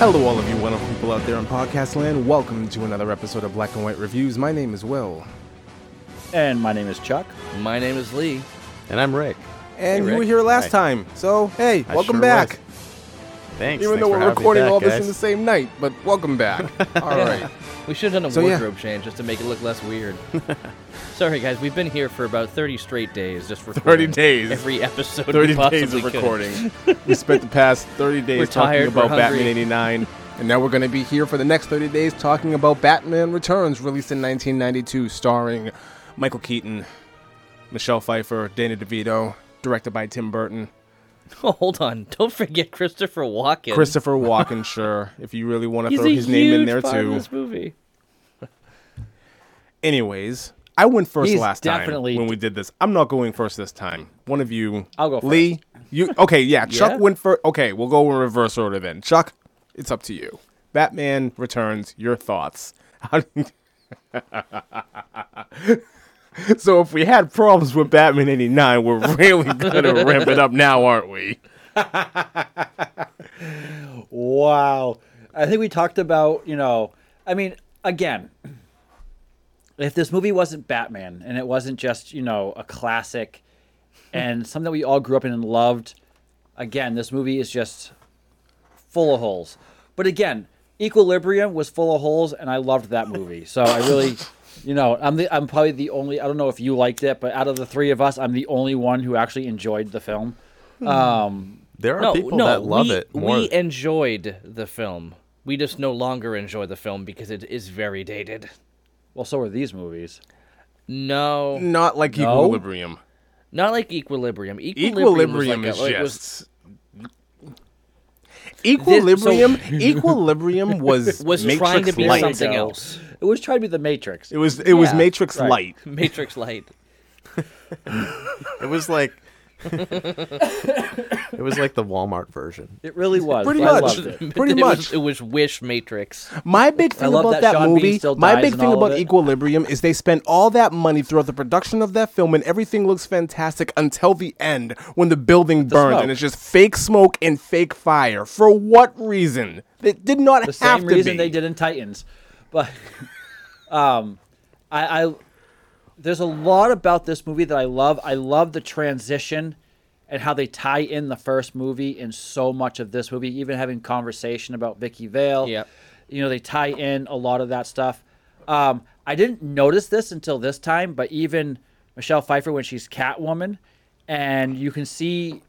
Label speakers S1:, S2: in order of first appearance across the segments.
S1: Hello, all of you wonderful people out there in podcast land. Welcome to another episode of Black and White Reviews. My name is Will.
S2: And my name is Chuck.
S3: My name is Lee.
S4: And I'm Rick.
S1: And you
S3: Rick.
S1: were here last
S4: Hi.
S1: time, so hey,
S4: I
S1: welcome
S4: sure
S1: back.
S4: was. Thanks.
S1: Even
S4: Thanks
S1: though
S4: for
S1: we're
S4: having me
S1: recording
S4: back,
S1: all this
S4: guys.
S1: in the same night, but welcome back. all right.
S3: We should have done a
S1: So, yeah.
S3: wardrobe change just to make it look less weird. Sorry, guys, we've been here for about 30 straight days just for
S1: 30 days.
S3: Every episode. we
S1: 30
S3: possibly
S1: days of
S3: could.
S1: recording. we spent the past 30 days
S3: We're
S1: talking
S3: tired, we're
S1: about Batman
S3: hungry.
S1: 89. And now we're going to be here for the next 30 days talking about Batman Returns, released in 1992, starring Michael Keaton, Michelle Pfeiffer, Dana DeVito, directed by Tim Burton.
S3: Oh, hold on. Don't forget Christopher Walken.
S1: Christopher Walken, sure, if you really want to
S3: He's
S1: throw
S3: a
S1: his name in
S3: huge
S1: there
S3: part of
S1: too.
S3: this movie.
S1: Anyways, I went first
S2: He's
S1: last
S2: definitely-
S1: time when we did this. I'm not going first this time. One of you.
S2: I'll go
S1: Lee, you okay? Yeah, Chuck
S3: Yeah?
S1: went first. Okay, we'll go in reverse order then. Chuck, it's up to you. Batman Returns. Your thoughts? How did- so if we had problems with Batman '89, we're really gonna ramp it up now, aren't we?
S2: Wow. I think we talked about, you know, I mean, again, if this movie wasn't Batman and it wasn't just, you know, a classic and something that we all grew up in and loved, again, this movie is just full of holes. But again, Equilibrium was full of holes and I loved that movie. So I really, you know, I'm the I'm probably the only I don't know if you liked it, but out of the three of us, I'm the only one who actually enjoyed the film. Um
S4: There are
S3: No,
S4: people
S3: no,
S4: that love
S3: we,
S4: it more.
S3: We enjoyed the film. We just no longer enjoy the film because it is very dated.
S2: well, so were these movies.
S3: No,
S1: Not like
S2: No?
S1: Equilibrium.
S3: not like Equilibrium.
S1: Equilibrium
S3: Equilibrium, was like
S1: is
S3: a, it was-
S1: just. Equilibrium. Equilibrium was
S3: was
S1: Matrix
S3: trying to be
S1: light.
S3: something
S2: Go.
S3: else.
S2: It was trying to be the Matrix.
S1: It was it was
S3: Yeah,
S1: Matrix
S2: right.
S1: light.
S3: Matrix Light.
S4: It was like It was like the Walmart version.
S2: It really was.
S1: Pretty
S2: I
S1: much.
S2: loved it.
S1: Pretty
S3: it
S1: much.
S3: Was, it was Wish Matrix.
S1: My big thing
S2: love
S1: about that,
S2: that Sean Bean
S1: movie,
S2: still
S1: my
S2: dies
S1: big
S2: in
S1: thing
S2: all of
S1: about
S2: it.
S1: Equilibrium is they spend all that money throughout the production of that film and everything looks fantastic until the end when the building burns
S2: smoke.
S1: and it's just fake smoke and fake fire. For what reason? It did not
S2: The
S1: have
S2: same
S1: to
S2: reason
S1: be.
S2: they did in Titans, but um, I, I there's a lot about this movie that I love. I love the transition and how they tie in the first movie in so much of this movie. Even having conversation about Vicky Vale.
S3: Yep.
S2: You know they tie in a lot of that stuff. Um, I didn't notice this until this time, but even Michelle Pfeiffer when she's Catwoman, and you can see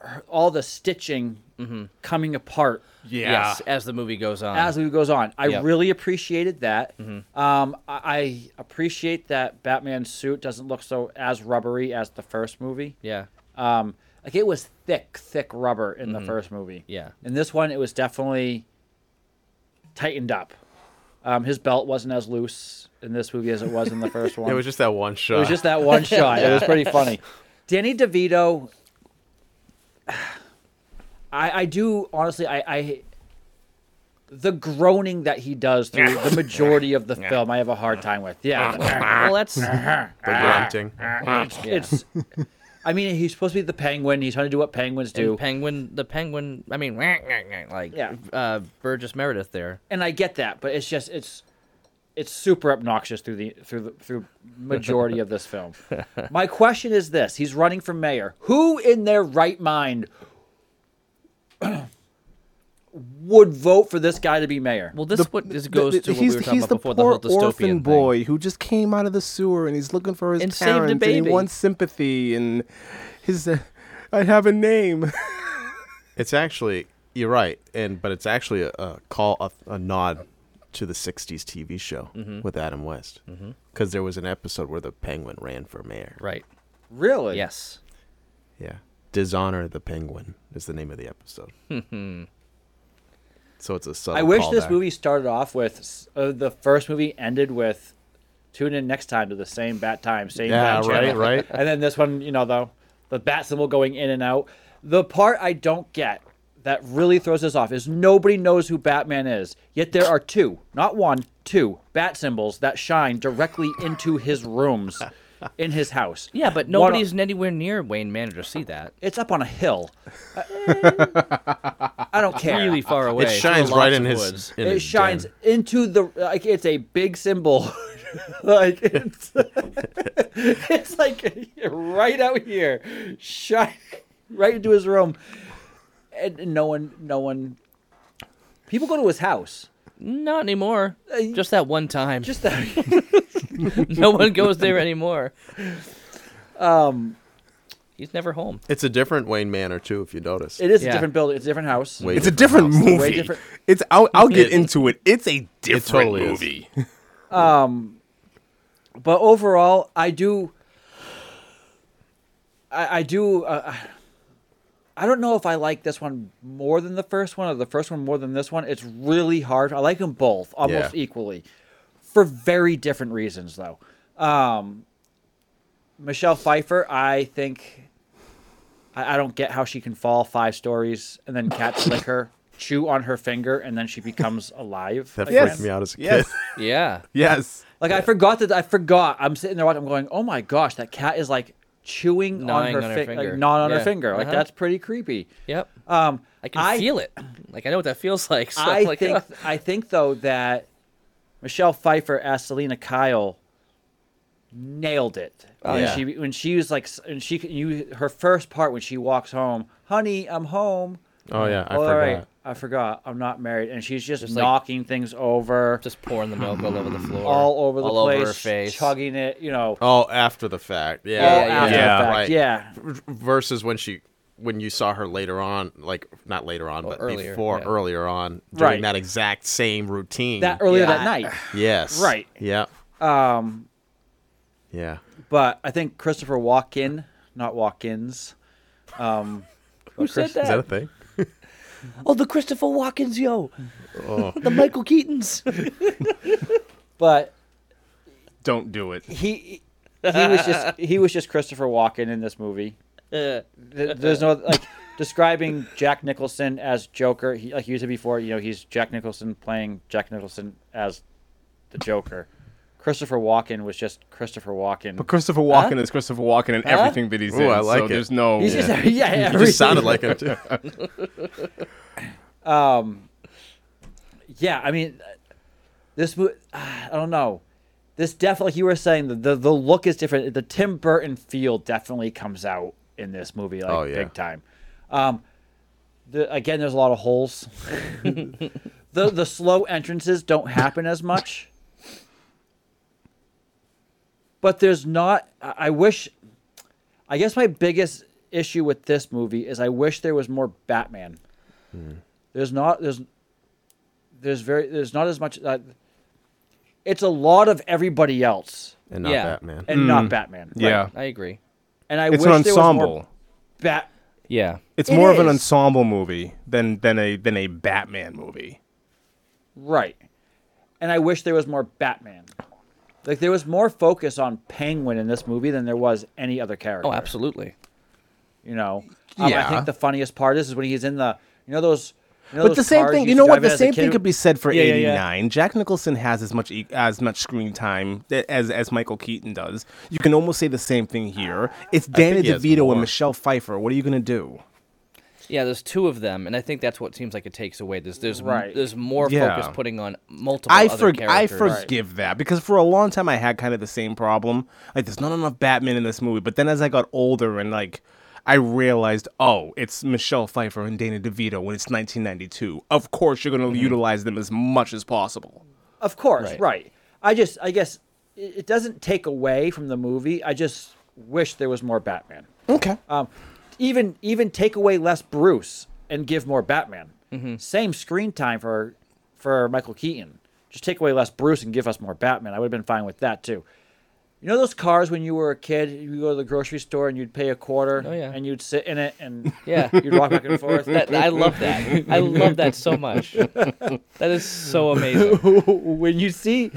S2: her- all the stitching
S1: Mm-hmm.
S2: coming apart
S1: Yeah.
S3: Yes, as the movie goes on.
S2: as we goes on. I
S3: Yep. Mm-hmm.
S2: really appreciated that. Um, I, I appreciate that Batman's suit doesn't look so as rubbery as the first movie.
S3: yeah.
S2: Um, like it was thick, thick rubber in the first movie.
S3: Mm-hmm. Yeah.
S2: In this one, it was definitely tightened up. Um, his belt wasn't as loose in this movie as it was in the first one.
S4: It was just that one shot.
S2: It was just that one shot. It was pretty funny. Danny DeVito. I, I do honestly I, I the groaning that he does through the majority of the film I have a hard time with. Yeah.
S3: Well, that's
S4: the grunting.
S2: it's, it's I mean he's supposed to be the penguin, he's trying to do what penguins do.
S3: and penguin. The penguin. I mean, like
S2: Yeah.
S3: uh, Burgess Meredith there.
S2: and I get that, but it's just it's it's super obnoxious through the through the through majority of this film. My question is this: He's running for mayor. Who in their right mind would vote for this guy to be mayor?
S3: Well, this what this goes
S1: The- the-
S3: to what we
S1: he's,
S3: were talking
S1: he's
S3: about
S1: the
S3: before the
S1: poor
S3: whole dystopian
S1: orphan
S3: thing.
S1: boy who just came out of the sewer and he's looking for his
S3: And saved a
S1: parents and
S3: baby.
S1: he wants sympathy and his uh, I have a name.
S4: It's actually you're right, and but it's actually a, a call a, a nod to the '60s TV show
S2: Mm-hmm.
S4: with Adam West, because there was an episode where the Penguin ran for mayor.
S3: Right.
S2: Really?
S3: Yes.
S4: Yeah, dishonor the Penguin is the name of the episode. so it's a subtle.
S2: I wish this
S4: callback.
S2: movie started off with s- uh, the first movie ended with tune in next time to the same bat time, same
S4: Yeah,
S2: bat
S4: right,
S2: channel."
S4: right.
S2: And then this one, you know, though the bat symbol going in and out. The part I don't get that really throws us off is nobody knows who Batman is. Yet there are two, not one, two bat symbols that shine directly into his rooms. in his house.
S3: Yeah, but
S2: One-
S3: nobody's anywhere near Wayne Manor to see that.
S2: it's up on a hill. I don't care.
S3: Really far away.
S4: it
S3: through
S4: shines
S3: lots
S4: right in
S3: of
S4: his.
S3: woods.
S4: In
S2: it
S4: his
S2: shines
S4: den.
S2: into the like it's a big symbol like it's, it's like right out here shine right into his room and no one no one people go to his house
S3: Not anymore.
S4: Uh,
S2: y-
S3: Just that one time.
S2: just that
S3: no one goes there anymore. Um, he's never home.
S4: It's a different Wayne Manor too, if you notice.
S2: it is
S3: Yeah.
S2: a different building it's a different house
S4: Way
S1: It's a different
S4: house.
S1: movie.
S2: different-
S1: It's I'll, I'll get
S4: It-
S1: into it. It's a different
S4: totally is.
S1: movie.
S2: but overall i do i, I do uh, i don't know if i like this one more than the first one or the first one more than this one it's really hard i like them both almost
S4: Yeah.
S2: equally for very different reasons though um, michelle pfeiffer i think I, I don't get how she can fall five stories and then cats lick her chew on her finger and then she becomes alive
S4: That
S2: again.
S4: freaked me out as a kid.
S1: Yes.
S3: Yeah.
S1: yes.
S2: Like I forgot that I forgot. I'm sitting there watching. I'm going, oh my gosh, that cat is like chewing
S3: Gnawing
S2: on her,
S3: on her
S2: fi-
S3: finger.
S2: like gnawing on
S3: Yeah.
S2: her finger. Like
S3: Uh-huh.
S2: that's pretty creepy.
S3: Yep.
S2: Um,
S3: I can feel it. Like I know what that feels like. So
S2: I
S3: I'm like,
S2: think
S3: "Ugh."
S2: I think though that Michelle Pfeiffer as Selena Kyle nailed it.
S3: Oh,
S2: when
S4: yeah.
S2: she when she was like s- and she can- you her first part when she walks home, honey, I'm home.
S4: Oh yeah, I
S2: "All
S4: forgot.
S2: right, I forgot. I'm not married, and she's just,
S3: like-
S2: knocking things over,
S3: just pouring the milk all over the floor,
S2: all over the
S3: all
S2: place,
S3: over her face.
S2: chugging it. You know,
S4: Oh, after the fact. Yeah.
S2: all
S3: yeah,
S2: after the
S1: yeah.
S2: fact.
S4: Right.
S2: Yeah,
S4: V- Versus when she, when you saw her later on, like not later on, but
S3: earlier,
S4: before
S3: yeah.
S4: earlier on, doing
S2: Oh, Right.
S4: that exact same routine.
S2: that earlier
S3: Yeah.
S2: that night.
S4: yes.
S2: Right.
S4: Yeah.
S2: Um,
S4: Yeah.
S2: but I think Christopher Walken, not Walkins. Um,
S3: Who said
S4: Is that a thing?
S3: Oh, the Christopher Walkins, yo,
S4: Oh.
S3: the Michael Keatons.
S2: but
S1: Don't do it.
S2: he he was just he was just Christopher Walken in this movie.
S3: Uh,
S2: Th- There's no like describing Jack Nicholson as Joker. He, like you said before, you know he's Jack Nicholson playing Jack Nicholson as the Joker. Christopher Walken was just Christopher Walken.
S1: But Christopher Walken is Christopher Walken in everything that he's
S4: Ooh,
S1: in.
S4: I like
S1: so
S4: it.
S1: There's no.
S2: He's just yeah.
S4: It
S2: everything.
S4: just sounded like him too.
S2: yeah, I mean, this movie, I don't know. This definitely, like you were saying, the, the the look is different. The Tim Burton feel definitely comes out in this movie, like
S4: Oh, yeah.
S2: big time. Um, the, again, there's a lot of holes. the the slow entrances don't happen as much, but there's not. I I wish. I guess my biggest issue with this movie is I wish there was more Batman.
S4: Hmm.
S2: There's not. There's there's very there's not as much that it's a lot of everybody else
S4: And not
S3: Yeah.
S4: Batman.
S2: and not Batman.
S1: Hmm. yeah.
S3: I agree.
S2: And I
S1: It's
S2: wish
S1: an
S2: there was
S1: ensemble.
S2: more Bat
S3: Yeah.
S1: It's
S2: It
S1: more of an
S2: is.
S1: ensemble movie than than a than a Batman movie.
S2: right. And I wish there was more Batman. Like there was more focus on Penguin in this movie than there was any other character.
S3: Oh, absolutely.
S2: You know. Um, I
S1: Yeah.
S2: think the funniest part is, is when he's in the you know those you know
S1: But
S2: those
S1: the same
S2: cars
S1: thing, you
S2: used
S1: know
S2: to
S1: what?
S2: drive in
S1: The
S2: as a
S1: same
S2: kid?
S1: thing could be said for
S3: Yeah, yeah, yeah.
S1: 89. Jack Nicholson has as much e- as much screen time tha- as as Michael Keaton does. You can almost say the same thing here. It's Danny
S4: he has
S1: DeVito
S4: more.
S1: and Michelle Pfeiffer. What are you going to do?
S3: Yeah, there's two of them, and I think that's what seems like it takes away. There's there's m-
S2: Right.
S3: there's more
S1: Yeah.
S3: focus putting on multiple.
S1: I
S3: other
S1: forg I
S3: characters.
S1: forgive that because for a long time I had kind of the same problem. Like there's not enough Batman in this movie. But then as I got older and like I realized, oh, it's Michelle Pfeiffer and Dana DeVito when it's 1992. Of course you're
S3: Mm-hmm.
S1: going to utilize them as much as possible.
S2: Of course,
S3: Right.
S2: right. I just I guess it, it doesn't take away from the movie. I just wish there was more Batman.
S1: Okay.
S2: Um, even even take away less Bruce and give more Batman.
S3: Mm-hmm.
S2: Same screen time for for Michael Keaton. Just take away less Bruce and give us more Batman. I would have been fine with that too. You know those cars when you were a kid, you go to the grocery store and you'd pay a quarter
S3: Oh, yeah.
S2: and you'd sit in it and
S3: Yeah.
S2: you'd walk back and forth.
S3: That, I love that. I love that so much. That is so amazing.
S2: when you see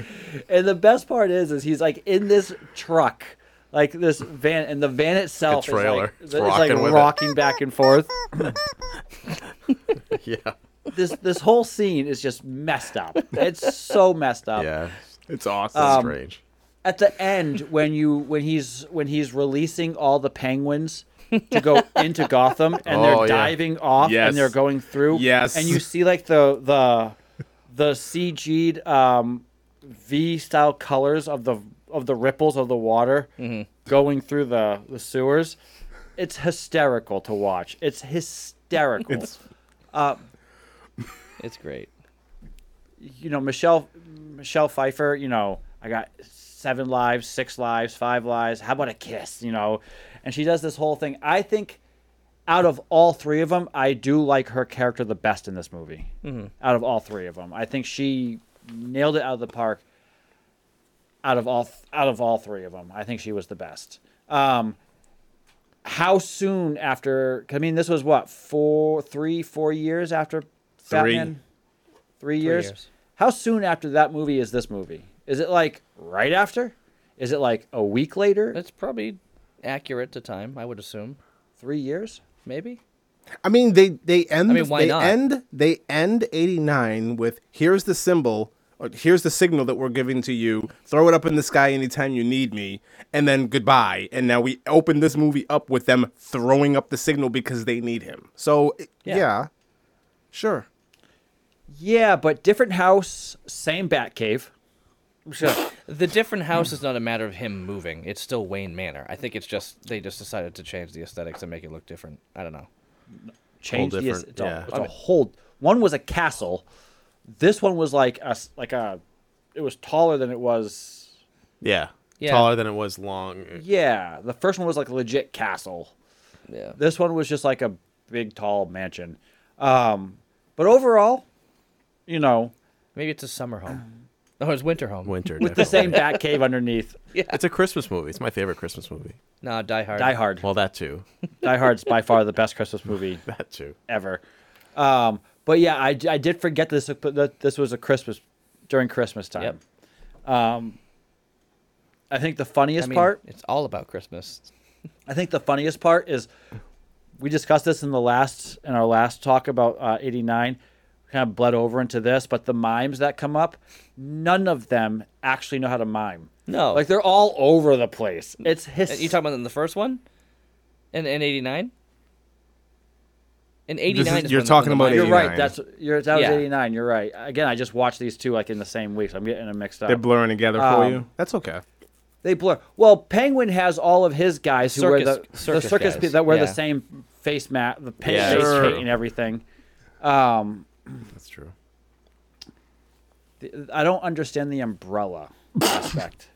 S2: and the best part is is he's like in this truck like this van and the van itself
S4: The trailer.
S2: is
S4: It's
S2: like, it's like
S4: rocking with it.
S2: rocking back and forth
S4: yeah.
S2: this this whole scene is just messed up it's so messed up
S4: Yeah.
S3: Um,
S2: um,
S1: It's awesome.
S4: Strange.
S2: at the end when you when he's when he's releasing all the penguins to go into Gotham and
S4: Oh,
S2: they're
S4: yeah.
S2: diving off
S1: Yes.
S2: and they're going through.
S1: Yes.
S2: And you see like the the the CG'd um, V style colors of the of the ripples of the water going through the, the sewers. It's hysterical to watch. It's hysterical.
S3: It's great.
S2: you know Michelle Michelle Pfeiffer, you know, I got seven lives, six lives, five lives. How about a kiss, you know? And she does this whole thing. I think out of all three of them, I do like her character the best in this movie. Out of all three of them, I think she nailed it out of the park. Out of all out of all three of them, I think she was the best. Um, how soon after? I mean, this was what four, three, four years after
S1: Three.
S2: Batman. Three years?
S3: years.
S2: How soon after that movie is this movie? Is it like right after? Is it like a week later?
S3: That's probably accurate to time, I would assume.
S2: Three years?
S3: Maybe?
S1: I mean, they they end.
S3: I mean, why
S1: they
S3: not?
S1: end. They end '89 with here's the symbol, or here's the signal that we're giving to you. Throw it up in the sky anytime you need me, and then goodbye. And now we open this movie up with them throwing up the signal because they need him. So it- yeah,
S2: Yeah.
S1: sure.
S2: Yeah, but different house, same Batcave.
S3: The different house is not a matter of him moving. It's still Wayne Manor. I think it's just they just decided to change the aesthetics and make it look different. I don't know.
S2: Change the
S4: different,
S2: it's, a-
S4: yeah.
S2: it's a whole. One was a castle. This one was like a s- like a. It was taller than it was.
S4: Yeah.
S3: Yeah.
S4: Taller than it was long.
S2: Yeah, the first one was like a legit castle.
S3: Yeah.
S2: This one was just like a big tall mansion. Um, but overall, you know,
S3: Maybe it's a summer
S2: Um,
S3: home. Oh, it's winter home.
S4: Winter.
S2: with the same
S4: definitely.
S2: Batcave underneath.
S4: It's a Christmas movie. It's my favorite Christmas movie.
S3: Nah, Die Hard.
S2: Die Hard.
S4: Well, that too.
S2: Die Hard's by far the best Christmas movie
S4: That too.
S2: ever. Um, but yeah, I, I did forget this that this was a Christmas during Christmas time. Um,
S3: Yep.
S2: I think the funniest
S3: I mean,
S2: part.
S3: It's all about Christmas.
S2: I think the funniest part is we discussed this in the last in our last talk about uh, '89. Kind of bled over into this, but the mimes that come up, none of them actually know how to mime.
S3: No.
S2: like they're all over the place. It's
S3: Uh,
S2: his.
S3: You talking about in the first one? In in eighty nine? In eighty
S1: is-
S3: nine
S1: you're talking about
S2: You're
S1: 89.
S2: right. That's you're, that was
S3: Yeah.
S2: '89. You're right. Again, I just watched these two like in the same week, so I'm getting them mixed up.
S1: They're blurring together for
S2: Um,
S1: you. That's okay.
S2: They blur. Well, Penguin has all of his guys who wear the
S3: Circus- circus
S2: the circus
S3: guys,
S2: people that wear
S3: yeah.
S2: the same face mat, the pa-
S4: Yeah,
S2: face
S1: that's true.
S2: paint and everything.
S4: That's true.
S2: Th- I don't understand the umbrella aspect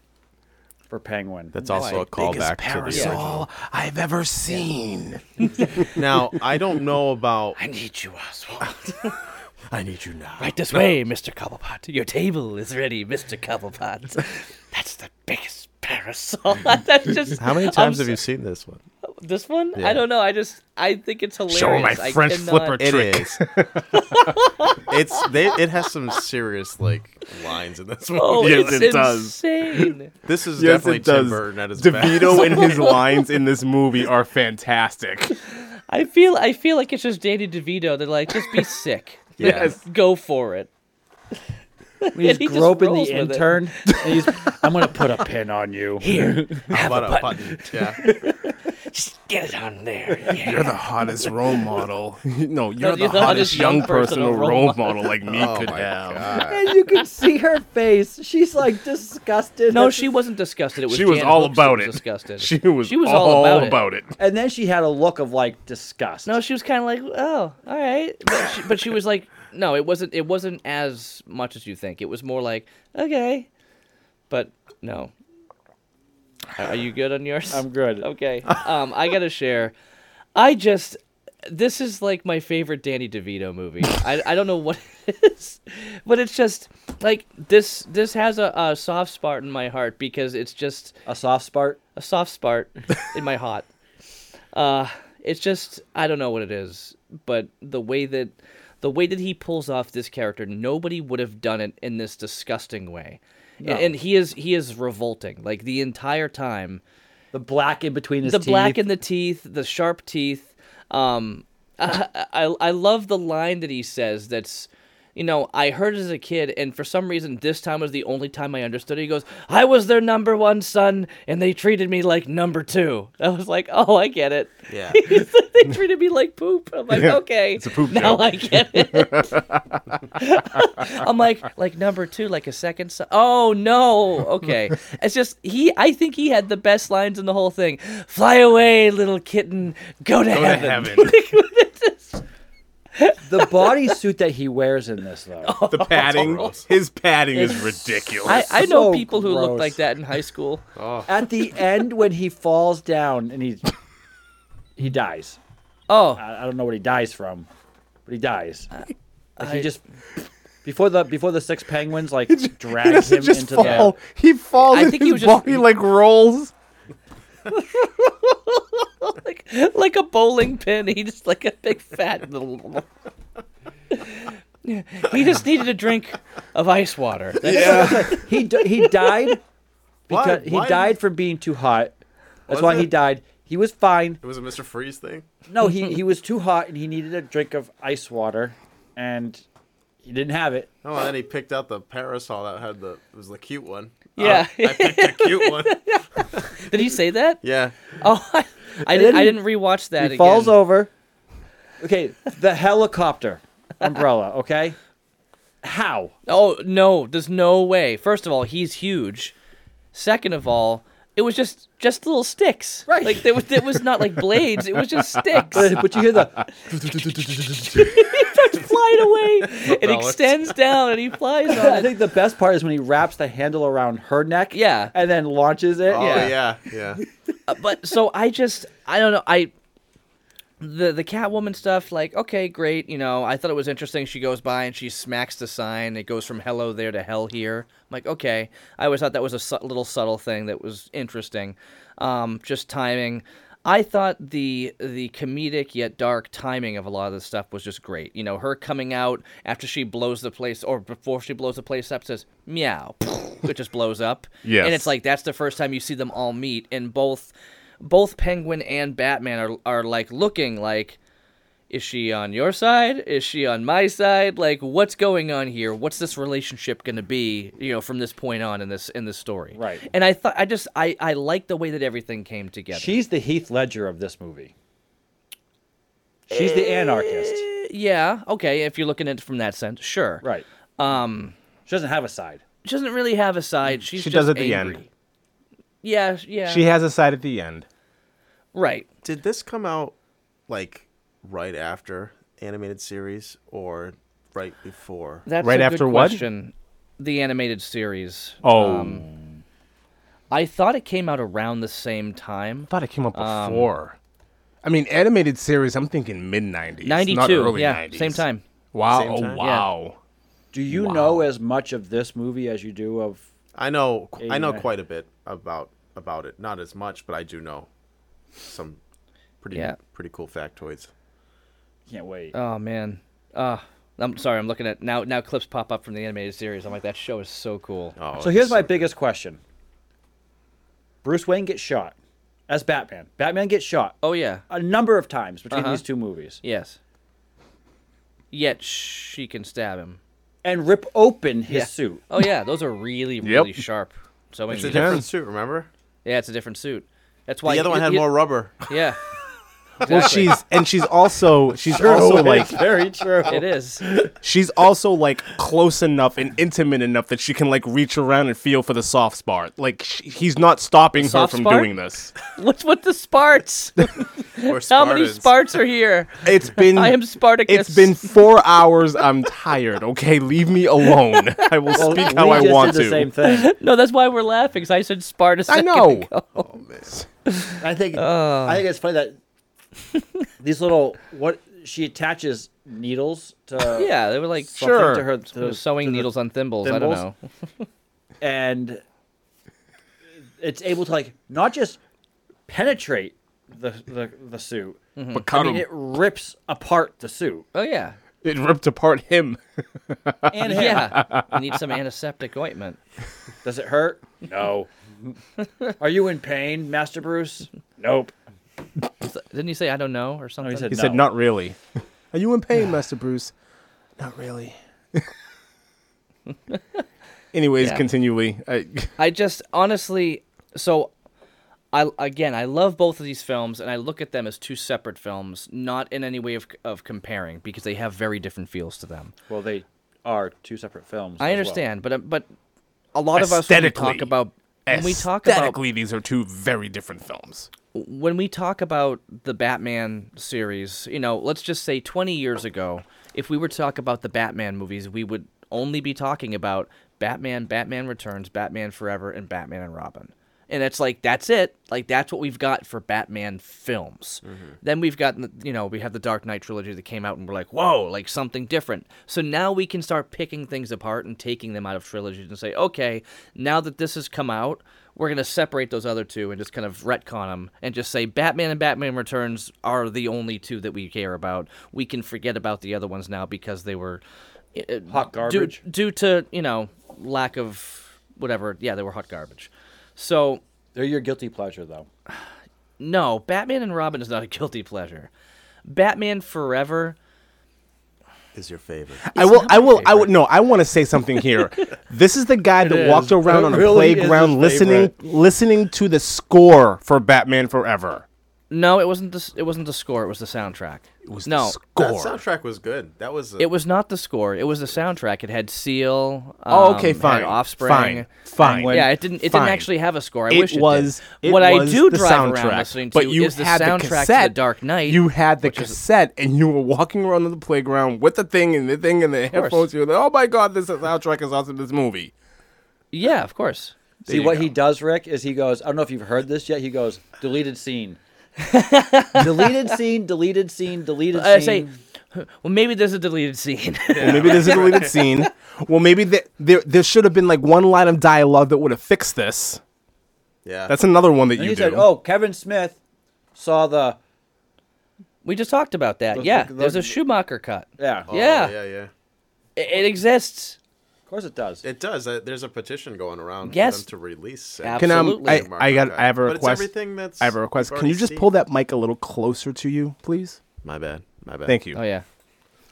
S2: for Penguin.
S4: That's
S3: No,
S4: also
S3: I-
S4: a callback to the
S3: Yeah.
S4: original.
S1: I've ever seen.
S4: Now, I don't know about.
S3: I need you, Oswald.
S4: I need you now.
S3: Right this way, Mr. Cobblepot. Your table is ready, Mr. Cobblepot. That's the biggest parasol. That's just
S4: How many
S3: I'm
S4: times have
S3: so-
S4: you seen this one?
S3: This one?
S4: Yeah.
S3: I don't know. I just I think it's hilarious.
S1: Show my
S3: I
S1: French
S3: cannot-
S1: flipper
S4: It
S1: trick.
S4: is. it's they, it has some serious like lines in this one.
S3: Oh,
S1: Yes,
S3: it's
S1: it does.
S3: insane.
S4: This is
S1: Yes,
S4: definitely
S1: it does.
S4: Tim Burton at his
S1: DeVito and his lines in this movie are fantastic.
S3: I feel I feel like it's just Danny DeVito. They're like, just be sick.
S4: Yes.
S3: Go for it.
S2: When he's
S3: he just
S2: groping
S3: rolls
S2: the
S3: with it.
S2: intern. and he's, I'm gonna put a pin on you.
S3: Here.
S4: best. How
S3: Have
S4: about
S3: a
S4: a
S3: button.
S4: button? Yeah.
S3: Just get it on there. Yeah.
S1: You're the hottest role model. no, you're the,
S3: you're
S1: hottest, young personal
S3: role
S1: role model like me
S4: Oh
S1: could
S4: my
S1: have.
S4: God.
S2: And you can see her face. She's like disgusted.
S3: No, she wasn't disgusted. It was
S1: She was
S3: Jan
S1: all
S3: Hooks that
S1: about
S3: was
S1: it.
S3: Disgusted.
S1: She was,
S3: She was
S1: all,
S3: all about it.
S1: about it.
S2: And then she had a look of like disgust.
S3: No, she was kind of like, oh, all right, but she, but she was like, no, it wasn't. It wasn't as much as you think. It was more like, okay, but no. Are are you good on yours?
S2: I'm good.
S3: Okay. Um, I gotta share. I just this is like my favorite Danny DeVito movie. I, I don't know what it is, but it's just like this. This has a, a soft spot in my heart because it's just
S2: A soft spot.
S3: a soft spot in my heart. Uh, it's just I don't know what it is, but the way that the way that he pulls off this character, nobody would have done it in this disgusting way. A- And, he is he is revolting like the entire time.
S2: The black in between his
S3: the
S2: teeth.
S3: black in the teeth, the sharp teeth. Um, I, I I love the line that he says. That's you know, I heard it as a kid, and for some reason, this time was the only time I understood it. He goes, I was their number one son, and they treated me like number two. I was like, oh, I get it.
S4: Yeah.
S3: He's like, they treated me like poop. I'm like, okay. It's
S1: a poop
S3: Now
S1: joke.
S3: I get it. I'm like, like number two, like a second son. Oh, no. Okay. It's just, he, I think he had the best lines in the whole thing. Fly away, little kitten. Go to
S4: to
S3: heaven.
S4: heaven.
S2: The bodysuit that he wears in this, though.
S3: Oh.
S4: the padding. His padding is ridiculous.
S3: I, I know
S2: So
S3: people who look
S2: gross.
S3: like that in high school.
S2: At the end, when he falls down and he he dies.
S3: Oh,
S2: I, I don't know what he dies from, but he dies. Like,
S3: I-
S2: he just before the before the six penguins like drag him into the.
S4: He falls.
S3: I
S4: and
S3: think he
S4: his
S3: was just-
S4: body like rolls.
S3: like like a bowling pin. He just like a big fat little. he just needed a drink of ice water. That's-
S2: He d- he died because he
S4: why-
S2: died from being too hot. That's
S4: Was
S2: why he
S4: it?
S2: died. He was fine.
S4: It was a Mr. Freeze thing.
S2: No, he he was too hot and he needed a drink of ice water, and he didn't have it.
S4: Oh, and then he picked out the parasol that had the it was the cute one.
S3: Yeah.
S4: Uh, I picked a cute one.
S3: Did he say that?
S4: Yeah.
S3: Oh, I, I didn't. I didn't rewatch that.
S2: He falls
S3: again.
S2: over. Okay, the helicopter umbrella. Okay, how?
S3: Oh no, there's no way. First of all, he's huge. Second of all, it was just just little sticks.
S2: Right.
S3: Like there was it was not like blades. It was just sticks.
S2: But, but you hear the
S3: he starts flying away. It
S4: Propellers.
S3: extends down and he flies
S2: I
S3: on it.
S2: think the best part is when he wraps the handle around her neck.
S3: Yeah.
S2: And then launches it.
S4: Oh
S3: Yeah.
S4: yeah. Yeah.
S3: but so I just I don't know I the the Catwoman stuff like okay great you know I thought it was interesting she goes by and she smacks the sign it goes from hello there to hell here I'm like okay I always thought that was a su- little subtle thing that was interesting um, just timing I thought the the comedic yet dark timing of a lot of this stuff was just great you know her coming out after she blows the place or before she blows the place up says meow it just blows up
S4: Yes.
S3: and it's like that's the first time you see them all meet and both both penguin and batman are, are like looking like is she on your side is she on my side like what's going on here what's this relationship going to be you know from this point on in this in this story
S2: Right.
S3: and i thought i just i i like the way that everything came together
S2: She's the Heath Ledger of this movie. She's the anarchist.
S3: yeah okay if you're looking at it from that sense sure
S2: Right.
S3: um
S2: She doesn't have a side.
S3: she doesn't really have a side she's
S1: She
S3: just
S1: does at the end.
S3: angry. yeah yeah
S1: She has a side at the end.
S3: right
S4: Did this come out like right after animated series or right before?
S3: That's
S1: Right
S3: a
S1: after
S3: good
S1: what?
S3: Question. The animated series.
S1: Oh,
S3: I thought it came out around the same time.
S1: I thought it came up before. I mean, animated series. I'm thinking mid '90s, not
S3: 92.
S1: early
S3: yeah,
S1: 90s.
S3: same time.
S1: Wow!
S4: Same time?
S1: Oh,
S4: Yeah.
S1: wow!
S2: Do you know as much of this movie as you do of?
S4: I know qu- I know
S2: Yeah.
S4: quite a bit about about it. Not as much, but I do know some pretty
S3: Yeah.
S4: pretty cool factoids.
S2: Can't wait.
S3: Oh man. Uh I'm sorry, I'm looking at now now clips pop up from the animated series. I'm like that show is so cool.
S4: Oh,
S2: so here's my biggest question. Bruce Wayne gets shot as Batman. Batman gets shot
S3: Oh yeah.
S2: a number of times between
S3: Uh-huh.
S2: these two movies,
S3: Yes. Yet she can stab him.
S2: and rip open his
S3: Yeah.
S2: suit.
S3: Oh yeah, those are really really sharp. So
S4: It's a
S3: many-
S4: different suit, remember?
S3: Yeah, it's a different suit. That's
S4: The
S3: why
S4: other one had
S3: yeah,
S4: more rubber.
S3: Yeah.
S1: Well,
S3: Exactly.
S1: she's and she's also she's
S2: Oh
S1: also like
S2: very true.
S3: it is.
S1: she's also like close enough and intimate enough that she can like reach around and feel for the soft spot. Like sh he's not stopping her
S3: soft
S1: from
S3: spart?
S1: doing this.
S3: What's with the Sparts?
S4: Or
S3: How many
S4: Spartans.
S3: Sparts are here?
S1: It's been
S3: I am Spartacus.
S1: It's been four hours. I'm tired. Okay, leave me alone. I will speak how
S2: we
S1: I
S2: just
S1: want
S2: did the
S1: to.
S2: same thing.
S3: No, that's why we're laughing. 'cause I said Sparta.
S1: I know.
S2: Oh, I think I think it's funny that
S3: Oh.
S2: these little what she attaches needles to
S3: Yeah, they were like
S2: something
S1: sure.
S2: to her
S3: they were
S2: to,
S3: sewing needles on thimbles. I
S2: thimbles.
S3: don't know.
S2: and it's able to like not just penetrate the the, the suit.
S1: But
S2: I
S1: cut
S3: Hmm.
S2: mean,
S1: him.
S2: it rips apart the suit
S3: Oh yeah,
S1: It ripped apart him.
S2: and him.
S3: yeah. you need some antiseptic ointment.
S2: Does it hurt? No. Are you in pain, Master Bruce? Nope.
S3: Didn't he say I don't know or something?
S2: Oh, said-
S1: He said,
S2: No.
S1: "Not really." Are you in pain, Master Bruce? Not really. Anyways,
S3: Yeah.
S1: continually. I,
S3: I just honestly, so I again, I love both of these films, and I look at them as two separate films, not in any way of of comparing because they have very different feels to them.
S2: Well, they are two separate films. as
S3: I
S2: well.
S3: understand, but uh, but a lot of us when we talk
S1: Aesthetically.
S3: about when we talk about
S1: aesthetically, these are two very different films.
S3: when we talk about the Batman series, you know, let's just say 20 years ago, if we were to talk about the Batman movies, we would only be talking about Batman, Batman Returns, Batman Forever, and Batman and Robin. And it's like, that's it. Like, that's what we've got for Batman films. Then we've got, you know, we have the Dark Knight trilogy that came out, and we're like, whoa, like something different. So now we can start picking things apart and taking them out of trilogies and say, okay, now that this has come out, we're going to separate those other two and just kind of retcon them and just say Batman and Batman Returns are the only two that we care about. We can forget about the other ones now because they were uh,
S2: Hot garbage.
S3: due, due to you know lack of whatever. Yeah, they were hot garbage. So
S2: They're your guilty pleasure, though.
S3: no, Batman and Robin is not a guilty pleasure. Batman Forever.
S4: Is your favorite?
S1: I will. I will. I would. No, I want to say something here. this is the guy that walked around
S2: It
S1: on a
S2: really is his
S1: playground listening, listening to the score for Batman Forever.
S3: No, it wasn't the s- it wasn't the score. It was the soundtrack. It
S1: was the
S3: no.
S1: score.
S4: That soundtrack was good. That was. A,
S3: it was not the score. It was the soundtrack. It had Seal.
S1: Oh,
S3: um,
S1: okay,
S3: had
S1: fine.
S3: Offspring.
S1: Fine. Fine.
S3: Yeah, it didn't. It
S1: Fine.
S3: didn't actually have a score. I
S1: it
S3: wish it
S1: was.
S3: Did.
S1: it
S3: what I
S1: was
S3: do
S1: the
S3: drive
S1: soundtrack,
S3: around listening to
S1: but you
S3: is the
S1: had
S3: soundtrack
S1: the
S3: to
S1: cassette.
S3: The Dark Knight.
S1: You had the cassette, and you were walking around on the playground with the thing and the thing and the headphones. You were like, "Oh my god, this soundtrack is awesome! This movie."
S3: yeah, of course.
S2: See what he does, Rick, is he goes. I don't know if you've heard this yet. He goes deleted scene. deleted scene, deleted scene, deleted scene.
S3: I uh, say, well, maybe there's a deleted scene.
S1: Well, maybe there's a deleted scene. Well, maybe th- there there should have been like one line of dialogue that would have fixed this.
S4: yeah.
S1: That's another one that
S2: and
S1: you
S2: he
S1: do.
S2: said, "Oh, Kevin Smith saw the
S3: we just talked about that.
S2: Those-
S3: yeah,
S2: those-
S3: there's a Schumacher cut.
S2: yeah.
S4: Oh,
S3: yeah.
S4: Yeah. Yeah.
S3: It, it exists.
S2: Of course it does.
S4: It does. Uh, there's a petition going around
S3: Yes.
S4: for them to release. it.
S3: Absolutely.
S1: Can um,
S3: Absolutely.
S1: I,
S4: Mark
S1: I got
S4: Ruffalo.
S1: I have a
S4: But it's
S1: request.
S4: everything that's-
S1: I have a request.
S4: we've
S1: Can you
S4: already
S1: just
S4: seen.
S1: pull that mic a little closer to you, please?
S4: My bad. My bad.
S1: Thank you.
S3: Oh yeah.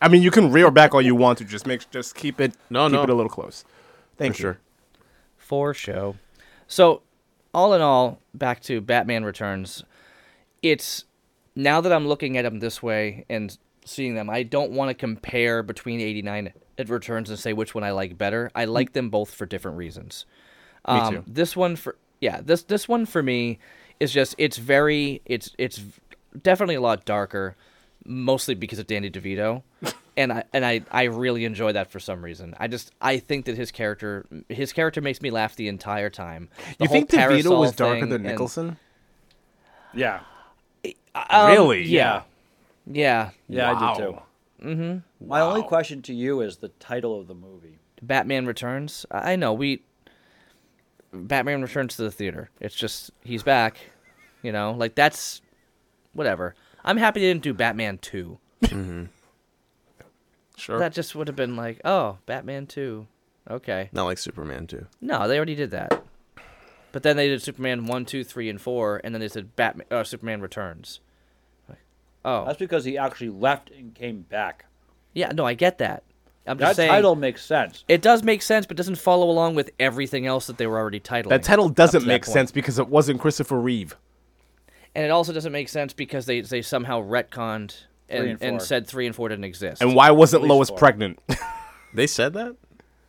S1: I mean, you can rear back all you want to. Just make just keep it
S4: No,
S1: keep
S4: no.
S1: it a little close. Thank
S4: For
S1: you.
S4: sure.
S3: for show. So, all in all, back to Batman Returns. It's now that I'm looking at them this way and seeing them, I don't want to compare between 89 and Returns and say which one I like better. I like them both for different reasons. Um,
S1: Mm. too.
S3: This one for yeah, this this one for me is just it's very it's it's v- definitely a lot darker, mostly because of Danny DeVito, and I and I I really enjoy that for some reason. I just I think that his character his character makes me laugh the entire time. The
S1: You
S3: whole
S1: think DeVito was
S3: parasol
S1: darker
S3: thing
S1: than
S3: and-
S1: Nicholson?
S2: yeah,
S3: Um,
S1: Really?
S3: Yeah. Yeah.
S2: yeah, I did too.
S1: Wow.
S3: Mm-hmm.
S2: My only
S1: Wow.
S2: question to you is the title of the movie.
S3: Batman Returns. I I know we. Batman returns to the theater. It's just he's back, you know. Like that's, whatever. I'm happy they didn't do Batman Two.
S1: Mm-hmm. Sure.
S3: That just would have been like, oh, Batman Two, okay.
S4: Not like Superman too.
S3: No, they already did that. But then they did Superman One, Two, Three, and Four, and then they said Batman uh, Superman Returns. Like, oh,
S2: That's because he actually left and came back.
S3: yeah. No, I get that. I'm
S2: That
S3: just saying
S2: title makes sense.
S3: it does make sense, but doesn't follow along with everything else that they were already titling.
S1: That title
S3: up to
S1: doesn't
S3: that
S1: make
S3: point.
S1: sense because it wasn't Christopher Reeve.
S3: and it also doesn't make sense because they they somehow retconned and,
S2: and
S3: and,
S2: four.
S3: said three and four didn't exist.
S1: And why wasn't Lois
S2: four.
S1: pregnant?
S4: They said that.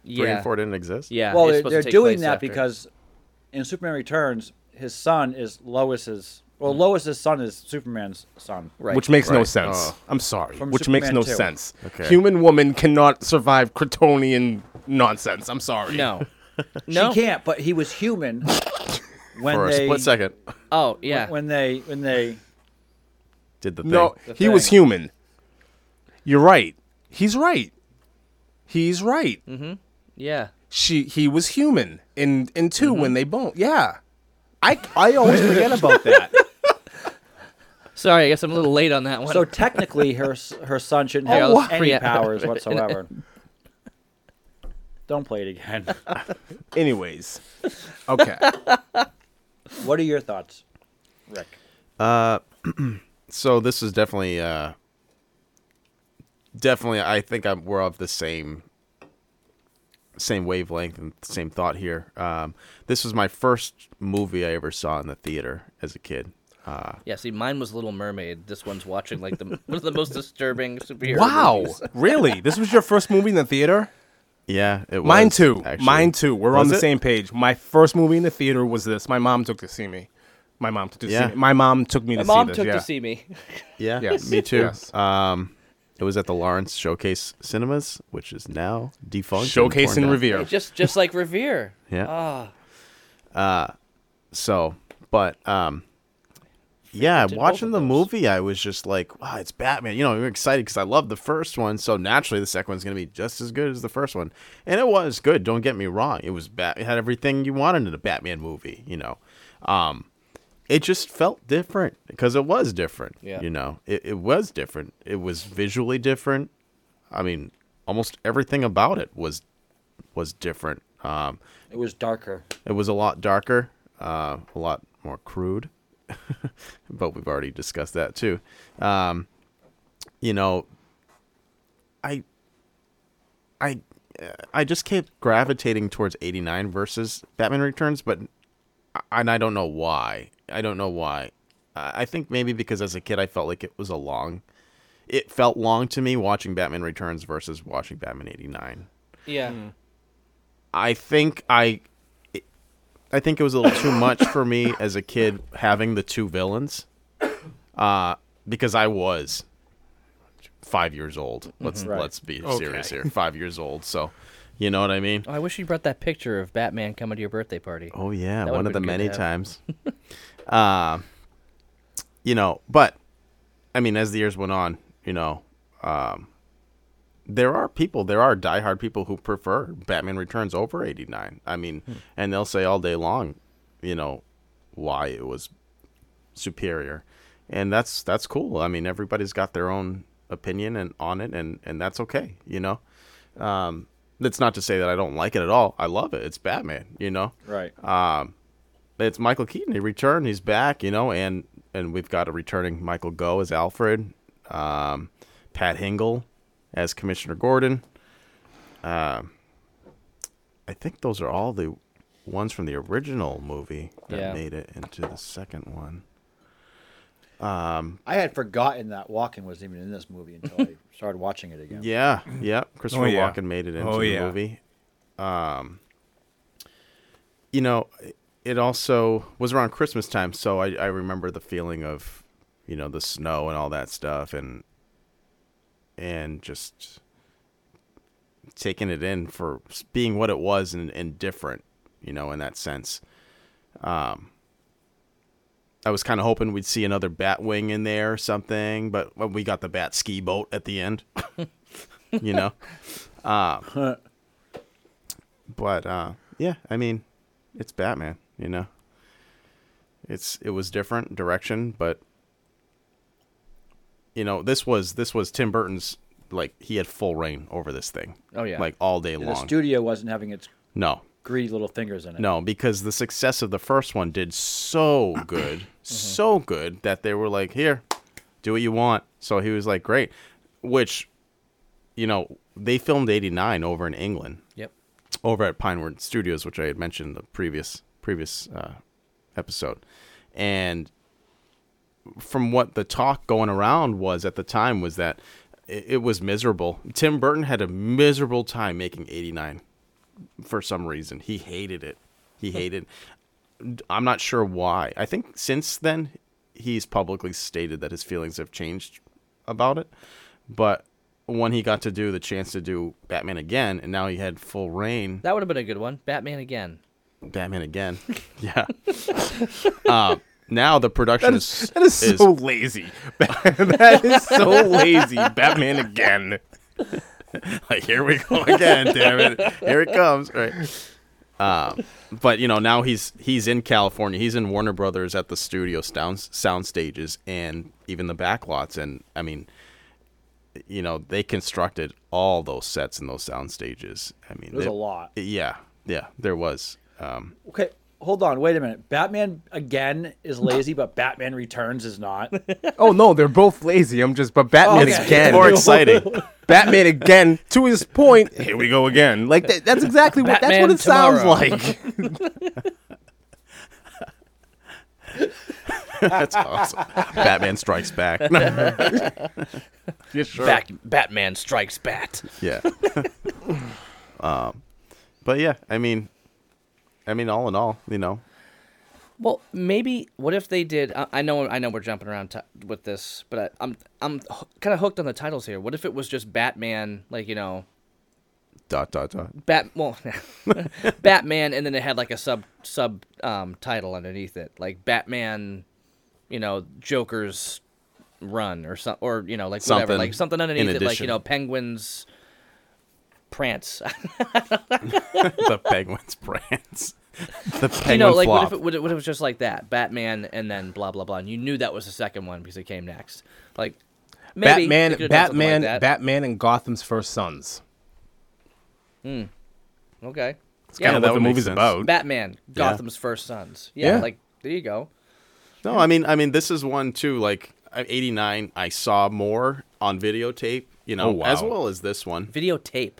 S3: yeah,
S4: Three and four didn't exist.
S3: yeah.
S2: well,
S3: it's
S2: they're,
S3: supposed to
S2: they're
S3: take
S2: doing
S3: place
S2: that
S3: after.
S2: because in Superman Returns, his son is Lois's. Well, Lois's son is Superman's son.
S3: Hmm. right.
S1: Which makes no
S4: Right.
S1: sense.
S4: Oh.
S1: I'm sorry.
S2: From
S1: Which makes
S2: Superman
S1: no
S2: 2.
S1: sense.
S4: Okay.
S1: Human woman cannot survive Kryptonian nonsense. I'm sorry.
S3: no, no.
S2: She can't, but he was human when
S4: For a
S2: they
S4: split second,
S3: Oh yeah,
S2: when they when they
S4: did the thing.
S1: No,
S2: The
S1: he was
S2: thing.
S1: human. You're right. He's right. He's right.
S3: yeah.
S1: She he was human in in 2
S4: Mm-hmm.
S1: when they boned. Yeah. I I always forget about that.
S3: Sorry, I guess I'm a little late on that one.
S2: so technically her s- her son shouldn't
S3: Here,
S2: have
S3: I'll
S2: any
S3: pre-
S2: powers whatsoever. Don't play it again.
S1: Anyways. Okay.
S2: What are your thoughts, Rick?
S4: so this is definitely uh definitely i think i'm we're of the same same wavelength and same thought here. Um, this was my first movie I ever saw in the theater as a kid. Uh,
S3: Yeah, see, mine was Little Mermaid. This one's watching like the one of the most disturbing superhero.
S1: Wow,
S3: movies.
S1: really? This was your first movie in the theater?
S4: yeah, it was
S1: Mine too.
S4: actually.
S1: Mine too. We're on
S4: Was
S1: the
S4: it?
S1: same page. My first movie in the theater was this. My mom took to see me. My mom took to
S4: Yeah.
S1: see me. My mom took me
S3: My
S1: to
S3: mom
S1: see this.
S3: took
S1: yeah.
S3: to see me.
S4: Yeah,
S1: Yes.
S4: me too.
S1: Yes.
S4: Um, it was at the Lawrence Showcase Cinemas, which is now defunct. and
S1: Showcase
S4: torn
S1: in
S4: down.
S1: Revere.
S3: It's just just like Revere.
S4: Yeah. Uh,
S3: Ah,
S4: So, but um, yeah,
S3: did both
S4: watching
S3: of
S4: the
S3: those.
S4: movie, I was just like, wow, it's Batman. You know, I'm excited because I love the first one, so naturally the second one's gonna be just as good as the first one, and it was good. Don't get me wrong; it was bat. It had everything you wanted in a Batman movie. You know, um, it just felt different because it was different.
S3: Yeah.
S4: you know, it, it was different. It was visually different. I mean, almost everything about it was was different. Um,
S2: It was darker.
S4: it was a lot darker, uh, a lot more crude, but we've already discussed that too. Um, you know, I, I, uh, I just kept gravitating towards '89 versus Batman Returns, but uh, and I don't know why. I don't know why. I I think maybe because as a kid I felt like it was a long. It felt long to me watching Batman Returns versus watching Batman '89.
S3: yeah.
S2: Hmm.
S4: I think I, I think it was a little too much for me as a kid having the two villains, uh, because I was five years old. Let's
S2: Right.
S4: let's be
S1: Okay.
S4: serious here. Five years old, so you know what I mean.
S3: Oh, I wish you brought that picture of Batman coming to your birthday party.
S4: Oh
S3: That
S4: yeah, one
S3: would've
S4: of the
S3: been good
S4: many
S3: to have.
S4: times. uh, you know, but I mean, as the years went on, you know, um, there are people, there are diehard people who prefer Batman Returns over '89. I mean,
S3: Hmm.
S4: and they'll say all day long, you know, why it was superior, and that's that's cool. I mean, everybody's got their own opinion and on it, and and that's okay. You know. Um, that's not to say that I don't like it at all. I love it. It's Batman, you know
S2: Right.
S3: Uh,
S4: it's Michael Keaton. He returned. He's back, you know, and and we've got a returning Michael Go as Alfred, um, Pat Hingle as Commissioner Gordon. Um, I think those are all the ones from the original movie that
S3: Yeah.
S4: made it into the second one.
S2: I had forgotten that Walken was even in this movie until I started watching it again.
S4: Yeah, yeah. Christopher
S1: yeah.
S4: Walken made it into
S1: Oh,
S4: the
S1: yeah.
S4: movie. Um, you know, it also was around Christmas time, so I, I remember the feeling of, you know, the snow and all that stuff, and and just taking it in for s- being what it was and, and different, you know, in that sense. Um, I was kind of hoping we'd see another Batwing in there or something, but well, we got the Bat Ski Boat at the end, you know. Uh, but uh, yeah, I mean, it's Batman, you know. It's it was different direction, but you know, this was this was Tim Burton's like he had full reign over this thing.
S3: Oh, yeah.
S4: Like all day
S2: And
S4: long.
S2: The studio wasn't having its
S4: no.
S2: greedy little fingers in it.
S4: No, because the success of the first one did so good,
S2: Mm-hmm.
S4: so good that they were like, "Here, do what you want." So he was like, "Great," which, you know, they filmed '89 over in England,
S3: Yep.
S4: over at Pinewood Studios, which I had mentioned in the previous previous uh, episode, and from what the talk going around was at the time was that it, it was miserable. Tim Burton had a miserable time making '89 for some reason. He hated it. He hated. I'm not sure why. I think since then he's publicly stated that his feelings have changed about it. But when he got to do the chance to do Batman again, and now he had full reign,
S3: That would have been a good one. Batman again.
S4: Batman again. yeah. uh, now the production is
S1: That is so lazy. that is so lazy. Batman again.
S4: like here we go again damn it here it comes right uh, but you know now he's he's in california he's in warner brothers at the studio sound, sound stages and even the back lots and i mean you know they constructed all those sets and those sound stages i mean
S2: It was
S4: they-
S2: a lot.
S4: yeah yeah there was um,
S2: Okay. hold on, wait a minute. Batman again is lazy, but Batman Returns is not.
S1: Oh no, they're both lazy. I'm just but Batman
S2: Okay.
S1: again.
S4: More exciting.
S1: Batman again. To his point, here we go again. Like that, that's exactly what that's what
S3: Batman
S1: it
S3: tomorrow.
S1: sounds like.
S4: That's awesome. Batman Strikes Back. yeah, sure.
S3: Back, Batman strikes bat.
S4: Yeah. um, but yeah, I mean, I mean, all in all, you know,
S3: Well, maybe what if they did? I, I know, I know, we're jumping around t- with this, but I, I'm I'm kind of hooked on the titles here. What if it was just Batman, like you know,
S4: dot dot dot.
S3: Bat well, Batman, and then it had like a sub sub um, title underneath it, like Batman, you know, Joker's run or something, or you know, like whatever,
S4: Something
S3: like something
S4: in
S3: underneath it, like you
S4: addition.
S3: know, Penguin's prance.
S4: The penguins brands. The penguin
S3: you know, like what
S4: flop.
S3: if, it, what, if, what if it was just like that, Batman, and then blah blah blah, and you knew that was the second one because it came next, like maybe they
S1: Batman,
S3: could've done something
S1: Batman,
S3: like that.
S1: Batman, and Gotham's first sons.
S3: okay,
S1: Yeah,
S3: yeah,
S4: kinda
S1: what
S4: that
S1: the
S4: would make
S1: movie's
S4: sense.
S1: about.
S3: Batman, Gotham's first sons, yeah,
S1: Yeah.
S3: like there you go,
S4: No, I mean, I mean, this is one too. Like '89, I saw more on videotape. You know,
S1: Oh, wow.
S4: as well as this one.
S3: videotape.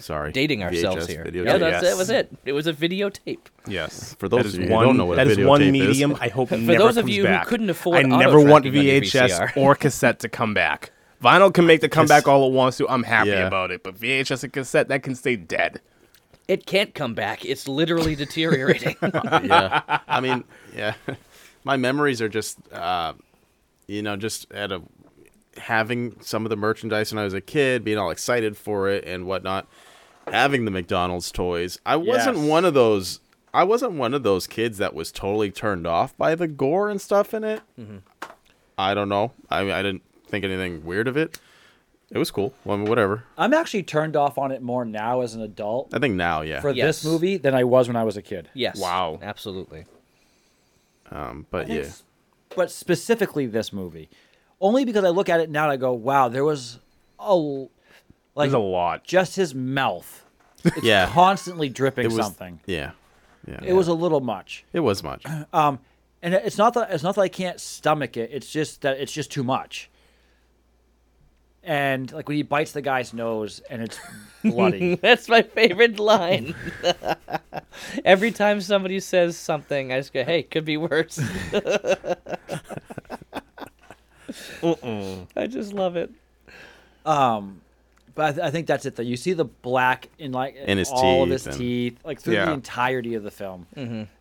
S4: Sorry,
S3: dating ourselves
S4: VHS
S3: here.
S4: videotape.
S3: No, that's
S4: Yes.
S3: it. Was it? It was a videotape.
S1: Yes.
S4: For those
S1: That is
S4: of you who
S1: one,
S4: don't know what
S1: that is
S4: videotape
S1: one
S4: is.
S1: medium. I hope never
S3: those of
S1: comes
S3: you who
S1: back.
S3: couldn't afford
S1: I never want
S3: auto-tracking on your
S1: VHS
S3: VCR.
S1: or cassette to come back. Vinyl can make the comeback all it wants to. I'm happy
S4: Yeah.
S1: about it, but VHS and cassette that can stay dead.
S3: It can't come back. It's literally deteriorating.
S4: yeah. I mean, yeah. My memories are just, uh, you know, just at a having some of the merchandise when I was a kid, being all excited for it and whatnot. Having the McDonald's toys, I wasn't
S2: Yes.
S4: one of those. I wasn't one of those kids that was totally turned off by the gore and stuff in it.
S2: Mm-hmm.
S4: I don't know. I I didn't think anything weird of it. It was cool. Well, I mean, whatever.
S2: I'm actually turned off on it more now as an adult
S4: I think now, yeah.
S2: for
S3: Yes.
S2: this movie than I was when I was a kid.
S3: yes.
S1: Wow.
S3: Absolutely.
S4: um, but yeah,
S2: Yes. But specifically this movie. Only because I look at it now and I go, wow, there was a l- like
S1: There's a lot.
S2: just his mouth
S4: yeah,
S2: constantly dripping
S4: it was
S2: something.
S4: Yeah, yeah.
S2: It was a little much.
S4: It was much.
S2: And it's not that it's not that I can't stomach it. It's just that it's just too much. And like when he bites the guy's nose and it's bloody.
S3: That's my favorite line. Every time somebody says something, I just go, "Hey, could be worse." I just love it.
S2: but I, th- I think that's it. Though you see the black in like in
S4: his
S2: all of
S4: teeth
S2: his
S4: and-
S2: teeth, like through
S1: Yeah.
S2: the entirety of the film.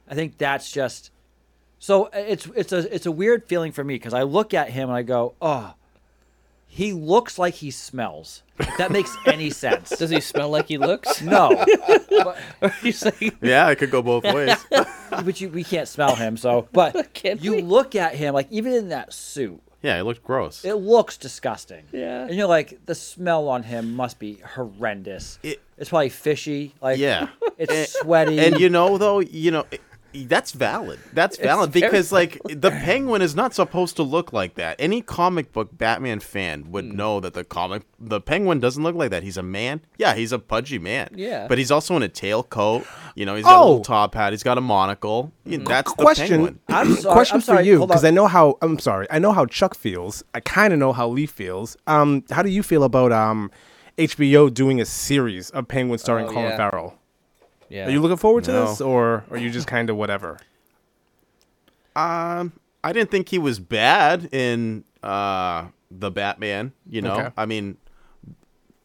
S2: I think that's just so uh, it's it's a it's a weird feeling for me because I look at him and I go, oh, he looks like he smells. If that makes any sense?
S3: Does he smell like he looks?
S2: No, but,
S3: you say,
S4: Yeah, it could go both ways.
S2: but you, we can't smell him. So, but
S3: Can't
S2: you
S3: we?
S2: look at him like even in that suit,
S4: yeah, it looked gross.
S2: it looks disgusting.
S3: Yeah.
S2: and you're like, the smell on him must be horrendous.
S4: It-
S2: it's probably fishy. Like
S4: yeah.
S2: It's sweaty.
S4: And you know though, you know it- that's valid. That's valid
S3: very
S4: because like the penguin is not supposed to look like that. Any comic book Batman fan would know that the comic the penguin doesn't look like that. He's a man. Yeah, he's a pudgy man.
S3: Yeah.
S4: But he's also in a tail coat. You know, he's got a
S1: Oh.
S4: little top hat, he's got a monocle. Yeah, That's the
S1: Question.
S4: penguin.
S2: I'm sorry,
S1: question
S2: I'm
S1: for
S2: sorry,
S1: you
S2: hold
S1: because
S2: on.
S1: I know how. I'm sorry. I know how Chuck feels. I kind of know how Lee feels. Um, how do you feel about um, HBO doing a series of Penguin starring
S3: Oh,
S1: Colin
S3: yeah.
S1: Farrell?
S3: yeah.
S1: Are you looking forward to
S4: No.
S1: this, or are you just kind of whatever?
S4: Um, I didn't think he was bad in uh the Batman. You know,
S1: Okay.
S4: I mean,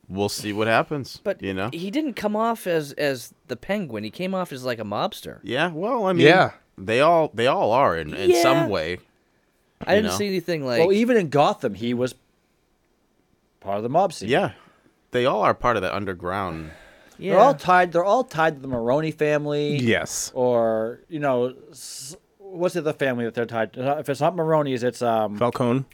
S4: we'll see what happens.
S3: but
S4: you know,
S3: he didn't come off as as the Penguin. He came off as like a mobster.
S4: yeah. Well, I mean,
S1: Yeah.
S4: they all they all are in in
S3: Yeah.
S4: some way.
S3: I didn't
S4: know.
S3: see anything like.
S2: Well, even in Gotham, he was part of the mob scene.
S4: Yeah, they all are part of the underground.
S3: yeah.
S2: they're all tied. They're all tied to the Maroney family.
S1: Yes.
S2: or you know, s- what's the other family that they're tied? to? If it's not Maroney's, it's um
S1: Falcone.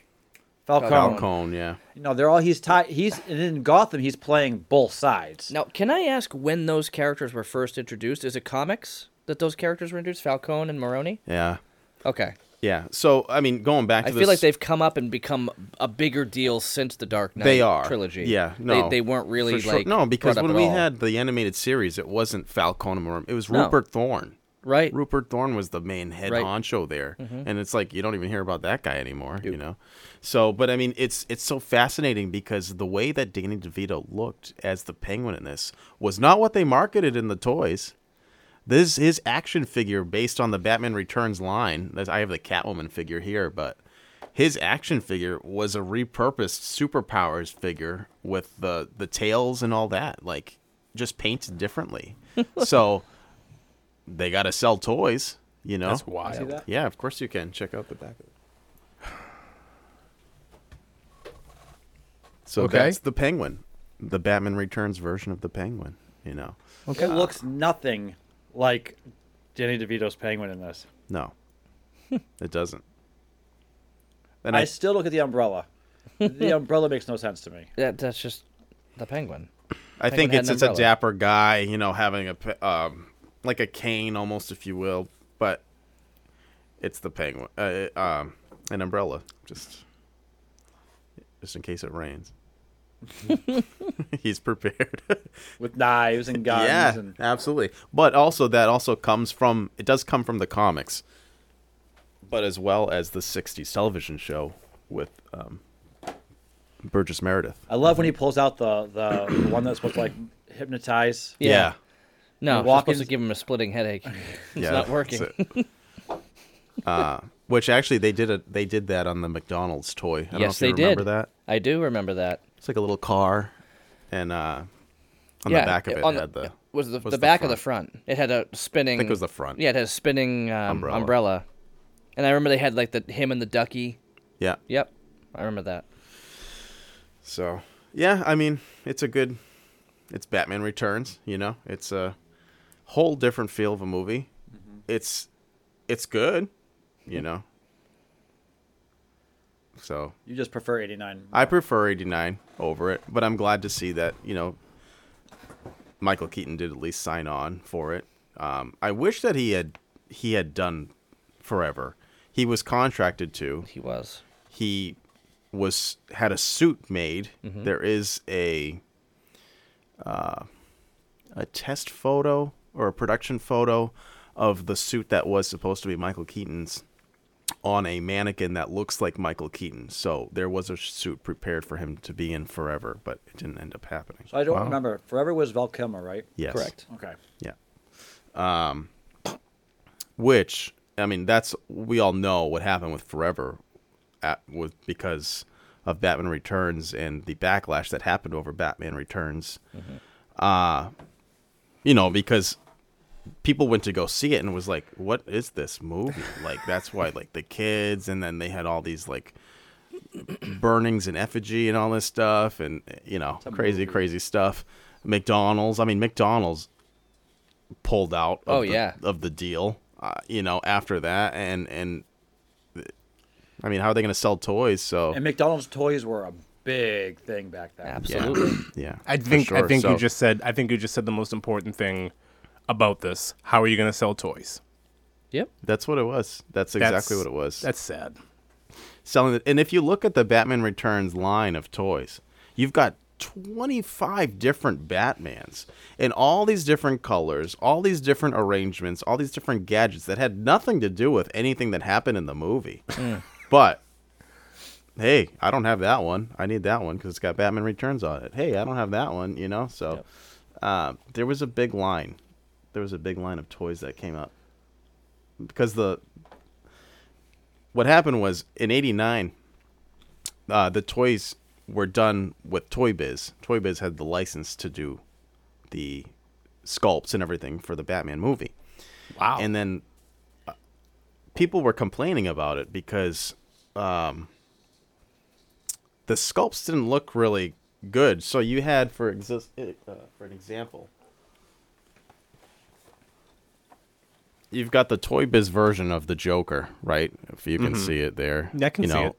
S2: Falcone.
S4: Falcone, yeah.
S2: You know, they're all he's tied. He's and in Gotham. He's playing both sides.
S3: Now, can I ask when those characters were first introduced? Is it comics that those characters were introduced? Falcone and Maroni?
S4: Yeah.
S3: Okay.
S4: Yeah. So I mean, going back to
S3: I
S4: this,
S3: feel like they've come up and become a bigger deal since the Dark Knight
S4: They are.
S3: trilogy.
S4: Yeah,
S3: They-
S4: no,
S3: They, weren't really
S4: for sure-
S3: like
S4: no because
S3: brought up
S4: when
S3: at
S4: we
S3: all.
S4: had the animated series, it wasn't Falcone and Maroon. It was
S3: No.
S4: Rupert Thorne.
S3: right?
S4: Rupert Thorne was the main head
S3: Right. Mm-hmm.
S4: honcho there, and it's like you don't even hear about that guy anymore, you know. So, but I mean, it's it's so fascinating because the way that Danny DeVito looked as the Penguin in this was not what they marketed in the toys. This his action figure based on the Batman Returns line. That's, I have the Catwoman figure here, but his action figure was a repurposed superpowers figure with the the tails and all that, like just painted differently. so they got to sell toys, you know.
S1: That's wild.
S2: that?
S4: Yeah, of course you can. Check out the back of it. So
S1: Okay.
S4: that's the Penguin, the Batman Returns version of the Penguin. You know,
S2: It looks nothing like Danny DeVito's penguin in this.
S4: no, it doesn't. And
S2: I
S4: I,
S2: still look at the umbrella. The umbrella makes no sense to me.
S3: That that's just the penguin.
S4: I
S3: Penguin
S4: think
S3: had
S4: it's
S3: an
S4: it's a
S3: umbrella.
S4: dapper guy, you know, having a pe- um like a cane almost, if you will, but it's the Penguin, uh, uh, um, an umbrella, just just in case it rains. He's prepared.
S2: With knives and guns
S4: yeah,
S2: and
S4: absolutely. But also that also comes from it does come from the comics, but as well as the '60s television show with um, Burgess Meredith.
S2: I love when he pulls out the the, the one that's supposed to like hypnotize.
S3: Yeah. No, it's supposed to
S2: Walk-ins-
S3: give him a splitting headache. It's
S4: Yeah,
S3: not
S4: that's
S3: working.
S4: it. uh, which actually they did a they did that on the McDonald's toy. I don't know
S3: Yes,
S4: if you
S3: they
S4: remember
S3: did.
S4: that.
S3: I do remember that.
S4: It's like a little car, and uh, on the back of it, had the
S3: was the,
S4: was
S3: the
S4: the
S3: back or
S4: front.
S3: the front. It had a spinning.
S4: think it was the front.
S3: Yeah, it had a spinning um, umbrella.
S4: Umbrella.
S3: And I remember they had like the him and the ducky.
S4: yeah.
S3: Yep, I remember that.
S4: So yeah, I mean it's a good. It's Batman Returns. You know, it's a whole different feel of a movie. It's it's good. You know. So
S2: You just prefer 89.
S4: I prefer 89 over it, but I'm glad to see that, you know, Michael Keaton did at least sign on for it. Um, I wish that he had he had done forever. He was contracted to.
S3: He was.
S4: He was had a suit made. There is a uh, a test photo or a production photo of the suit that was supposed to be Michael Keaton's on a mannequin that looks like Michael Keaton. So there was a suit prepared for him to be in forever, but it didn't end up happening.
S2: So I don't remember. Forever was Val Kilmer, right?
S4: Yes.
S3: Correct.
S2: Okay.
S4: Yeah. Um, which I mean, that's we all know what happened with Forever, at, with because of Batman Returns and the backlash that happened over Batman Returns.
S3: Mm-hmm.
S4: Uh you know because people went to go see it and was like, "What is this movie?" like that's why like the kids, and then they had all these like burnings in effigy and all this stuff, and you know, crazy, crazy stuff. McDonald's. I mean, McDonald's pulled out. Of
S3: Oh,
S4: the,
S3: yeah.
S4: of the deal. Uh, you know, after that, and and I mean, how are they going to sell toys? So
S2: And McDonald's toys were a big thing back then.
S3: Absolutely.
S4: yeah,
S1: I
S4: for
S1: think I
S4: sure.
S1: think you
S4: So-
S1: just said I think you just said the most important thing about this. How are you going to sell toys?
S3: yep.
S4: that's what it was. That's exactly what it was.
S1: That's sad.
S4: selling it. And if you look at the Batman Returns line of toys, you've got 25 different Batmans in all these different colors, all these different arrangements, all these different gadgets that had nothing to do with anything that happened in the movie. but hey, I don't have that one. I need that one because it's got Batman Returns on it. Hey, I don't have that one, you know? So uh, there was a big line. There was a big line of toys that came up because the what happened was in '89, uh, the toys were done with Toy Biz. Toy Biz had the license to do the sculpts and everything for the Batman movie,
S1: Wow.
S4: and then uh, people were complaining about it because um, the sculpts didn't look really good. So you had, for exist, uh, for an example. You've got the Toy Biz version of the Joker, right? If you can see it there,
S1: Mm-hmm. I can
S4: you
S1: see
S4: know,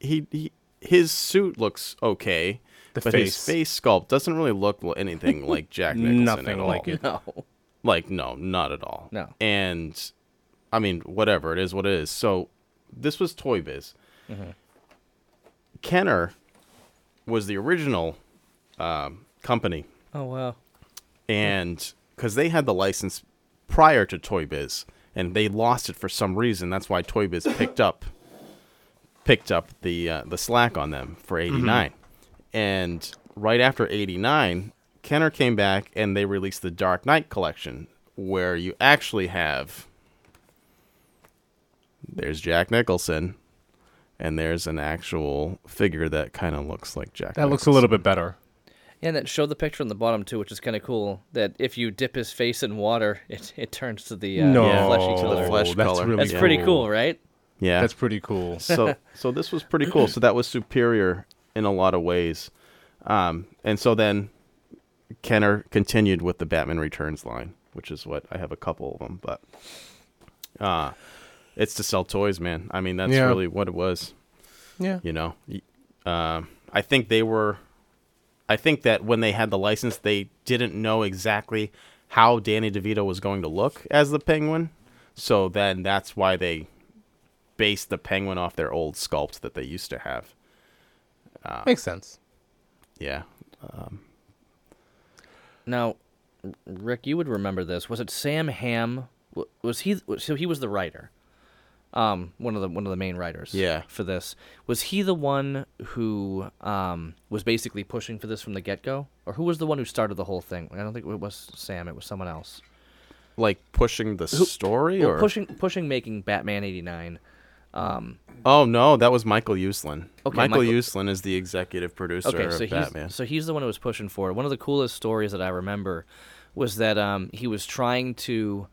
S4: He, he his suit looks okay,
S1: The
S4: but his
S1: face.
S4: face sculpt doesn't really look li- anything like Jack Nicholson at
S1: Nothing
S4: all.
S1: like it.
S3: No.
S4: Like, no, not at all.
S3: No.
S4: And I mean, whatever, it is what it is. So this was Toy Biz. Kenner was the original um, company
S3: Oh wow.
S4: and because they had the license prior to Toy Biz, and they lost it for some reason. That's why Toy Biz picked up picked up the uh, the slack on them for
S1: Mm-hmm.
S4: '89, and right after '89, Kenner came back and they released the Dark Knight collection, where you actually have there's Jack Nicholson. And there's an actual figure that kind of looks like Jack.
S1: That looks a little bit better.
S3: And that showed the picture on the bottom too, which is kind of cool. That if you dip his face in water, it, it turns to the uh,
S1: no,
S3: fleshy
S4: to the
S3: color.
S4: flesh
S1: that's
S4: color.
S1: Really
S3: That's pretty cool, right?
S4: Yeah,
S1: That's pretty cool.
S4: so so this was pretty cool. So that was superior in a lot of ways. Um, and so then Kenner continued with the Batman Returns line, which is what I have a couple of them, but uh it's to sell toys, man. I mean, that's
S1: Yeah.
S4: really what it was,
S1: Yeah.
S4: you know. Y- Um, I think they were I think that when they had the license, they didn't know exactly how Danny DeVito was going to look as the Penguin. So then that's why they based the Penguin off their old sculpt that they used to have.
S1: Makes sense.
S4: Yeah.
S3: Now, R- Rick, you would remember this. Was it Sam Ham? Was he? So he was the writer. Um, one of the one of the main writers.
S4: Yeah.
S3: For this, was he the one who um was basically pushing for this from the get go, or who was the one who started the whole thing? I don't think it was Sam. It was someone else.
S4: Like pushing the story
S3: Well,
S4: or
S3: pushing pushing making Batman eighty nine.
S4: Oh no, that was Michael Uslan.
S3: Okay,
S4: Michael,
S3: Michael-
S4: Uslan is the executive producer
S3: okay, so
S4: of
S3: he's
S4: Batman.
S3: so he's the one who was pushing for it. One of the coolest stories that I remember was that um, he was trying to.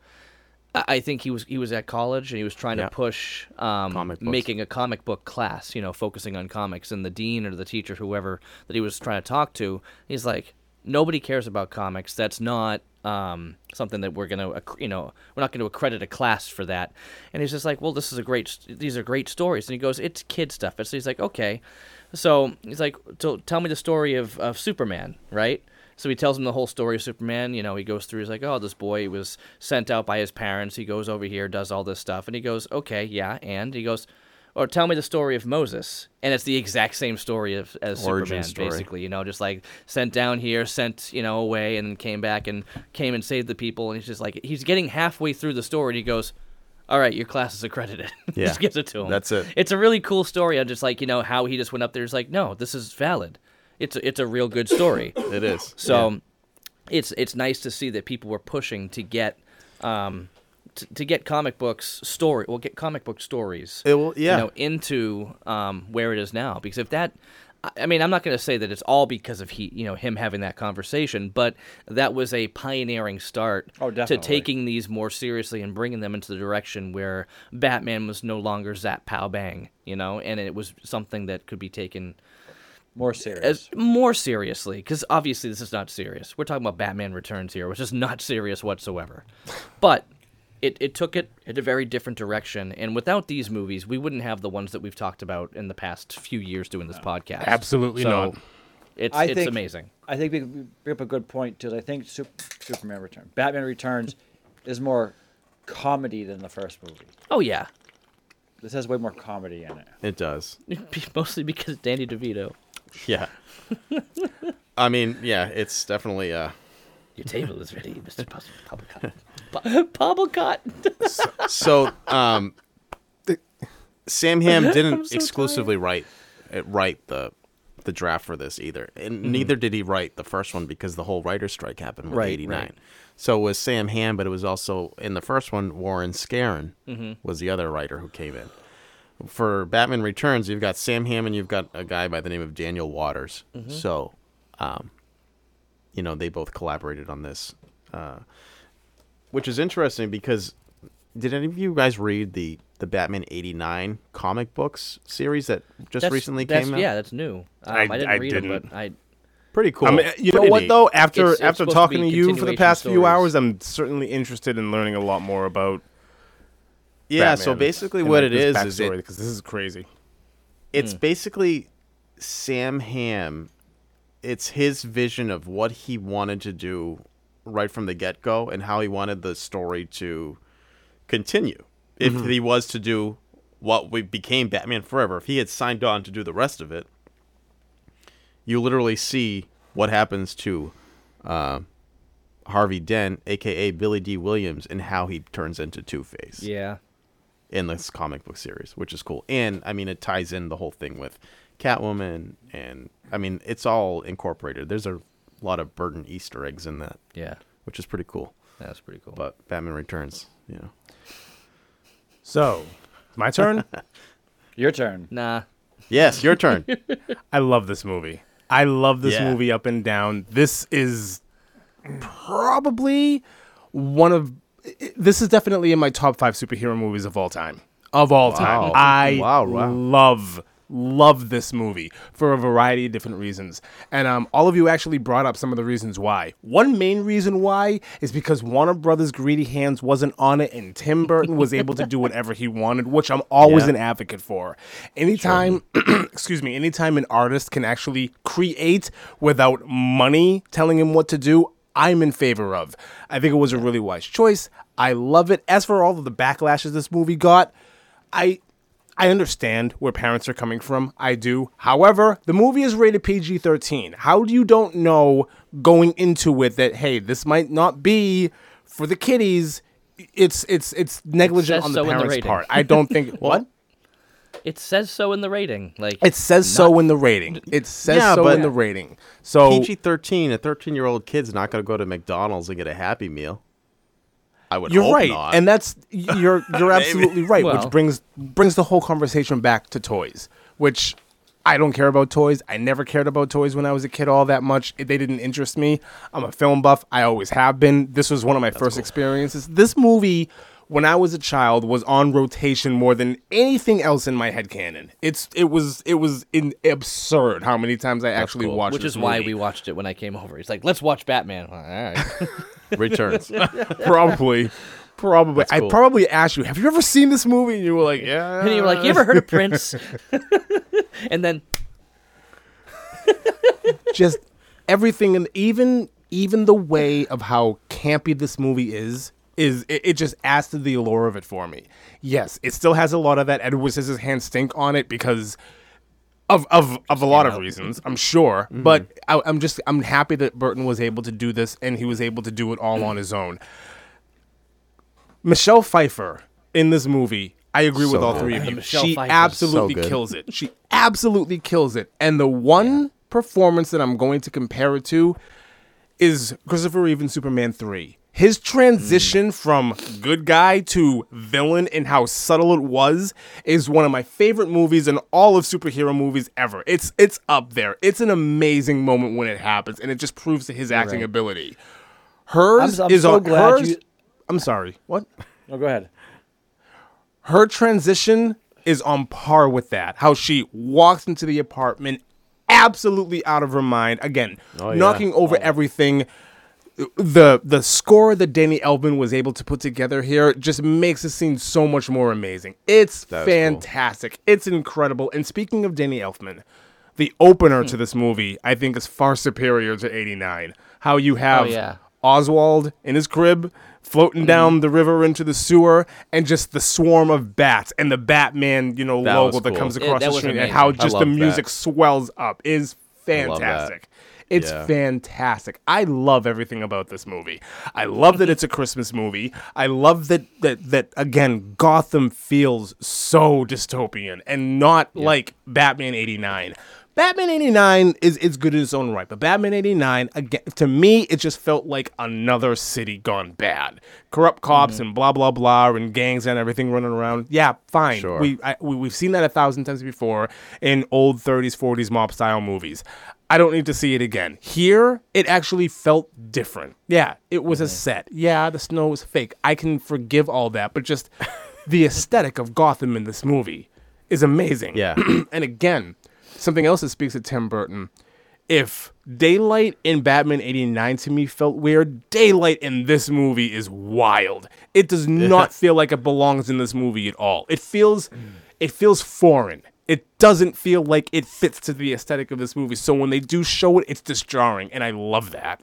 S3: I I think he was he was at college and he was trying
S4: Yeah.
S3: to push um,
S4: Comic books.
S3: making a comic book class, you know, focusing on comics. And the dean or the teacher, whoever that he was trying to talk to, he's like, nobody cares about comics. That's not um, something that we're gonna, acc- you know, we're not gonna accredit a class for that. And he's just like, well, this is a great, st- these are great stories. And he goes, it's kid stuff. And so he's like, okay. So he's like, "So tell me the story of, of Superman, right? So he tells him the whole story of Superman. You know, he goes through. He's like, "Oh, this boy was sent out by his parents. He goes over here, does all this stuff." And he goes, "Okay, yeah." And he goes, "Or tell me the story of Moses." And it's the exact same story of, as
S4: Origin
S3: Superman,
S4: story.
S3: basically. You know, just like sent down here, sent you know away, and then came back and came and saved the people. And he's just like, he's getting halfway through the story, and he goes. All right, your class is accredited.
S4: Yeah.
S3: just gives it to him.
S4: That's it.
S3: It's a really cool story. I'm just like, you know, how he just went up there. He's like, no, this is valid. It's a, it's a real good story.
S4: it is.
S3: So it's it's nice to see that people were pushing to get um to, to get comic books story well get comic book stories
S4: It will- yeah.
S3: you know into um where it is now because if that I- I mean, I'm not going to say that it's all because of he, you know, him having that conversation, but that was a pioneering start
S2: Oh,
S3: to
S2: definitely.
S3: taking these more seriously and bringing them into the direction where Batman was no longer zap pow bang, you know, and it was something that could be taken
S2: More serious.
S3: as more seriously because obviously this is not serious we're talking about batman returns here which is not serious whatsoever but it, it took it in a very different direction and without these movies we wouldn't have the ones that we've talked about in the past few years doing this podcast
S1: Absolutely
S3: So,
S1: not.
S3: it's,
S2: I
S3: it's
S2: think-
S3: amazing
S2: I think we we bring up a good point too. I think Sup- Superman Returns, Batman Returns, is more comedy than the first movie.
S3: oh yeah
S2: This has way more comedy in it.
S4: It does.
S3: mostly because danny devito
S4: Yeah. I mean, yeah, it's definitely uh
S3: your table is ready mr Pobblecott. Po- Pobblecott.
S4: so um Sam Ham didn't
S3: so
S4: exclusively write uh, write the the draft for this either. And neither did he write the first one because the whole writer's strike happened with
S3: Mm-hmm. Right,
S4: 89.
S3: right.
S4: So it was Sam Ham, but it was also in the first one Warren Scarron
S3: Mm-hmm.
S4: was the other writer who came in. For Batman Returns, you've got Sam Ham and you've got a guy by the name of Daniel Waters.
S3: Mm-hmm.
S4: So um, you know they both collaborated on this uh, which is interesting because did any of you guys read the the batman 89 comic books series that just
S3: That's-
S4: recently
S3: that's-
S4: came out
S3: yeah that's new
S1: I-
S3: um, I, didn't
S1: I
S3: read it
S1: didn't.
S3: but i
S4: pretty cool
S1: I mean, you know
S4: Pretty
S1: what
S4: neat.
S1: though? After
S3: It's- it's
S1: after
S3: supposed to
S1: talking to
S3: be
S1: you for the
S3: continuation
S1: past few
S3: stories.
S1: hours, I'm certainly interested in learning a lot more about.
S4: yeah so
S1: Batman
S4: basically
S1: and,
S4: what
S1: like,
S4: it is
S1: this
S4: is it,
S1: because this is crazy.
S4: it's basically Sam Ham. It's his vision of what he wanted to do right from the get go and how he wanted the story to continue. If he was to do what we became Batman Forever, if he had signed on to do the rest of it, you literally see what happens to uh, Harvey Dent, aka Billy D. Williams, and how he turns into Two Face
S3: Yeah.
S4: in this comic book series, which is cool. And I mean, it ties in the whole thing with Catwoman, and I mean, it's all incorporated. There's a lot of Burton Easter eggs in that,
S3: Yeah.
S4: which is pretty cool.
S3: That's pretty cool.
S4: But Batman Returns, you know,
S1: So, my turn.
S2: Your turn.
S3: nah.
S4: yes, your turn.
S1: I love this movie. I love this
S4: Yeah.
S1: movie up and down. This is probably one of this is definitely in my top 5 superhero movies of all time. Of all time.
S4: Wow.
S1: I
S4: Wow, wow.
S1: love love this movie for a variety of different reasons. And um, all of you actually brought up some of the reasons why. One main reason why is because Warner Brothers Greedy Hands wasn't on it and Tim Burton was able to do whatever he wanted, which I'm always
S4: Yeah.
S1: an advocate for. Anytime excuse me, anytime an artist can actually create without money telling him what to do, I'm in favor of. I think it was a really wise choice. I love it. As for all of the backlashes this movie got, I I understand where parents are coming from. I do. However, the movie is rated PG-13. How do you don't know going into it that hey, this might not be for the kiddies? It's it's it's negligent
S3: says
S1: on the
S3: so in the
S1: parents'
S3: rating.
S1: part. I don't think what
S3: It says so in the rating. Like
S1: it says so in the rating. It says
S4: Yeah,
S1: so
S4: but-
S1: in the rating. So
S4: PG thirteen, a thirteen year old kid's not gonna go to McDonald's and get a Happy Meal. I would.
S1: you're
S4: hope
S1: right,
S4: not.
S1: and that's you're you're absolutely right,
S3: Well-
S1: which brings brings the whole conversation back to toys, which I don't care about toys. I never cared about toys when I was a kid all that much. They didn't interest me. I'm a film buff. I always have been. This was one of my first experiences. This movie when I was a child was on rotation more than anything else in my head canon. It's it was it was in absurd how many times I actually
S3: cool.
S1: watched
S3: which
S1: this
S3: is why
S1: movie.
S3: we watched it when I came over. He's like, "Let's watch Batman." Well, all right.
S4: returns.
S1: probably. Probably. I
S4: cool.
S1: probably asked you, have you ever seen this movie? And you were like, yeah.
S3: and you were like, "You ever heard of Prince?" and then
S1: Just everything and even even the way of how campy this movie is is it, it just adds to the allure of it for me. Yes, it still has a lot of that Edward Scissorhands hand stink on it because of of of a lot of reasons, I'm sure.
S4: Mm-hmm.
S1: But I, I'm just I'm happy that Burton was able to do this and he was able to do it all on his own. Michelle Pfeiffer in this movie, I agree with
S4: So
S1: all
S4: good.
S1: three of you.
S3: Michelle
S1: she
S3: Pfeiffer's
S1: absolutely
S4: so good.
S1: kills it. She absolutely kills it. And the one performance that I'm going to compare it to is Christopher Reeve in Superman 3. His transition
S2: Mm.
S1: from good guy to villain and how subtle it was is one of my favorite movies in all of superhero movies ever. It's it's up there. It's an amazing moment when it happens, and it just proves to his acting ability. Hers
S2: I'm
S1: is
S2: so
S1: on
S2: glad
S1: hers.
S2: you-
S1: I'm sorry. What?
S2: Oh, go ahead.
S1: her transition is on par with that. How she walks into the apartment absolutely out of her mind. Again,
S4: Oh, yeah.
S1: knocking over everything. The the score that Danny Elfman was able to put together here just makes the scene so much more amazing. It's
S4: That was cool.
S1: fantastic. It's incredible. And speaking of Danny Elfman, the
S4: Hmm.
S1: opener to this movie I think is far superior to 89. How
S4: Oh,
S1: you have
S3: yeah.
S1: Oswald in his crib,
S4: Mm-hmm.
S1: floating down the river into the sewer, and just the swarm of bats and the Batman, you know,
S4: That
S1: logo
S4: was
S1: that
S4: cool.
S1: comes
S3: It-
S1: across
S3: that
S1: the
S3: was
S1: screen and
S3: amazing.
S1: how
S3: I
S1: just the
S4: love that.
S1: music swells up is
S4: love that.
S1: fantastic. It's
S4: Yeah.
S1: fantastic. I love everything about this movie. I love that it's a Christmas movie. I love that that that again Gotham feels so dystopian and not like Batman 89. Batman 89 is is good in its own right, but Batman 89 again to me it just felt like another city gone bad. Corrupt cops
S4: Mm-hmm.
S1: and blah blah blah and gangs and everything running around. Yeah, fine.
S4: Sure.
S1: We I, we, we've seen that a thousand times before in old 30s, 40s mob style movies. I don't need to see it again. Here, it actually felt different. Yeah, it was a set. Yeah, the snow was fake. I can forgive all that, but just the aesthetic of Gotham in this movie is amazing.
S4: Yeah.
S1: and again, something else that speaks to Tim Burton. If Daylight in Batman 89 to me felt weird, Daylight in this movie is wild. It does not feel like it belongs in this movie at all. It feels it feels foreign. It doesn't feel like it fits to the aesthetic of this movie. So when they do show it, it's just jarring, and I love that.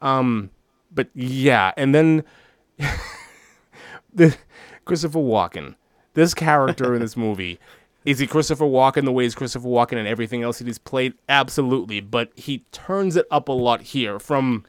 S1: Um, but yeah, and then the Christopher Walken. This character in this movie is he Christopher Walken the way he's Christopher Walken and everything else that he's played? Absolutely, but he turns it up a lot here from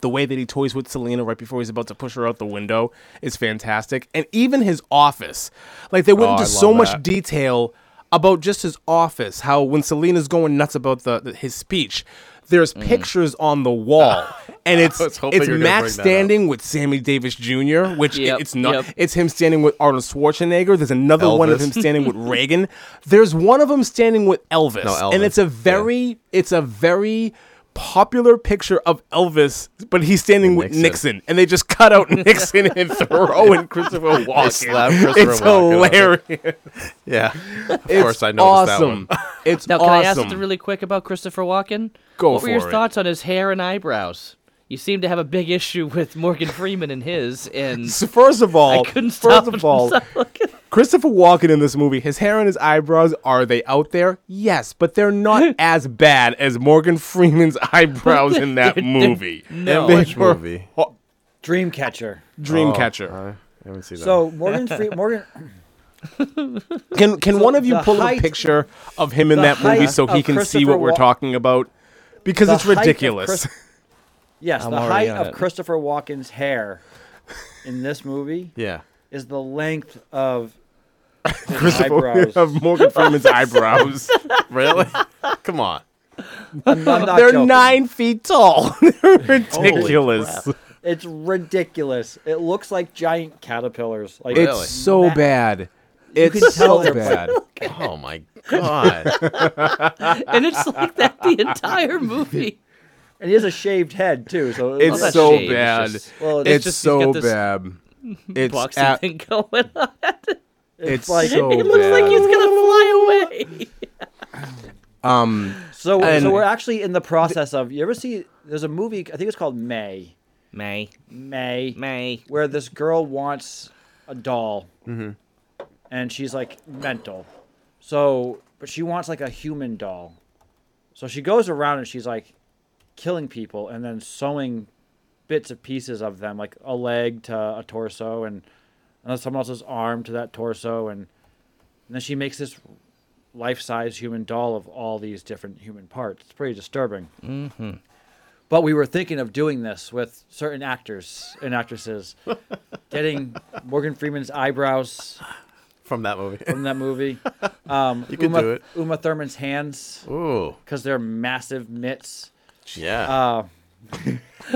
S1: The way that he toys with Selena right before he's about to push her out the window is fantastic. And even his office. Like they went
S4: Oh, I
S1: into so
S4: love
S1: much
S4: that.
S1: detail about just his office, how when Selena's going nuts about the, the- his speech, there's
S4: Mm.
S1: pictures on the wall. And it's
S4: was hoping
S1: it's
S4: you were gonna
S1: Max
S4: bring that up.
S1: standing with Sammy Davis Jr., which it-
S3: Yep,
S1: it's not
S3: yep.
S1: it's him standing with Arnold Schwarzenegger. There's another one of
S4: Elvis.
S1: him standing with Reagan. There's one of them standing with Elvis.
S4: No,
S1: And
S4: Elvis.
S1: it's a
S4: Yeah.
S1: very it's a very popular picture of Elvis, but he's standing with
S4: Nixon.
S1: Nixon, and they just cut out Nixon and throw in Christopher Walken.
S4: slap Christopher
S1: it's
S4: Walken on it.
S1: hilarious.
S4: Yeah. Of
S1: It's
S4: course, I noticed that
S1: awesome.
S4: one.
S1: It's
S3: Now, can I ask
S1: awesome.
S3: something really quick about Christopher Walken?
S1: Go
S3: what
S1: for
S3: were your
S1: it.
S3: thoughts on his hair and eyebrows? You seem to have a big issue with Morgan Freeman and his, and
S1: So first of all,
S3: I couldn't stop
S1: first of all, Christopher Walken in this movie, his hair and his eyebrows, are they out there? Yes, but they're not as bad as Morgan Freeman's eyebrows in that movie.
S3: no.
S1: They
S4: Which
S1: were-
S4: movie?
S1: Oh,
S2: Dreamcatcher.
S1: Dreamcatcher.
S4: I haven't seen that.
S2: So Morgan Free Morgan
S1: Can can
S2: So
S1: one of you
S2: the
S1: pull up a
S2: height-
S1: picture of him in
S2: the
S1: that movie
S2: height
S1: so he
S2: of
S1: can see
S2: Christopher
S1: what we're
S2: Wa-
S1: talking about? Because
S2: the
S1: it's
S2: height of
S1: ridiculous.
S2: Chris- Yes,
S3: I'm
S2: the
S3: already
S2: height
S3: on
S2: of
S3: it.
S2: Christopher Walken's hair in this movie
S4: yeah.
S2: is the length of his
S1: Christopher
S2: eyebrows.
S1: of Morgan Freeman's eyebrows.
S4: Really? Come on.
S2: I'm, I'm not
S1: They're
S2: joking.
S1: nine feet tall. They're ridiculous.
S2: It's ridiculous. It looks like giant caterpillars. Like
S1: It's
S4: Really?
S1: so
S2: Ma-
S1: bad.
S2: can
S1: It's so
S2: tell they're-
S1: bad.
S4: Oh my god.
S3: and it's like that the entire movie.
S2: and he has a shaved head too. So it
S1: It's
S2: looks-
S3: that's
S1: so
S3: shade. It's
S1: bad.
S3: just-
S2: well, it's
S1: It's
S3: just he's
S1: so
S3: got this
S1: bad. It's
S3: Boxing
S1: at-
S3: thing going on.
S1: it's
S2: like-
S1: so
S2: It
S3: It looks like
S1: bad.
S3: he's gonna fly away.
S1: um,
S2: so
S1: and-
S2: so we're actually in the process of. You ever see? There's a movie. I think it's called May.
S3: May,
S2: May.
S3: May.
S2: Where this girl wants a doll, and she's like mental. So, but she wants like a human doll. So she goes around and she's like killing people and then sewing bits and pieces of them, like a leg to a torso and and someone else's arm to that torso, and, and then she makes this life-size human doll of all these different human parts. It's pretty disturbing. Mm-hmm. But we were thinking of doing this with certain actors and actresses, getting Morgan Freeman's eyebrows
S4: From that movie.
S2: from that movie. Um,
S4: You could
S2: Uma,
S4: do it.
S2: Uma Thurman's hands
S4: Ooh.
S2: because they're massive mitts.
S4: Yeah.
S2: Uh,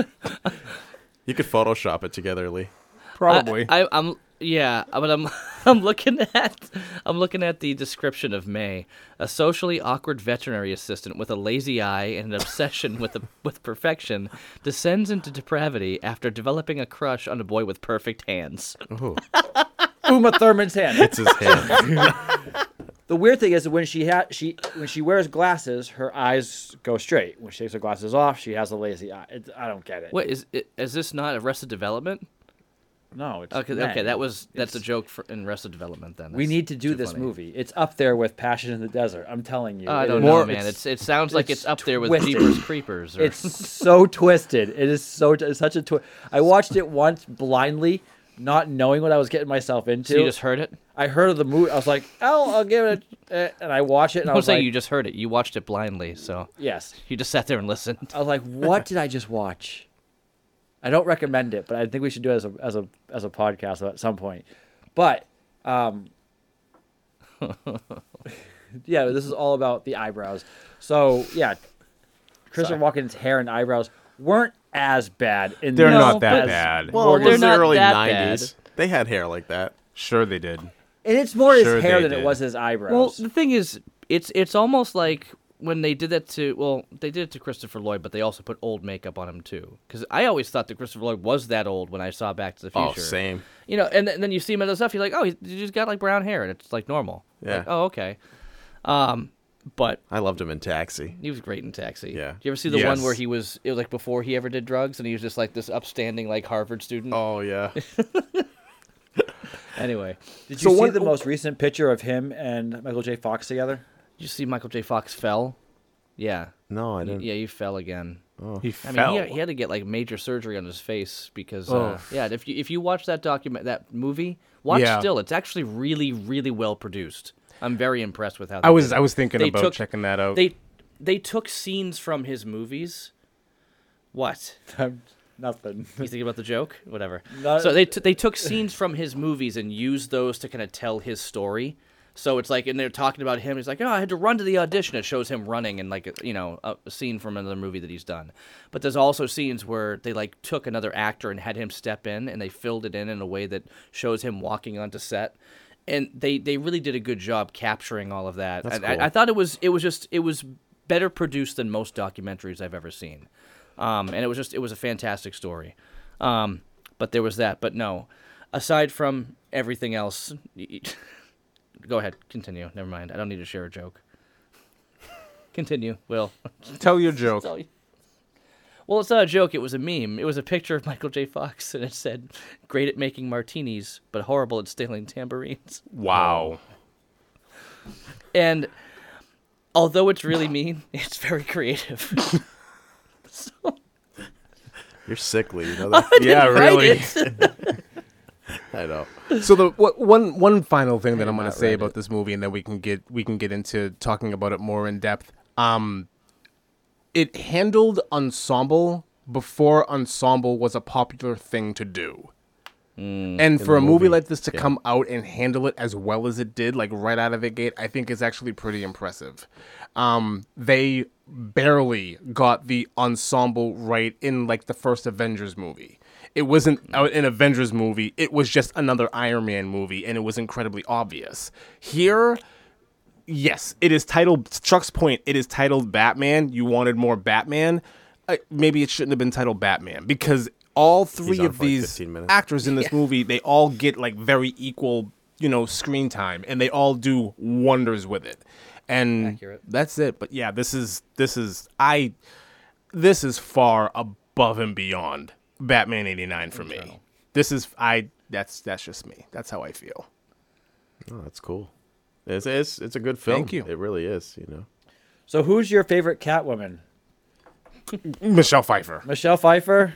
S4: you could Photoshop it together, Lee.
S1: Probably.
S3: I, I, I'm yeah, but I'm I'm looking at I'm looking at the description of May, a socially awkward veterinary assistant with a lazy eye and an obsession with a, with perfection, descends into depravity after developing a crush on a boy with perfect hands.
S4: Ooh.
S2: Uma Thurman's hand.
S4: It's his hand.
S2: The weird thing is when she ha- she when she wears glasses, her eyes go straight. When she takes her glasses off, she has a lazy eye. It, I don't get it.
S3: What is it, is this not Arrested Development?
S2: No, it's
S3: Okay,
S2: May.
S3: okay, that was that's a
S2: It's-
S3: joke for, in Arrested Development. Then
S2: We
S3: That's
S2: need to do
S3: too
S2: this
S3: funny.
S2: movie. It's up there with Passion in the Desert. I'm telling you.
S3: I
S2: It
S3: don't
S2: is-
S3: know, man. It's, it sounds like it's,
S2: it's
S3: up there with
S2: twisted.
S3: Jeepers Creepers. Or,
S2: It's so twisted. It is so t- it's such a twist. I watched it once blindly, not knowing what I was getting myself into.
S3: so you just heard it.
S2: I heard of the movie. I was like, "Oh, I'll give it," a, eh," and I watch it, and I
S3: I am
S2: was
S3: saying
S2: like,
S3: you just heard it. You watched it blindly, so
S2: "Yes."
S3: you just sat there and listened.
S2: I was like, "What did I just watch?" I don't recommend it, but I think we should do it as a as a as a podcast at some point. But um, yeah, this is all about the eyebrows. So yeah, Christopher Walken's hair and eyebrows weren't as bad in
S1: They're
S2: this
S1: not that
S2: as-
S1: bad.
S4: Well,
S3: Well,
S4: it was
S3: they're
S4: the
S3: not
S4: early
S3: that
S4: 90s. They had hair like that.
S1: sure they did.
S2: And it's more his
S1: Sure
S2: hair
S1: they
S2: than
S1: did.
S2: it was his eyebrows.
S3: Well, the thing is, it's it's almost like when they did that to well, they did it to Christopher Lloyd, but they also put old makeup on him too. Because I always thought that Christopher Lloyd was that old when I saw Back to the Future.
S4: Oh, same.
S3: You know, and, th- and then you see him in other stuff, you're like, oh, he's, he's got like brown hair, and it's like normal.
S4: Yeah.
S3: Like, oh, okay. Um, but
S4: I loved him in Taxi.
S3: he was great in Taxi.
S4: Yeah.
S3: Do you ever see the one where
S1: Yes.
S3: he was? It was like before he ever did drugs, and he was just like this upstanding like Harvard student.
S4: Oh yeah.
S3: Anyway,
S2: did
S1: so
S2: you see
S1: one-
S2: the most recent picture of him and Michael J. Fox together?
S3: did you see Michael J. Fox fell? Yeah.
S4: No, I
S3: Y-
S4: didn't.
S3: Yeah, you fell again.
S1: He
S3: I
S1: fell.
S3: mean, he had, he had to get like major surgery on his face because, uh, yeah. If you if you watch that document, that movie, watch
S1: Yeah.
S3: still. It's actually really, really well produced. I'm very impressed with how. They
S1: I was
S3: did
S1: I
S3: it.
S1: was thinking
S3: They
S1: about
S3: took-
S1: checking that out.
S3: They they took scenes from his movies. What?
S2: I'm Nothing.
S3: You thinking about the joke? Whatever.
S2: Not-
S3: so they t- they took scenes from his movies and used those to kind of tell his story. So it's like, and they're talking about him. He's like, "Oh, I had to run to the audition." It shows him running and like you know a a scene from another movie that he's done. But there's also scenes where they like took another actor and had him step in, and they filled it in in a way that shows him walking onto set. And they they really did a good job capturing all of that. And I,
S4: cool.
S3: I thought it was it was just it was better produced than most documentaries I've ever seen. Um, and it was just it was a fantastic story. Um, but there was that. But no, aside from everything else, y- y- go ahead, continue. Never mind. I don't need to share a joke. Continue, Will.
S1: Tell your joke.
S3: Tell you- Well, it's not a joke. It was a meme. It was a picture of Michael J. Fox, and it said, "Great at making martinis, but horrible at stealing tambourines."
S1: Wow.
S3: And although it's really mean, it's very creative.
S4: You're sickly, you know that.
S1: Yeah, really.
S4: I know.
S1: So the what, one one final thing that I'm going
S3: not
S1: to say
S3: read
S1: about this movie, and then we can get we can get into talking about it more in depth. Um, it handled ensemble before ensemble was a popular thing to do. and for a movie,
S4: movie,
S1: like this to come out and handle it as well as it did, like right out of the gate, I think is actually pretty impressive. Um, they barely got the ensemble right in like the first Avengers movie. It wasn't uh, an Avengers movie. It was just another Iron Man movie, and it was incredibly obvious. Here, yes, it is titled Chuck's point. It is titled Batman. You wanted more Batman. Uh, maybe it shouldn't have been titled Batman because all three
S4: on
S1: of
S4: for like
S1: these
S4: 15 minutes.
S1: actors in this movie they all get like very equal, you know, screen time, and they all do wonders with it. And
S3: Accurate.
S1: that's it. But yeah, this is this is I this is far above and beyond Batman '89 for me. This is I. That's that's just me. That's how I feel.
S4: Oh, that's cool. It's, it's it's a good film.
S1: Thank you.
S4: It really is. You know.
S2: So who's your favorite Catwoman?
S1: Michelle Pfeiffer.
S2: Michelle Pfeiffer,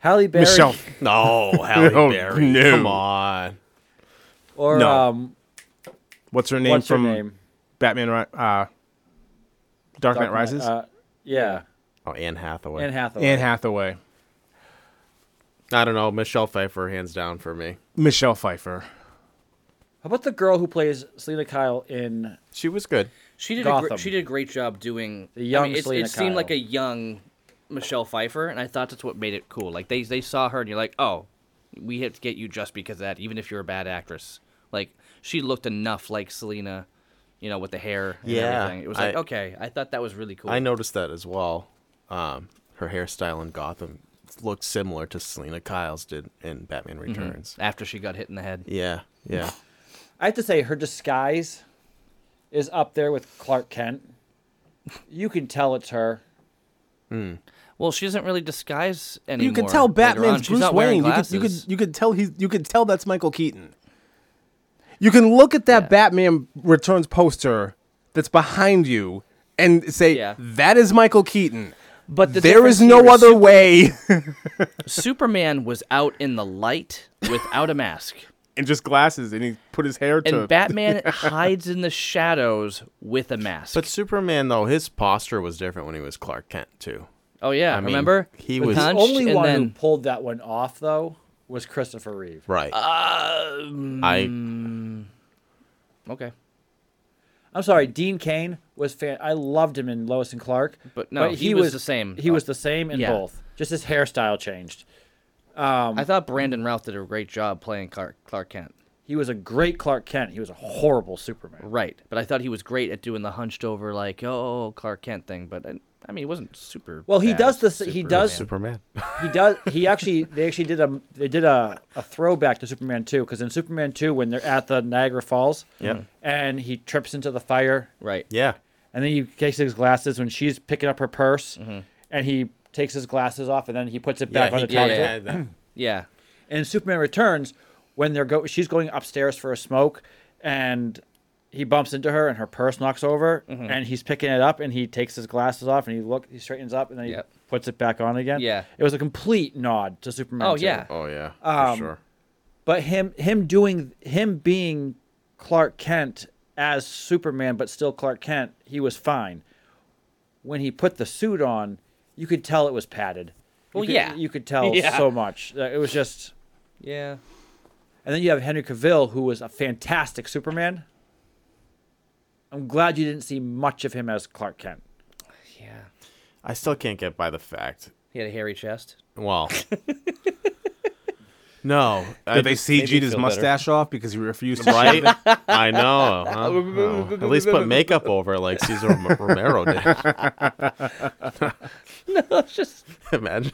S2: Halle Berry,
S1: Michelle
S4: No, Halle
S1: No,
S4: Berry.
S1: no.
S4: Come on.
S2: or
S1: No.
S2: um,
S1: What's her name
S2: what's
S1: from
S2: her name?
S1: Batman? Ri- Uh, Dark Knight
S2: Knight-
S1: Rises.
S2: Uh, yeah,
S4: Oh, Anne Hathaway.
S2: Anne Hathaway.
S1: Anne Hathaway.
S4: I don't know. Michelle Pfeiffer, hands down for me.
S1: Michelle Pfeiffer.
S2: How about the girl who plays Selena Kyle in?
S4: She was good.
S3: She did. A gr-
S2: Gotham.
S3: she did a great job doing.
S2: The young
S3: I mean, it's-
S2: Selena
S3: it seemed like
S2: Kyle.
S3: a young Michelle Pfeiffer, and I thought that's what made it cool. Like they they saw her, and you're like, oh, we have to get you just because of that, even if you're a bad actress. Like she looked enough like Selena, you know, with the hair. And
S4: Yeah,
S3: everything. it was like
S4: I-
S3: okay. I thought that was really cool.
S4: I noticed that as well. Um, her hairstyle in Gotham looked similar to Selena Kyle's did in Batman Returns.
S3: After she got hit in the head.
S4: Yeah, yeah.
S2: I have to say, her disguise is up there with Clark Kent. You can tell it's her.
S3: Well, she doesn't really disguise anymore.
S1: You could tell
S3: later on.
S1: Batman's
S3: She's
S1: Bruce
S3: not wearing
S1: Wayne. You could, you could
S3: glasses.
S1: you could tell he's you could tell that's Michael Keaton. You can look at that Batman Returns poster that's behind you and say
S3: Yeah.
S1: that is Michael Keaton.
S3: But the
S1: there
S3: difference
S1: is no
S3: here
S1: other way.
S3: Superman was out in the light without a mask.
S1: and just glasses, and he put his hair
S3: and Batman hides in the shadows with a mask.
S4: But Superman though, his posture was different when he was Clark Kent too.
S3: oh yeah,
S4: mean,
S3: remember
S4: he
S3: The
S4: was-
S2: The
S3: hunched
S2: only
S3: and
S2: one who
S3: then
S2: pulled that one off, though, was Christopher Reeve.
S4: Right. I
S3: okay,
S2: I'm sorry, Dean Kane was fan. I loved him in Lois and Clark,
S3: But no, he was the same.
S2: He was the same in
S3: Yeah.
S2: both. Just his hairstyle changed.
S3: I thought Brandon Routh did a great job playing Clark, Clark Kent.
S2: He was a great Clark Kent. He was a horrible Superman.
S3: Right, but I thought he was great at doing the hunched over like oh Clark Kent thing. But I, I mean, he wasn't super.
S2: Well, he
S3: bad
S2: does this. He
S3: Superman.
S2: does.
S4: Superman.
S2: He does. He actually. They actually did a. They did a, a throwback to Superman two because in Superman two, when they're at the Niagara Falls,
S4: Yeah.
S2: and he trips into the fire,
S3: right.
S4: Yeah.
S2: and then he takes his glasses when she's picking up her purse, and he takes his glasses off, and then he puts it back on
S4: he-
S2: the top.
S3: Mm-hmm. yeah,
S2: of it.
S3: yeah. Yeah,
S2: in Superman Returns, when they're go, she's going upstairs for a smoke, and he bumps into her, and her purse knocks over,
S3: Mm-hmm.
S2: and he's picking it up, and he takes his glasses off, and he look, he straightens up, and then he
S3: Yep.
S2: puts it back on again.
S3: Yeah.
S2: it was a complete nod to Superman.
S3: Oh,
S2: 2.
S3: yeah.
S4: Oh yeah. for sure.
S2: but him him doing him being Clark Kent as Superman, but still Clark Kent, he was fine. When he put the suit on, you could tell it was padded.
S3: Well,
S2: could-
S3: yeah.
S2: you could tell
S3: Yeah.
S2: so much. Uh, It was just,
S3: Yeah.
S2: and then you have Henry Cavill, who was a fantastic Superman. I'm glad you didn't see much of him as Clark Kent.
S3: Yeah.
S4: I still can't get by the fact.
S3: He had a hairy chest.
S4: Well, no. I
S1: Did they
S4: just-
S3: made me
S1: CG'd his
S3: feel better.
S1: mustache off because he refused to
S4: right? I know. huh? Oh, At least put makeup over it like Cesar Rom- Romero did.
S3: No, it's just
S4: Imagine.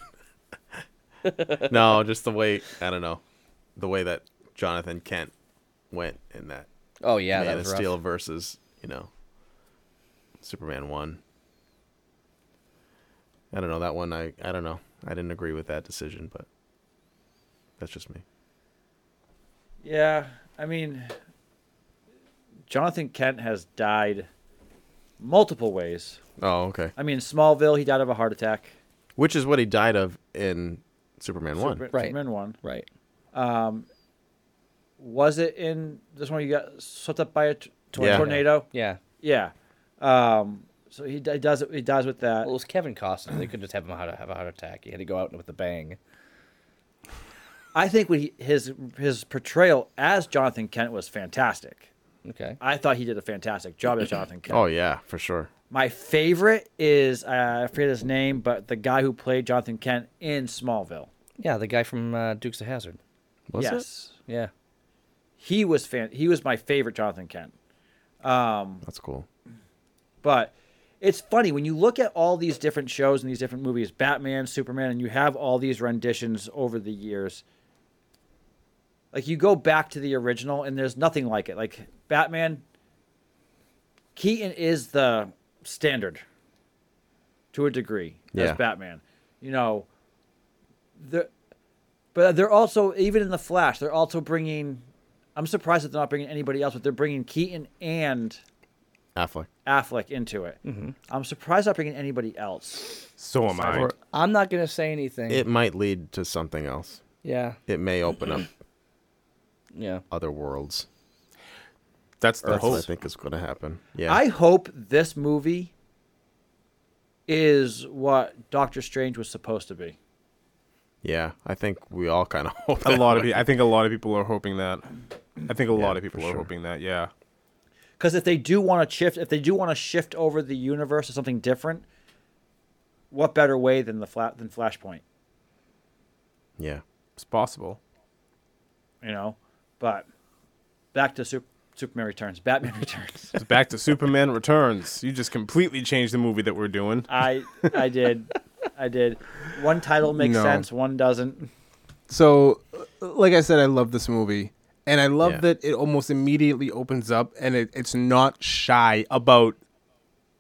S4: no, just the way I don't know, the way that Jonathan Kent went in that
S3: Oh yeah, that
S4: Man of
S3: was rough.
S4: Steel versus you know Superman one. I don't know that one. I I don't know. I didn't agree with that decision, but that's just me.
S2: Yeah, I mean, Jonathan Kent has died multiple ways.
S4: Oh, okay.
S2: I mean, in Smallville, he died of a heart attack.
S4: Which is what he died of in Superman
S2: Super-
S4: one.
S3: Right.
S2: Superman one.
S3: Right.
S2: Was it in this one? You got swept up by a t- tor-
S4: Yeah.
S2: tornado.
S3: Yeah.
S2: Yeah. Um. So he, d- does. He dies with that.
S3: Well, it was Kevin Costner. They could just have him have have a heart attack. He had to go out with a bang.
S2: I think what he, his his portrayal as Jonathan Kent was fantastic.
S3: Okay.
S2: I thought he did a fantastic job as Jonathan Kent.
S4: Oh yeah, for sure.
S2: My favorite is uh, I forget his name, but the guy who played Jonathan Kent in Smallville.
S3: Yeah, the guy from uh, Dukes of Hazard.
S4: Was it?
S2: yes,
S3: Yeah.
S2: he was fan. He was my favorite Jonathan Kent.
S4: That's cool.
S2: But it's funny when you look at all these different shows and these different movies, Batman, Superman, and you have all these renditions over the years. Like you go back to the original and there's nothing like it. Like Batman Keaton is the standard to a degree
S4: Yeah.
S2: as Batman. You know, the but they're also even in the Flash, they're also bringing I'm surprised that they're not bringing anybody else, but they're bringing Keaton and
S4: Affleck.
S2: Affleck into it. I'm surprised not bringing anybody else.
S1: So am I.
S3: I'm not gonna say anything.
S4: It might lead to something else.
S3: yeah.
S4: It may open up
S3: Yeah.
S4: other worlds.
S1: That's the
S4: That's what I
S1: hope.
S4: think is going to happen. Yeah.
S2: I hope this movie is what Doctor Strange was supposed to be.
S4: yeah. I think we all kind of hope.
S1: A
S4: that
S1: lot of
S4: way.
S1: people. I think a lot of people are hoping that. I think a lot of
S4: for
S1: people are
S4: sure.
S1: hoping that. Yeah.
S2: Because if they do want to shift, if they do want to shift over the universe to something different, what better way than the flat than Flashpoint?
S4: Yeah.
S1: It's possible.
S2: You know, but back to Sup- Superman Returns, Batman Returns.
S1: It's back to Superman Returns. You just completely changed the movie that we're doing.
S2: I I did, I did. One title makes
S1: No.
S2: sense, one doesn't.
S1: So, uh, like I said, I love this movie. And I love
S4: Yeah.
S1: that it almost immediately opens up and it, it's not shy about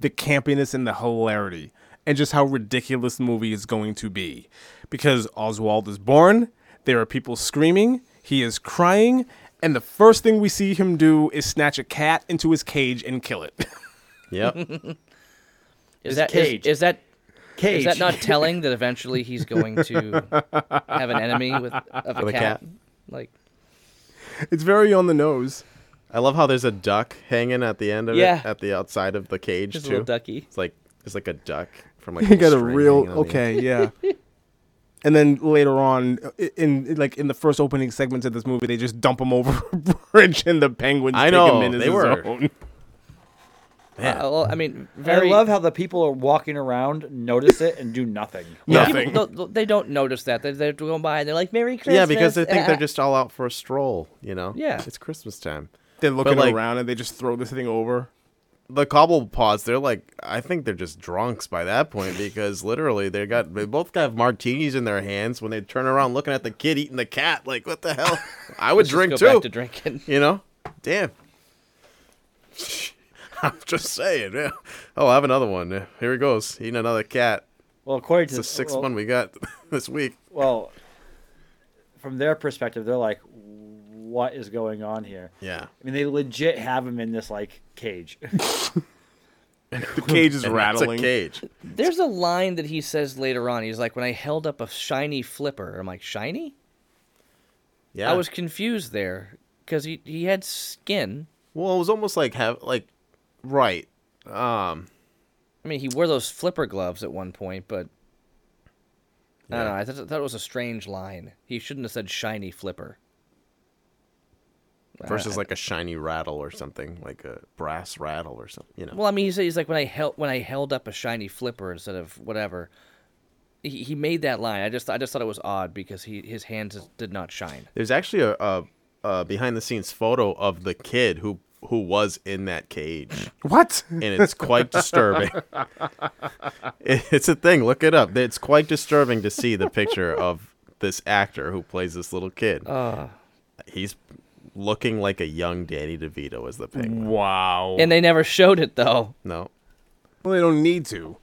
S1: the campiness and the hilarity and just how ridiculous the movie is going to be. Because Oswald is born, there are people screaming, he is crying, and the first thing we see him do is snatch a cat into his cage and kill it.
S4: Yep.
S3: Is
S2: His
S3: that is-
S2: cage.
S3: is that
S2: Cage.
S3: is that not telling that eventually he's going to have an enemy with of a
S4: With a
S3: cat?
S4: cat.
S3: Like
S1: it's very on the nose.
S4: I love how there's a duck hanging at the end of
S3: Yeah.
S4: it, at the outside of the cage
S3: just a
S4: too.
S3: little ducky.
S4: It's like it's like a duck from like.
S1: He got a
S4: string
S1: real
S4: hanging on the end.
S1: okay, yeah. And then later on, i- in, in like in the first opening segments of this movie, they just dump him over a bridge, and the penguins
S4: I
S1: take
S4: know,
S1: him in as
S4: they
S1: his
S4: were.
S1: own.
S4: Yeah.
S3: Uh, well, I mean, very.
S2: I love how the people are walking around, notice it, and do nothing.
S3: Well,
S1: Nothing.
S3: People, th- they don't notice that. They're, they're going by and they're like, "Merry Christmas."
S4: Yeah, because they think
S3: Ah,
S4: they're just all out for a stroll. You know.
S3: Yeah.
S4: It's Christmas time.
S1: They're looking
S4: like-
S1: around, and they just throw this thing over.
S4: The cobblepots, they're like, I think they're just drunks by that point because literally they got they both have martinis in their hands when they turn around looking at the kid eating the cat. Like, what the hell? I would
S3: just
S4: drink
S3: go
S4: too.
S3: Back to drinking.
S4: You know? Damn. I'm just saying. Yeah. Oh, I have another one. Yeah. Here he goes, eating another cat.
S2: Well, according to
S4: It's the sixth
S2: well,
S4: one we got this week.
S2: Well, from their perspective, they're like, "What is going on here?"
S4: Yeah.
S2: I mean, they legit have him in this like cage.
S1: The cage is
S4: And
S1: rattling.
S4: It's a cage.
S3: There's a line that he says later on. He's like, "When I held up a shiny flipper," I'm like, "Shiny?"
S4: Yeah.
S3: I was confused there because he he had skin.
S4: well, it was almost like have like right.
S3: I mean, he wore those flipper gloves at one point, but I don't know. I thought that was a strange line. He shouldn't have said shiny flipper.
S4: versus like a shiny rattle or something, like a brass rattle or something. You know,
S3: Well, I mean, he's, he's like when I held when I held up a shiny flipper instead of whatever. He, he made that line. I just I just thought it was odd because he his hands did not shine.
S4: there's actually a, a, a behind the scenes photo of the kid who who was in that cage,
S1: What?
S4: and it's quite disturbing. It- it's a thing. Look it up. It's quite disturbing to see the picture of this actor who plays this little kid.
S3: Uh.
S4: He's looking like a young Danny DeVito as the penguin.
S1: Wow.
S3: And they never showed it though.
S4: No.
S1: Well, they don't need to.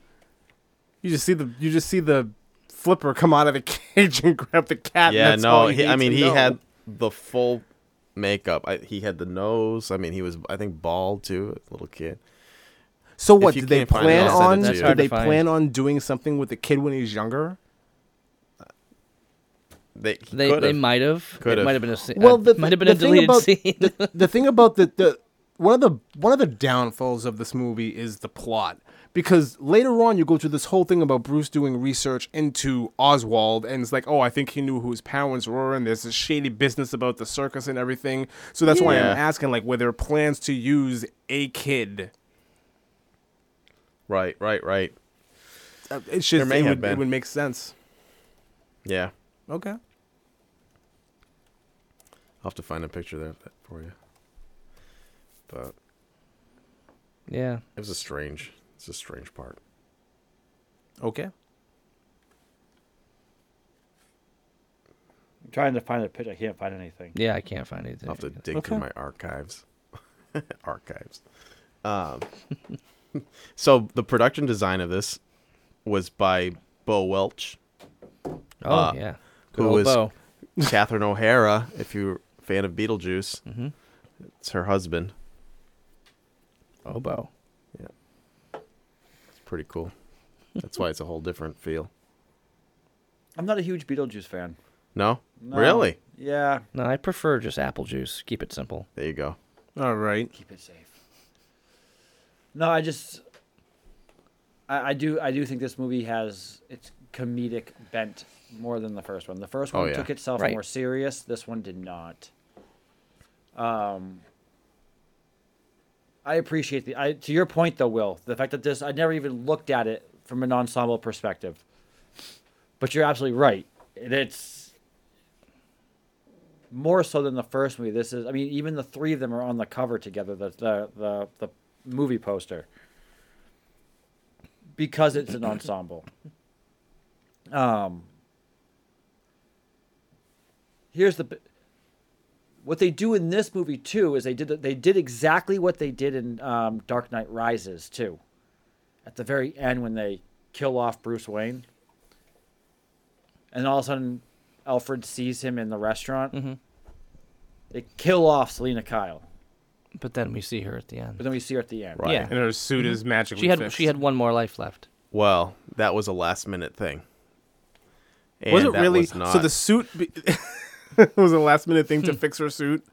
S1: You just see the you just see the flipper come out of the cage and grab the cat. and
S4: Yeah,
S1: that's all
S4: no.
S1: you
S4: He, I
S1: need
S4: mean,
S1: to
S4: he
S1: know.
S4: had the full makeup. I, he had the nose. I mean, he was, I think, bald too, a little kid.
S1: So what
S4: you
S1: did they
S4: can't find it,
S1: plan
S4: I'll send
S1: on?
S4: it to
S1: Did
S4: you.
S3: Hard to
S1: they
S3: find.
S1: plan on doing something with the kid when he's younger?
S4: They he
S3: They
S4: could've.
S3: they might have. It
S4: Could've.
S3: might have been a scene.
S1: Well, the,
S3: might have been
S1: the
S3: a deleted
S1: thing
S3: scene.
S1: about, The, the thing about the, the one of the one of the downfalls of this movie is the plot because later on you go through this whole thing about Bruce doing research into Oswald and it's like, oh, I think he knew who his parents were and there's this shady business about the circus and everything. So that's why
S4: Yeah.
S1: I'm asking, like, were there plans to use a kid?
S4: Right, right, right.
S1: Uh, It should
S4: There may
S1: it
S4: have
S1: would, it
S4: been.
S1: would make sense.
S4: Yeah.
S1: Okay.
S4: I'll have to find a picture there of that for you. But
S3: yeah.
S4: it was a strange, it's a strange part.
S1: Okay.
S2: I'm trying to find a picture. I can't find anything.
S3: Yeah, I can't find anything.
S4: I'll have to dig
S1: Okay.
S4: through my archives. archives. Um, so the production design of this was by Bo Welch,
S3: oh
S4: uh,
S3: yeah.
S4: who
S3: Good old
S4: was-
S3: Bo.
S4: Catherine O'Hara, if you're a fan of Beetlejuice.
S1: Mm-hmm.
S4: It's her husband.
S3: Oh Bo.
S4: It's pretty cool. That's why it's a whole different feel.
S2: I'm not a huge Beetlejuice fan.
S4: No?
S2: No.
S4: Really?
S2: Yeah.
S3: No, I prefer just apple juice. Keep it simple.
S4: There you go.
S1: All right.
S2: Keep it safe. No, I just, I, I do, I do think this movie has its comedic bent more than the first one. The first
S4: Oh,
S2: one
S4: yeah.
S2: took itself
S3: Right.
S2: more serious. This one did not. Um, I appreciate the. I to your point though, Will, the fact that this, I never even looked at it from an ensemble perspective. But you're absolutely right. And It's more so than the first movie. This is, I mean, even the three of them are on the cover together, the the the, the movie poster, because it's an ensemble. Um, here's the. b- What they do in this movie too is they did they did exactly what they did in um, Dark Knight Rises too, at the very end when they kill off Bruce Wayne, and all of a sudden Alfred sees him in the restaurant. They kill off Selena Kyle,
S3: But then we see her at the end.
S2: but then we see her at the end.
S4: Right.
S3: Yeah. Mm-hmm.
S1: And her suit is magically
S3: She had
S1: fixed.
S3: she had one more life left.
S4: Well, that was a last minute thing. And
S1: was it
S4: that
S1: really?
S4: was not-
S1: So the suit be- it was a last minute thing to fix her suit.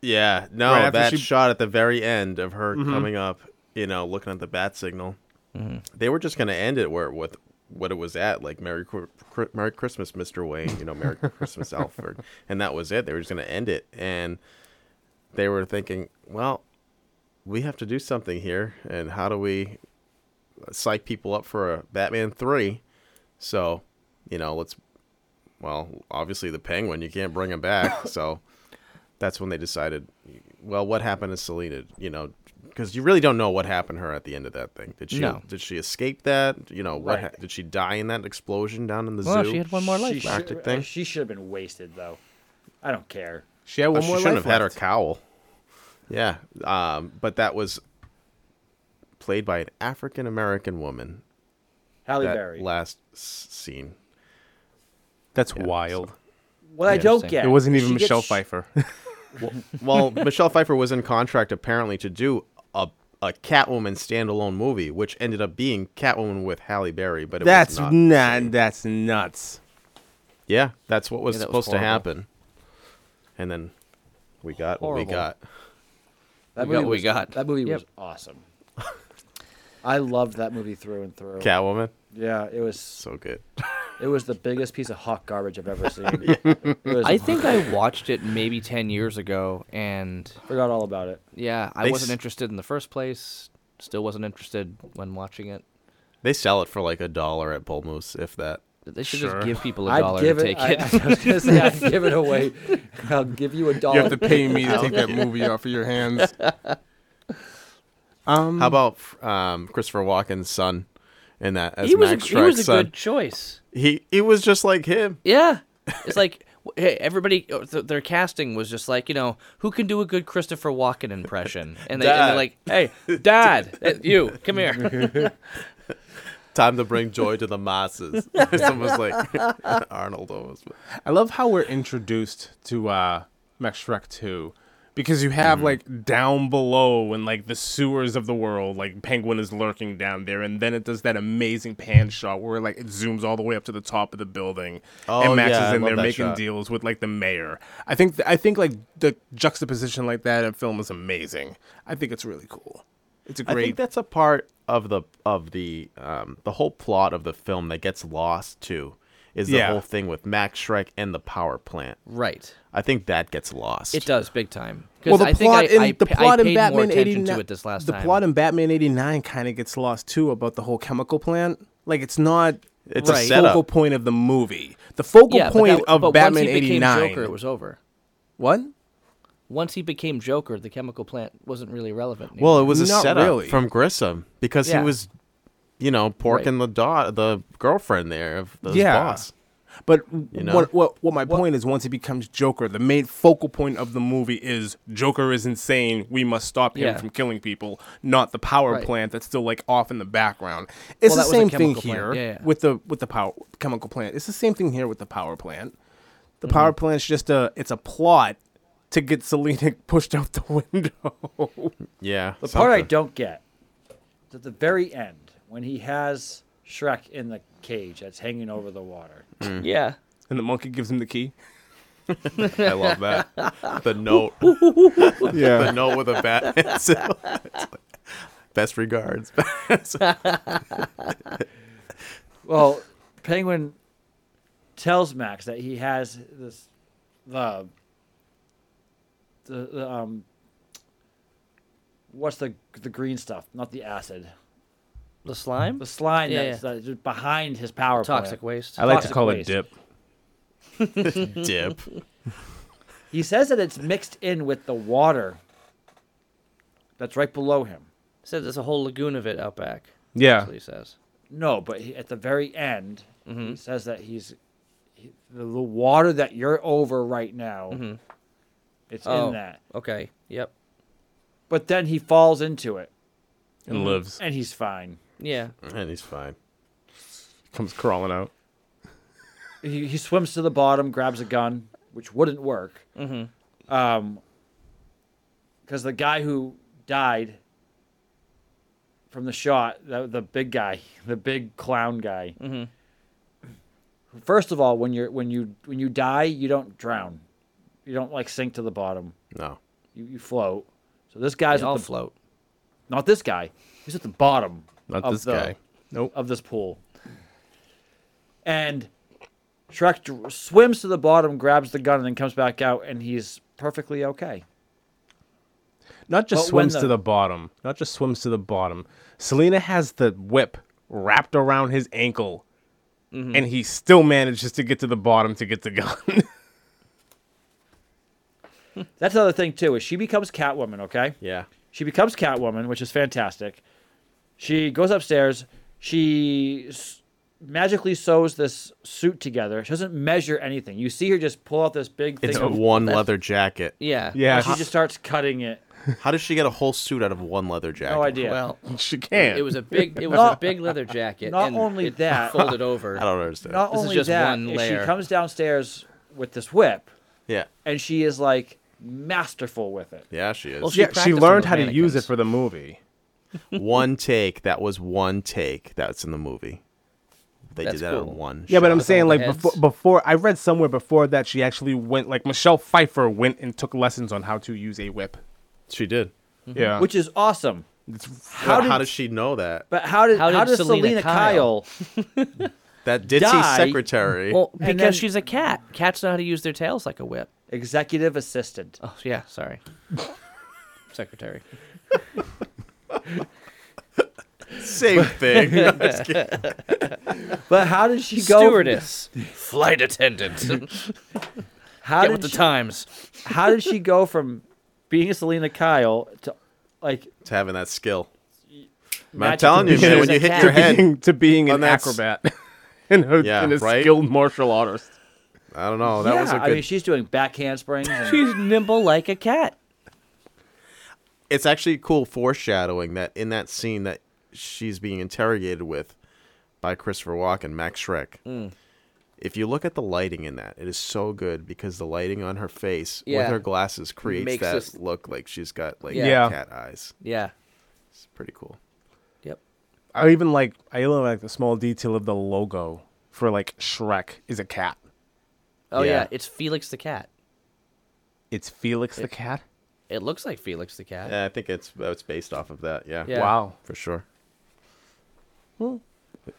S4: Yeah, no,
S1: Right after
S4: that
S1: she- Mm-hmm.
S4: shot at the very end of her coming up, you know, looking at the bat signal. They were just gonna end it where with what it was at, like Merry Cri- Cri- Merry Christmas, Mr. Wayne, you know, Merry Christmas, Alfred, and that was it. They were just gonna end it, and they were thinking, well, we have to do something here, and how do we psych people up for a Batman three? So, you know, let's. Well, obviously the Penguin, you can't bring him back, so that's when they decided, well, what happened to Selena? You know, because you really don't know what happened to her at the end of that thing. Did she
S3: No.
S4: did she escape that? You know, what
S2: Right.
S4: ha- did she die in that explosion down in the
S3: Well,
S4: zoo?
S3: she had one more
S2: She
S3: life left.
S2: should,
S4: Arctic thing?
S2: uh, she should have been wasted though. I don't care.
S1: She had
S4: Oh,
S1: one
S4: she
S1: more
S4: shouldn't
S1: life
S4: have had her
S1: left.
S4: cowl. Yeah, um, but that was played by an African American woman.
S2: Halle
S4: that
S2: Berry.
S4: last s- scene.
S1: That's
S4: Yeah,
S1: wild.
S2: what I don't
S3: Interesting.
S2: get.
S1: It wasn't
S2: she
S1: even
S2: gets-
S1: Michelle Pfeiffer.
S4: Well, Michelle Pfeiffer was in contract apparently to do a a Catwoman standalone movie, which ended up being Catwoman with Halle Berry, but it was not.
S1: That's nuts.
S4: Yeah, that's what was
S3: Yeah, that was
S4: supposed to
S3: horrible.
S4: happen. And then we got what
S3: Horrible.
S4: we got.
S2: That
S3: We got
S2: movie
S3: what we
S2: was-
S3: got.
S2: That movie was
S3: Yep.
S2: awesome. I loved that movie through and through.
S4: Catwoman,
S2: Yeah, it was.
S4: so good.
S2: It was the biggest piece of hot garbage I've ever seen. It was-
S3: I think I watched it maybe ten years ago, and
S2: forgot all about it.
S3: yeah, I
S4: They
S3: wasn't
S4: s-
S3: interested in the first place. Still wasn't interested when watching it.
S4: They sell it for like a dollar at Bull Moose, if that.
S3: They should
S1: Sure.
S3: just give people a
S2: I'd
S3: dollar
S2: give
S3: to
S2: it.
S3: take
S2: I,
S3: it.
S2: I was gonna say I'd give it away. I'll give you a dollar.
S1: You have to pay me to take that movie off of your hands. Um,
S4: How about um, Christopher Walken's son in that as
S3: he was
S4: Max
S3: a, he was
S4: Shrek's
S3: a
S4: son?
S3: good choice.
S4: He he was just like him.
S3: Yeah, it's like w- hey, everybody. uh, Th- their casting was just like you know who can do a good Christopher Walken impression, and, they, and
S4: Dad.
S3: they're like, hey, Dad, eh, you come here.
S4: Time to bring joy to the masses. it's almost like Arnold almost.
S1: I love how we're introduced to uh, Max Shrek 2 because you have
S4: Mm-hmm.
S1: like down below in like the sewers of the world, like Penguin is lurking down there, and then it does that amazing pan shot where like it zooms all the way up to the top of the building,
S4: Oh,
S1: and Max
S4: yeah, I
S1: is in
S4: love
S1: there
S4: that
S1: making
S4: shot.
S1: deals with like the mayor. I think th- I think like the juxtaposition like that in film is amazing. I think it's really cool. It's a
S4: I think
S1: great.
S4: that's a part of the of the um, the whole plot of the film that gets lost too, is the
S1: Yeah.
S4: whole thing with Max Shrek and the power plant.
S3: right.
S4: I think that gets lost.
S3: It does big time. 'Cause
S1: Well, the
S3: I think
S1: plot
S3: I,
S1: in
S3: I
S1: the
S3: pa- I
S1: plot in
S3: paid more
S1: Batman
S3: attention
S1: eighty nine.
S3: to it this last
S1: the
S3: time.
S1: plot in Batman eighty nine kind of gets lost too about the whole chemical plant. Like it's not.
S4: It's
S3: Right.
S4: a
S1: focal
S4: setup.
S1: point of the movie. The focal
S3: yeah, but
S1: point
S3: that-
S1: of
S3: but
S1: Batman
S3: once he became
S1: '89.
S3: Joker, it was over.
S1: what?
S3: Once he became Joker, the chemical plant wasn't really relevant. Anymore.
S4: Well, it was a
S1: Not
S4: setup
S1: really.
S4: from Grissom because
S3: Yeah.
S4: he was, you know, porking the daughter, the girlfriend there of the
S1: Yeah.
S4: boss.
S1: But
S4: know?
S1: what, what what my point is, once he becomes Joker, the main focal point of the movie is Joker is insane. We must stop him
S3: Yeah.
S1: from killing people, not the power
S3: Right.
S1: plant that's still like off in the background. It's
S3: Well, that
S1: the
S3: was a
S1: same thing
S3: chemical plant.
S1: here
S3: Yeah, yeah.
S1: with the with the power chemical plant. It's the same thing here with the power plant. The
S3: Mm-hmm.
S1: power plant's just a it's a plot to get Selena pushed out the window.
S4: Yeah.
S2: The part I don't get is at the very end when he has Shrek in the cage that's hanging over the water.
S3: yeah.
S1: and the monkey gives him the key.
S4: I love that. The note, the
S1: Yeah.
S4: note with a bat. It's like, Best regards.
S2: Well, Penguin tells Max that he has this the the, the um what's the the green stuff, not the acid.
S3: The slime.
S2: The slime
S3: Yeah,
S2: that's uh, just behind his power
S3: toxic
S2: plant.
S3: waste.
S1: I like to
S2: Toxic
S1: call
S2: waste.
S1: it dip.
S4: Dip.
S2: He says that it's mixed in with the water that's right below him.
S3: Said there's a whole lagoon of it out back.
S1: Yeah.
S3: That's what he says.
S2: No, but he, at the very end, he
S3: Mm-hmm.
S2: says that he's he, the, the water that you're over right now. It's
S3: Mm-hmm. Oh.
S2: in that,
S3: Okay. Yep.
S2: but then he falls into it
S1: And
S3: Mm-hmm.
S1: lives.
S2: and he's fine.
S3: Yeah.
S4: And he's fine.
S1: Comes crawling out.
S2: He, he swims to the bottom, grabs a gun, which wouldn't work, because
S3: Mm-hmm.
S2: the guy who died from the shot, the, the big guy, the big clown guy.
S3: Mm-hmm.
S2: First of all, when you're when you when you die, you don't drown, you don't like sink to the bottom.
S4: No.
S2: You, you float. So this guy's
S3: They
S2: at
S3: all
S2: the,
S3: float.
S2: not this guy. He's at the bottom
S4: Not
S2: of
S4: this
S2: the-
S4: guy.
S2: of this pool. And Shrek dr- swims to the bottom, grabs the gun, and then comes back out, and he's perfectly okay.
S1: Not just
S2: But when
S1: swims to
S2: the-
S1: the bottom. Not just swims to the bottom. Selena has the whip wrapped around his ankle, and he still manages to get to the bottom to get the gun.
S2: That's another thing too. Is she becomes Catwoman? Okay.
S4: Yeah.
S2: She becomes Catwoman, which is fantastic. She goes upstairs. She s- magically sews this suit together. She doesn't measure anything. You see her just pull out this big thing.
S4: It's
S2: of-
S4: one leather jacket.
S3: Yeah.
S1: yeah,
S2: and she just starts cutting it.
S4: How does she get a whole suit out of one leather jacket?
S2: No idea.
S3: Well,
S1: she can't.
S3: it was a big. It was a
S2: Not-
S3: big leather jacket.
S2: not
S3: and
S2: only
S3: it
S2: that-
S3: folded over.
S4: I don't understand.
S2: Not
S3: This is
S2: only
S3: just
S2: that,
S3: one
S2: is
S3: layer.
S2: she comes downstairs with this whip,
S4: Yeah.
S2: and she is like masterful with it.
S4: Yeah, she is.
S3: Well, she
S1: yeah, she
S3: practiced on
S1: learned
S3: those
S1: how to use it
S3: mannequins.
S1: for the movie.
S4: one take. That was one take. That's in the movie. They
S3: That's
S4: did that
S3: cool.
S4: on one.
S1: Yeah, but
S4: shot.
S1: I'm saying
S3: all
S1: like
S3: the
S1: before,
S3: heads.
S1: before I read somewhere before that she actually went like Michelle Pfeiffer went and took lessons on how to use a whip.
S4: she did.
S1: Yeah,
S2: which is awesome.
S4: How,
S2: did-
S4: how does she know that?
S2: But how did
S3: How
S2: how,
S3: did
S2: does
S3: Selena
S2: Selena Kyle,
S4: that ditzy
S2: Die.
S4: secretary.
S3: Well,
S2: And
S3: because
S2: then-
S3: she's a cat. Cats know how to use their tails like a whip.
S2: Executive assistant.
S3: Oh yeah, sorry. Secretary.
S4: Same thing.
S2: But how did she go?
S3: Stewardess. Flight attendant. Get
S2: How
S3: with
S2: did
S3: the
S2: she,
S3: times.
S2: how did she go from being a Selena Kyle to like
S4: It's having that skill. I'm
S3: Magic
S4: telling you,
S3: ability as
S4: man, when
S3: a
S4: you hit
S3: cat.
S4: your head,
S1: being, to being
S4: Oh,
S1: an
S4: that's-
S1: acrobat and a,
S4: Yeah,
S1: and a
S4: right?
S1: skilled martial artist.
S4: I don't know. That
S2: yeah,
S4: was a good.
S2: I mean, she's doing back handsprings. And,
S3: She's nimble like a cat.
S4: it's actually cool foreshadowing that in that scene that she's being interrogated with by Christopher Walken, Max Shrek. If you look at the lighting in that, it is so good because the lighting on her face
S3: Yeah.
S4: with her glasses creates
S3: Makes
S4: that
S3: us-
S4: look like she's got like
S3: Yeah.
S1: Yeah.
S4: cat eyes.
S3: Yeah.
S4: It's pretty cool.
S3: Yep.
S1: I even like I even like the small detail of the logo for like Shrek is a cat.
S3: Oh yeah.
S4: Yeah.
S3: it's Felix the cat.
S1: It's Felix the cat.
S3: It looks like Felix the cat.
S4: Yeah, I think it's it's based off of that. Yeah.
S3: Yeah.
S1: Wow.
S4: For sure.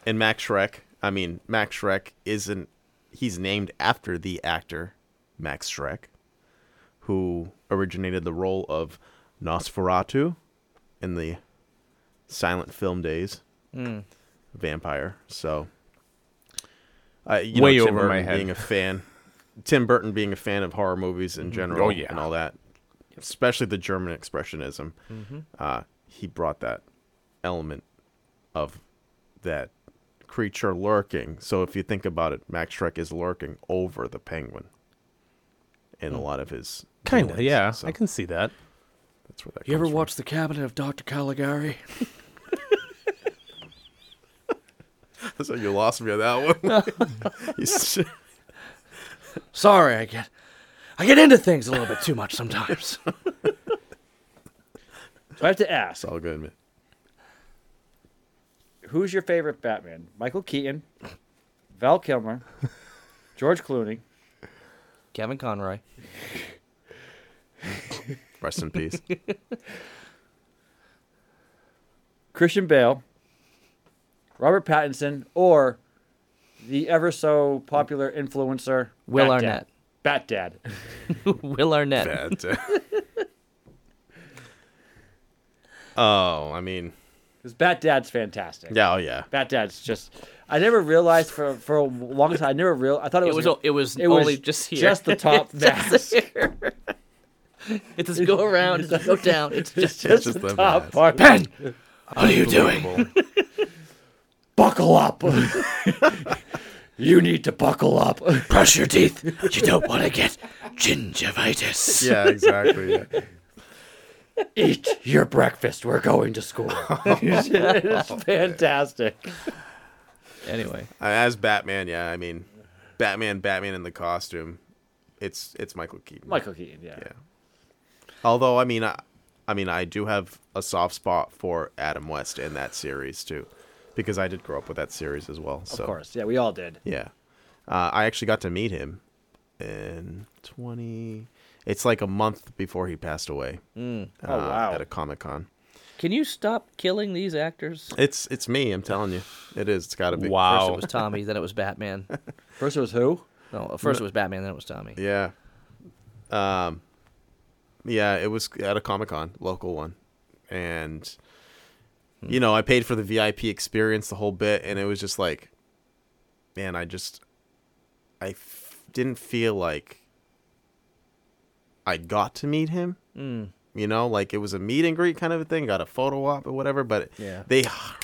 S4: And Max Shrek, I mean, Max Shrek isn't he's named after the actor Max Shrek who originated the role of Nosferatu in the silent film days. Vampire. So uh, you
S1: Way
S4: know, Tim
S1: over
S4: Burton
S1: my head.
S4: being a fan Tim Burton being a fan of horror movies in general
S1: Oh, yeah.
S4: and all that, especially the German expressionism,
S1: Mm-hmm.
S4: uh, he brought that element of that creature lurking. So if you think about it, Max Shrek is lurking over the penguin in a lot of his
S1: Kind of.
S4: dealings.
S1: Hmm. Yeah,
S4: So
S1: I can see that.
S4: That's where that
S3: You ever
S4: comes from.
S3: watch The Cabinet of Dr. Caligari?
S4: So you lost me on that one. You s-
S3: Sorry, I get I get into things a little bit too much sometimes.
S2: so I have to ask,
S4: it's all good, man.
S2: who's your favorite Batman? Michael Keaton, Val Kilmer, George Clooney,
S3: Kevin Conroy.
S4: Rest in peace.
S2: Christian Bale, Robert Pattinson, or the ever so popular influencer
S3: Will
S2: Bat
S3: Arnett.
S2: Dad. Bat Dad.
S3: Will Arnett.
S4: Bad. oh, I mean,
S2: Because Bat Dad's fantastic.
S4: yeah, oh yeah.
S2: Bat Dad's just. I never realized for for a long time. I never real. I thought it
S3: It
S2: was.
S3: was
S2: a-
S3: o- it was
S2: it was
S3: only just here.
S2: just the top
S3: It's
S2: mask.
S3: just here. it does go around, it does go down. It's just
S4: It's just
S2: the
S4: the
S2: top
S4: best.
S2: part.
S3: What are you doing?
S4: Unbelievable.
S2: buckle up. you need to buckle up.
S3: Brush your teeth. You don't want to get gingivitis.
S4: Yeah, exactly. yeah.
S2: Eat your breakfast. We're going to school. it's fantastic.
S3: Anyway,
S4: Uh, As Batman, yeah, I mean, Batman, Batman in the costume, it's it's Michael Keaton.
S2: Michael Keaton. Yeah.
S4: Yeah. Although, I mean, I, I mean, I do have a soft spot for Adam West in that series too, because I did grow up with that series as well. So
S2: Of course. Yeah. We all did.
S4: yeah, uh, I actually got to meet him in twenty. It's like a month before he passed away. uh,
S2: Oh, wow.
S4: At a comic con.
S3: can you stop killing these actors?
S4: It's it's me. I'm telling you, it is. It's got to be.
S3: First
S1: Wow.
S3: it was Tommy, then it was Batman.
S2: First it was who?
S3: No, at first it was Batman, then it was Tommy.
S4: Yeah. Um yeah, it was at a Comic Con, local one. And
S3: Hmm.
S4: you know, I paid for the VIP experience the whole bit and it was just like man, I just I f- didn't feel like I got to meet him.
S3: Hmm.
S4: You know, like it was a meet and greet kind of a thing, got a photo op or whatever, but
S3: Yeah.
S4: they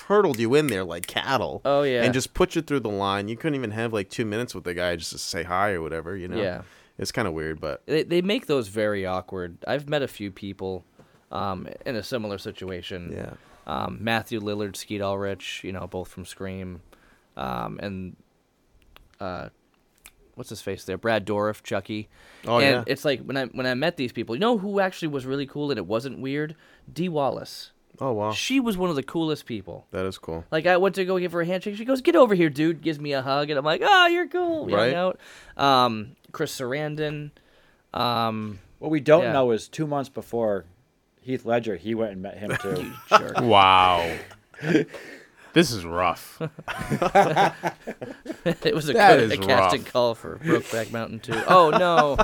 S4: hurtled you in there like cattle.
S3: Oh, yeah.
S4: And just put you through the line. You couldn't even have like two minutes with the guy just to say hi or whatever, you know?
S3: Yeah.
S4: It's kind of weird, but
S3: They, they make those very awkward. I've met a few people um, in a similar situation.
S4: yeah.
S3: um, Matthew Lillard, Skeet Ulrich, you know, both from Scream, um, and uh, what's his face there, Brad Dourif, Chucky.
S4: Oh,
S3: and
S4: yeah.
S3: it's like when I when I met these people, you know who actually was really cool and it wasn't weird? Dee Wallace.
S4: Oh, wow.
S3: She was one of the coolest people.
S4: That is cool.
S3: Like I went to go give her a handshake. She goes, "Get over here, dude." Gives me a hug, and I'm like, "Oh, you're cool." We hung
S4: Right.
S3: out. Um, Chris Sarandon. Um,
S2: What we don't
S3: Yeah.
S2: know is two months before Heath Ledger, he went and met him too.
S3: jerk.
S1: Wow.
S5: This is rough.
S3: it was a,
S5: That
S3: co-
S5: is
S3: a casting
S5: rough.
S3: call for Brokeback Mountain 2. Oh no,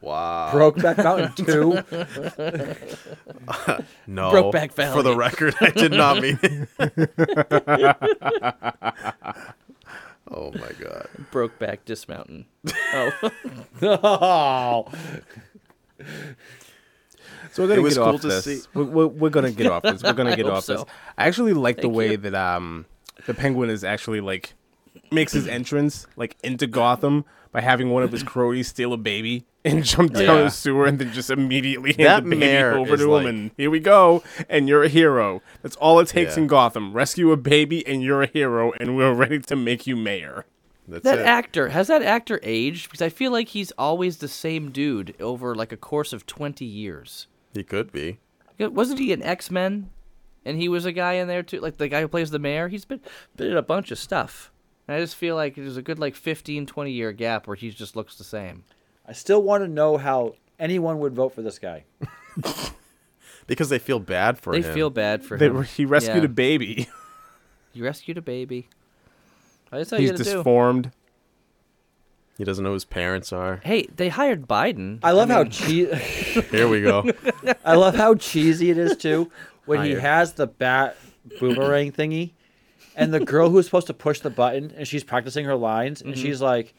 S4: Wow.
S2: Brokeback Mountain Two.
S4: no.
S3: Brokeback
S4: For
S3: Valley.
S4: the record, I did not mean it. oh my god.
S3: Brokeback Dismountain. Oh,
S2: Oh,
S1: So we're gonna
S4: It was
S1: get
S4: cool
S1: off
S4: to
S1: this.
S4: see.
S1: We're, we're, we're gonna get off this. We're gonna
S3: I
S1: get
S3: hope
S1: off this.
S3: so.
S1: I actually like the way that um the penguin is actually like makes his entrance like into Gotham by having one of his cronies steal a baby and jump down
S5: Yeah.
S1: the sewer and then just immediately hand
S4: That
S1: the baby
S4: mayor
S1: over
S4: is
S1: to
S4: like-
S1: him and here we go and you're a hero. That's all it takes
S4: Yeah.
S1: in Gotham. Rescue a baby and you're a hero and we're ready to make you mayor.
S4: That's
S3: that
S4: it.
S3: actor has that actor aged because I feel like he's always the same dude over like a course of 20 years.
S4: he could be.
S3: Wasn't he in X Men? And he was a guy in there too, like the guy who plays the mayor. He's been been in a bunch of stuff. And I just feel like there's a good like 15, 20 year gap where he just looks the same.
S2: I still want to know how anyone would vote for this guy.
S4: Because they feel bad for
S3: They
S4: him.
S3: feel bad for
S1: They,
S3: him.
S1: he rescued
S3: Yeah.
S1: a baby.
S3: You rescued a baby. That's how
S1: He's
S3: you gotta do.
S1: disformed.
S4: he doesn't know who his parents are.
S3: Hey, they hired Biden.
S2: I love how cheesy.
S4: Here we go.
S2: I love how cheesy it is too when he
S3: Hired.
S2: has the bat boomerang thingy, and the girl who's supposed to push the button and she's practicing her lines and she's like,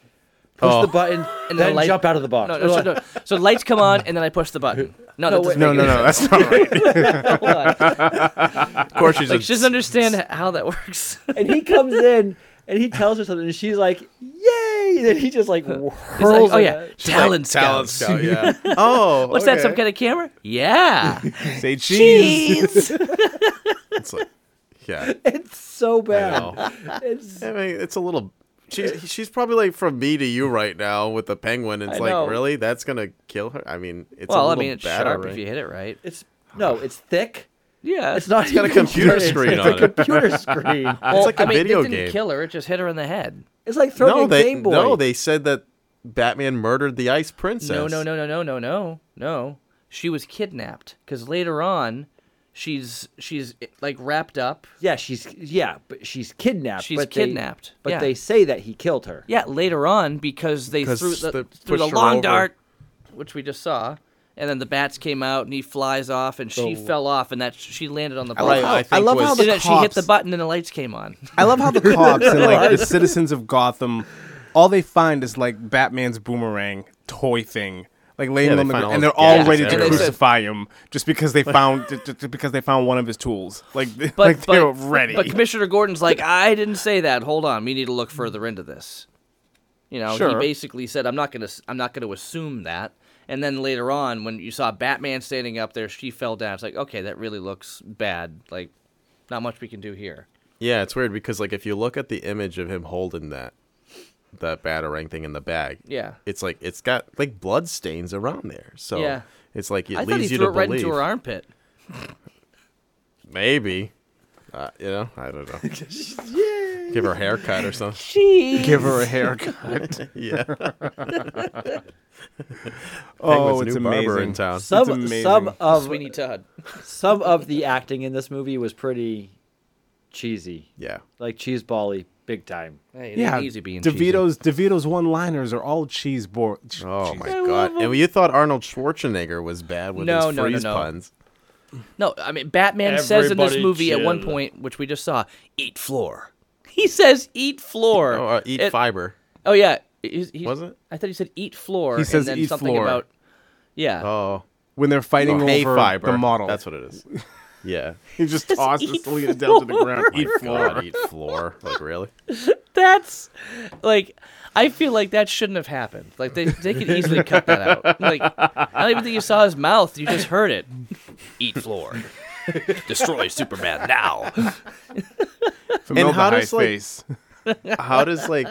S2: push
S4: Oh.
S2: the button and
S3: Mm-hmm. the
S2: then
S3: light-
S2: jump out of the box.
S3: No, no, so, no. So lights come on, and then I push the button. No, no,
S1: No, no, no. That's not right.
S4: Of course, she's
S3: Like,
S4: a-
S3: she doesn't understand how that works.
S2: and he comes in and he tells her something and she's like, yay! And then he just like whirls.
S3: It's like, oh
S2: it
S3: yeah,
S2: at-
S4: she's like,
S3: talent
S4: talent
S3: scouts.
S4: scout, yeah. oh,
S3: What's that? Some kind of camera? Yeah.
S1: Say cheese.
S4: of? It's like, yeah.
S2: It's so
S4: I
S2: bad.
S4: know.
S2: It's
S4: I mean, it's a little. She's she's probably like from me to you right now with the penguin. It's
S3: I
S4: like
S3: know.
S4: really that's gonna kill her. I mean, it's a
S3: well, I
S4: little
S3: mean, it's
S4: bad
S3: sharp if
S4: already.
S3: you hit it right.
S2: it's no, it's thick.
S3: Yeah.
S2: It's not. It's
S4: got a computer screen
S2: it's
S4: on it.
S2: a computer screen.
S3: Well,
S4: like a
S3: I mean,
S4: video
S3: it didn't
S4: game.
S3: kill her. It just hit her in the head.
S2: It's like throwing
S4: No,
S2: a
S4: they
S2: Game Boy.
S4: no, they said that Batman murdered the Ice Princess.
S3: No, no, no, no, no, no, no, no. She was kidnapped because later on, she's she's like wrapped up.
S2: Yeah, she's yeah, but she's kidnapped.
S3: She's
S2: but
S3: kidnapped,
S2: They, but
S3: yeah.
S2: they say that he killed her.
S3: Yeah, later on because they
S4: Because
S3: threw the,
S4: they
S3: threw the
S4: pushed her
S3: lawn
S4: over.
S3: dart, which we just saw, and then the bats came out and he flies off and she fell off and that she landed on the
S4: like
S3: button.
S4: how- Oh. I think
S1: love how
S4: was-
S1: the
S3: And then she hit
S1: cops-
S3: the button and the lights came on.
S1: I love how the cops and like the citizens of Gotham, all they find is like Batman's boomerang toy thing, like laying
S4: Yeah, they
S1: on the ground,
S4: find all
S1: and
S4: his
S1: they're all
S4: gadgets
S1: ready to
S3: everywhere. And they said-
S1: crucify him just because they found ju- ju- ju- because they found one of his tools. Like, they-
S3: But,
S1: like they're
S3: but,
S1: ready.
S3: But Commissioner Gordon's like, I didn't say that. Hold on, we need to look further into this. You know, he
S1: Sure.
S3: basically said, I'm not gonna, s- I'm not gonna assume that. And then later on, when you saw Batman standing up there, she fell down. It's like, okay, that really looks bad. Like, not much we can do here.
S4: Yeah, it's weird because like if you look at the image of him holding that that batarang thing in the bag,
S3: Yeah.
S4: it's like it's got like blood stains around there. So
S3: Yeah.
S4: it's like it
S3: I thought
S4: leads
S3: he
S4: you
S3: threw
S4: to
S3: it right
S4: believe
S3: into her armpit.
S4: maybe. Uh, you know, I don't know. Give her a haircut or something.
S1: Give her a haircut.
S4: Yeah.
S1: oh,
S4: Penguin's
S1: it's
S4: new barber
S1: amazing.
S4: in town.
S2: Some
S1: amazing.
S2: some of
S3: Sweeney Todd.
S2: some of the acting in this movie was pretty cheesy,
S4: Yeah.
S2: like cheese bally, big time.
S3: Hey, it
S1: Yeah,
S3: ain't easy being cheesy.
S1: DeVito's DeVito's one-liners are all cheese board.
S4: Oh my god. And you thought Arnold Schwarzenegger was bad with
S3: No,
S4: his
S3: no, no,
S4: freeze
S3: no.
S4: puns.
S3: No, I mean Batman says in this
S5: Everybody
S3: movie at one
S5: chill.
S3: point, which we just saw, "Eat floor." He says, "Eat
S1: Er,
S3: floor."
S4: Oh, uh, eat
S3: It-
S4: fiber.
S3: Oh yeah, He's- he's-
S4: Was it?
S3: I thought he said "eat floor."
S1: He says,
S3: and then
S1: "Eat
S3: something
S1: floor."
S3: about yeah.
S4: Oh.
S1: When they're fighting
S4: Hay
S1: over
S4: fiber.
S1: the model,
S4: That's what it is. Yeah.
S1: he just tosses
S3: eat
S1: Selena down to the ground. Eat
S4: God,
S1: floor.
S4: eat floor. Like really?
S3: That's like I feel like that shouldn't have happened. Like they they could easily cut that out. Like I don't even think you saw his mouth. You just heard it. Eat floor. Destroy Superman now.
S1: And
S4: how does, like-
S1: face?
S4: how does like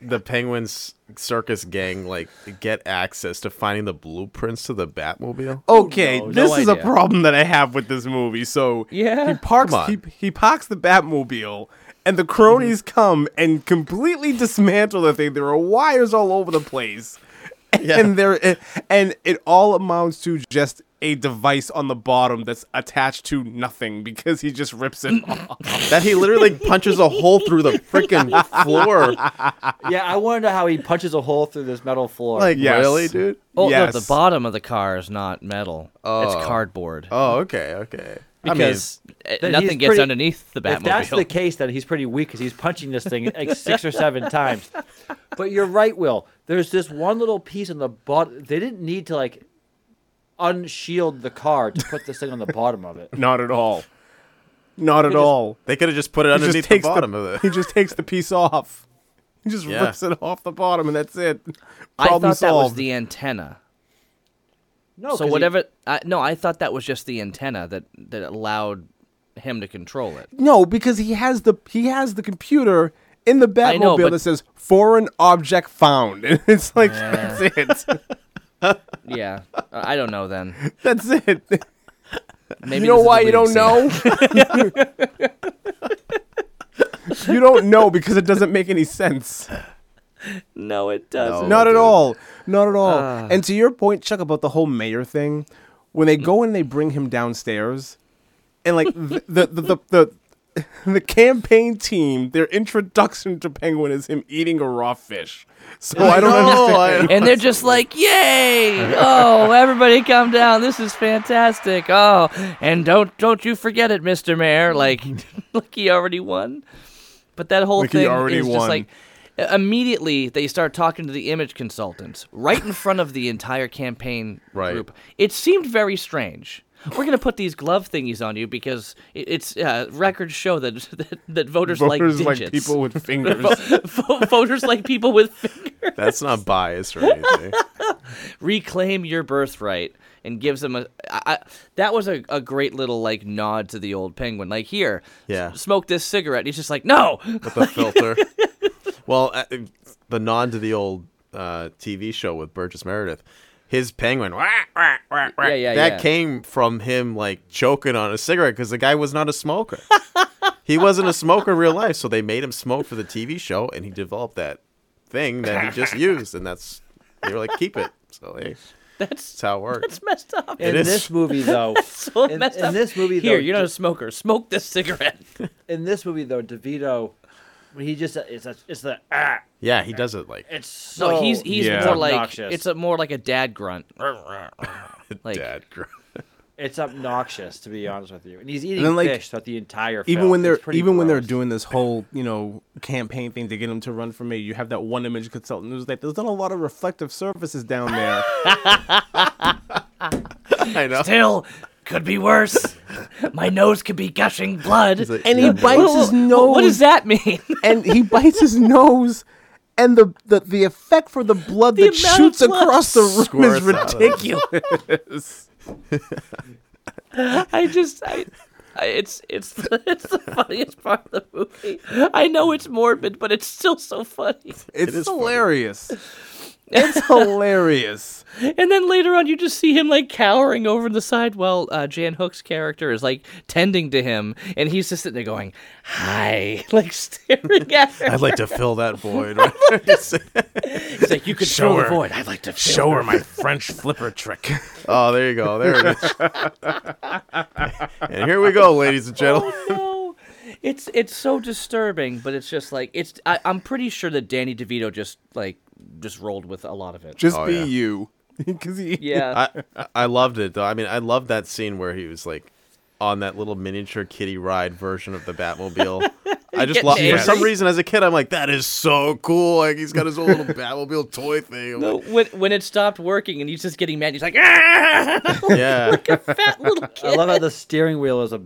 S4: the penguins circus gang like get access to finding the blueprints to the batmobile
S1: Oh. Okay,
S3: knows?
S1: this
S3: No
S1: is a
S3: idea.
S1: problem that I have with this movie. So
S3: Yeah.
S1: he parks
S4: Come on.
S1: he, he parks the Batmobile, and the cronies
S3: Mm-hmm.
S1: come and completely dismantle the thing. There are wires all over the place, and there and it all amounts to just a device on the bottom that's attached to nothing because he just rips it off.
S4: That he literally punches a hole through the freaking floor.
S2: Yeah, I want to know how he punches a hole through this metal floor.
S4: Like
S1: Yes.
S4: really, dude?
S3: Oh
S1: yes.
S3: no, the bottom of the car is not metal.
S4: Oh.
S3: It's cardboard.
S4: Oh, okay, okay.
S3: because uh,
S2: then
S3: nothing
S2: he's
S3: gets
S2: pretty-
S3: underneath the Batmobile.
S2: if that's the case, then he's pretty weak because he's punching this thing like six or seven times. But you're right, Will. There's this one little piece on the bottom. They didn't need to like unshield the car to put this thing on the bottom of it.
S1: Not at all. Not at
S2: just-
S1: all.
S4: They could have just put it
S1: He
S4: underneath the bottom of
S1: He
S4: it.
S1: just takes the piece off. He just
S4: Yeah.
S1: rips it off the bottom, and that's it.
S3: I thought
S1: Problem
S3: that was
S1: solved.
S3: the antenna.
S2: No,
S3: so
S2: 'cause he-
S3: whatever. I, no, I thought that was just the antenna that that allowed him to control it.
S1: No, because he has the he has the computer in the Batmobile
S3: know, but-
S1: that says "foreign object found," and it's like that's it.
S3: Yeah, I I don't know. Then
S1: That's it.
S3: maybe
S1: you know
S3: this is
S1: why
S3: the
S1: you don't
S3: leading scene.
S1: know? you don't know because it doesn't make any sense.
S3: No, it doesn't.
S4: No.
S1: Not at
S4: dude.
S1: all. Not at all. and to your point, Chuck, about the whole mayor thing, when they go and they bring him downstairs, and like the the the, the, the the campaign team, their introduction to Penguin is him eating a raw fish. So Oh, I, don't
S4: know,
S1: understand.
S4: I-
S3: And they're just like, "Yay! Oh, everybody come down. This is fantastic. Oh, and don't don't you forget it, Mr. Mayor. Like like he already won." But that whole
S1: Like he
S3: thing
S1: already
S3: is
S1: won.
S3: just like i- immediately they start talking to the image consultants right in front of the entire campaign
S4: Right.
S3: group. It seemed very strange. We're gonna put these glove thingies on you because it- it's uh, records show that that, that voters,
S1: Voters
S3: like
S1: like,
S3: digits.
S1: people with fingers.
S3: Vo- voters like people with fingers.
S4: That's not bias or anything.
S3: reclaim your birthright and gives them a I, I, that was a, a great little like nod to the old penguin like here
S4: Yeah.
S3: s- smoke this cigarette he's just like no
S4: with the filter. well, uh, the nod to the old uh, TV show with Burgess Meredith, his penguin. Wah, wah, wah, wah,
S3: Yeah, yeah,
S4: that
S3: yeah.
S4: came from him like choking on a cigarette because the guy was not a smoker. he wasn't a smoker in real life, so they made him smoke for the TV show, and he developed that thing that he just used, and that's they were like, keep it. So hey, that's
S3: that's
S4: how it works.
S3: that's messed up
S2: in
S4: is.
S2: this movie though.
S3: so
S2: in-
S3: messed
S2: in
S3: up.
S2: this movie,
S3: here
S2: though,
S3: you're not a
S2: just-
S3: smoker smoke this cigarette
S2: in this movie though, DeVito, when he just it's a, it's the ah,
S4: Yeah, he does it like
S2: it's so
S3: no
S4: Oh,
S3: he's he's
S1: Yeah.
S3: more like
S2: Obnoxious.
S3: it's a more like a dad grunt like
S4: dad. Gr-
S2: it's obnoxious to be honest with you, and he's eating
S1: then, like,
S2: fish throughout the entire film.
S1: even when they're
S2: It's pretty
S1: even when they're
S2: gross.
S1: doing this whole you know campaign thing to get him to run for mayor, you have that one image consultant who's like, "There's not a lot of reflective surfaces down there."
S4: I know.
S3: still could be worse my nose could be gushing blood
S4: He's like,
S1: and
S4: "Yeah,
S1: he bites his nose,
S3: what does that mean
S1: and he bites his nose, and the the, the effect for the blood
S3: The
S1: that
S3: amount of
S1: shoots
S3: blood
S1: across the room
S4: squirts
S1: is
S4: out of it.
S1: ridiculous.
S3: I just, I, I, it's, it's, the- it's the funniest part of the movie. I know it's morbid, but it's still so funny.
S1: it's
S4: is funny.
S1: hilarious. It's hilarious.
S3: And then later on, you just see him like cowering over the side while uh, Jan Hook's character is like tending to him, and he's just sitting there going, "Hi," like staring at her.
S4: I'd like to fill that void. Right?
S3: He's like, "You could
S1: Show
S3: show
S1: her.
S3: the void. I'd like to fill
S1: Show
S3: it."
S1: her my French flipper trick.
S4: Oh, there you go. There it is. and here we go, ladies and gentlemen.
S3: No. It's it's so disturbing, but it's just like it's. I, I'm pretty sure that Danny DeVito just like just rolled with a lot of it.
S1: Just
S4: Oh,
S1: be
S4: yeah.
S1: you, because he
S3: yeah,
S4: I I loved it though. I mean, I loved that scene where he was like on that little miniature kitty ride version of the Batmobile. I just
S3: Getting
S4: love for
S3: angry.
S4: some reason as a kid I'm like that is so cool. Like he's got his own little Batmobile toy thing. I'm
S3: No,
S4: like,
S3: when when it stopped working and he's just getting mad, he's like, ah,
S4: yeah.
S3: fat little
S2: I
S3: kid.
S2: love how the steering wheel is a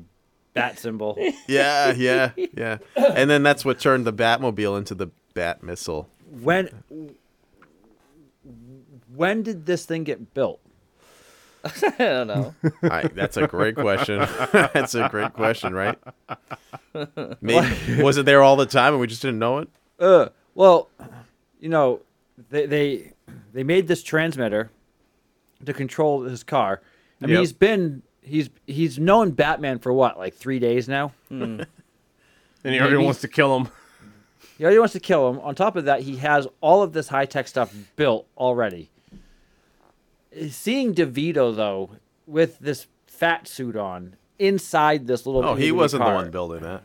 S2: bat symbol.
S4: Yeah, yeah, yeah. And then that's what turned the Batmobile into the Bat missile.
S2: When when did this thing get built?
S3: I don't know.
S4: I, that's a great question. that's a great question, right? Maybe, was it there all the time and we just didn't know it?
S2: Uh, well, you know, they they they made this transmitter to control his car. I mean,
S1: Yep.
S2: he's been he's he's known Batman for what like three days now.
S1: and he already
S2: Maybe.
S1: wants to kill him.
S2: He already wants to kill him. On top of that, he has all of this high tech stuff built already. Seeing DeVito though with this fat suit on inside this little.
S4: Oh, he
S2: movie
S4: wasn't the
S2: car.
S4: one building that.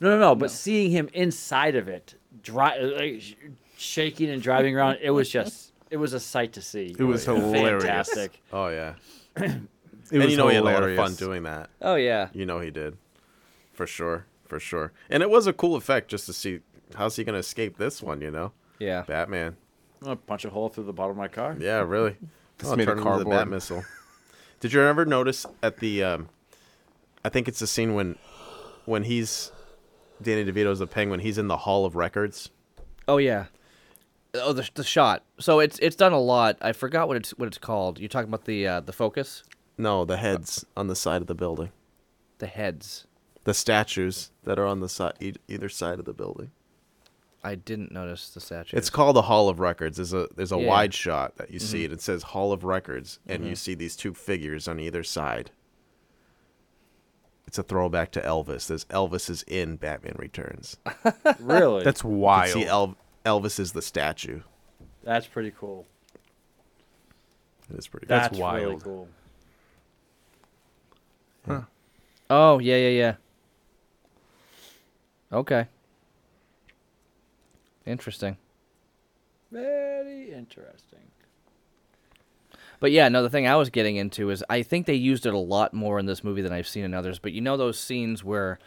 S2: No, no, no. But seeing him inside of it, dry, like, sh- shaking and driving around, it was just, it was a sight to see. It
S1: was hilarious.
S2: Fantastic.
S4: Oh yeah,
S1: It
S4: and
S1: was
S4: you know he had a
S1: hilarious.
S4: lot of fun doing that.
S3: Oh yeah.
S4: You know he did, for sure, for sure. And it was a cool effect just to see how's he gonna escape this one. You know,
S3: Yeah.
S4: Batman.
S2: I'm gonna punch a hole through the bottom of my car.
S4: Yeah, really. Oh, Just
S1: made of
S4: The
S1: cardboard.
S4: bat missile. Did you ever notice at the? Um, I think it's the scene when, when he's, Danny DeVito's the Penguin. He's in the Hall of Records.
S3: Oh yeah. Oh the the shot. So it's it's done a lot. I forgot what it's what it's called. You're talking about the uh, the focus,
S4: No, the heads on the side of the building.
S3: the heads.
S4: The statues that are on the side, e- either side of the building.
S3: I didn't notice the statue.
S4: It's called the Hall of Records. There's a there's a
S3: Yeah.
S4: wide shot that you
S1: Mm-hmm.
S4: see, and it says Hall of Records, and you see these two figures on either side. It's a throwback to Elvis. There's Elvis is in Batman Returns. You
S2: Really?
S1: That's
S4: can
S1: wild.
S4: see El- Elvis is the statue.
S2: that's pretty cool.
S4: It is pretty.
S2: That's,
S4: cool.
S2: really
S1: wild.
S2: cool.
S3: Oh yeah yeah yeah. Okay. Interesting.
S2: Very interesting.
S3: But yeah, no, the thing I was getting into is I think they used it a lot more in this movie than I've seen in others. But you know those scenes where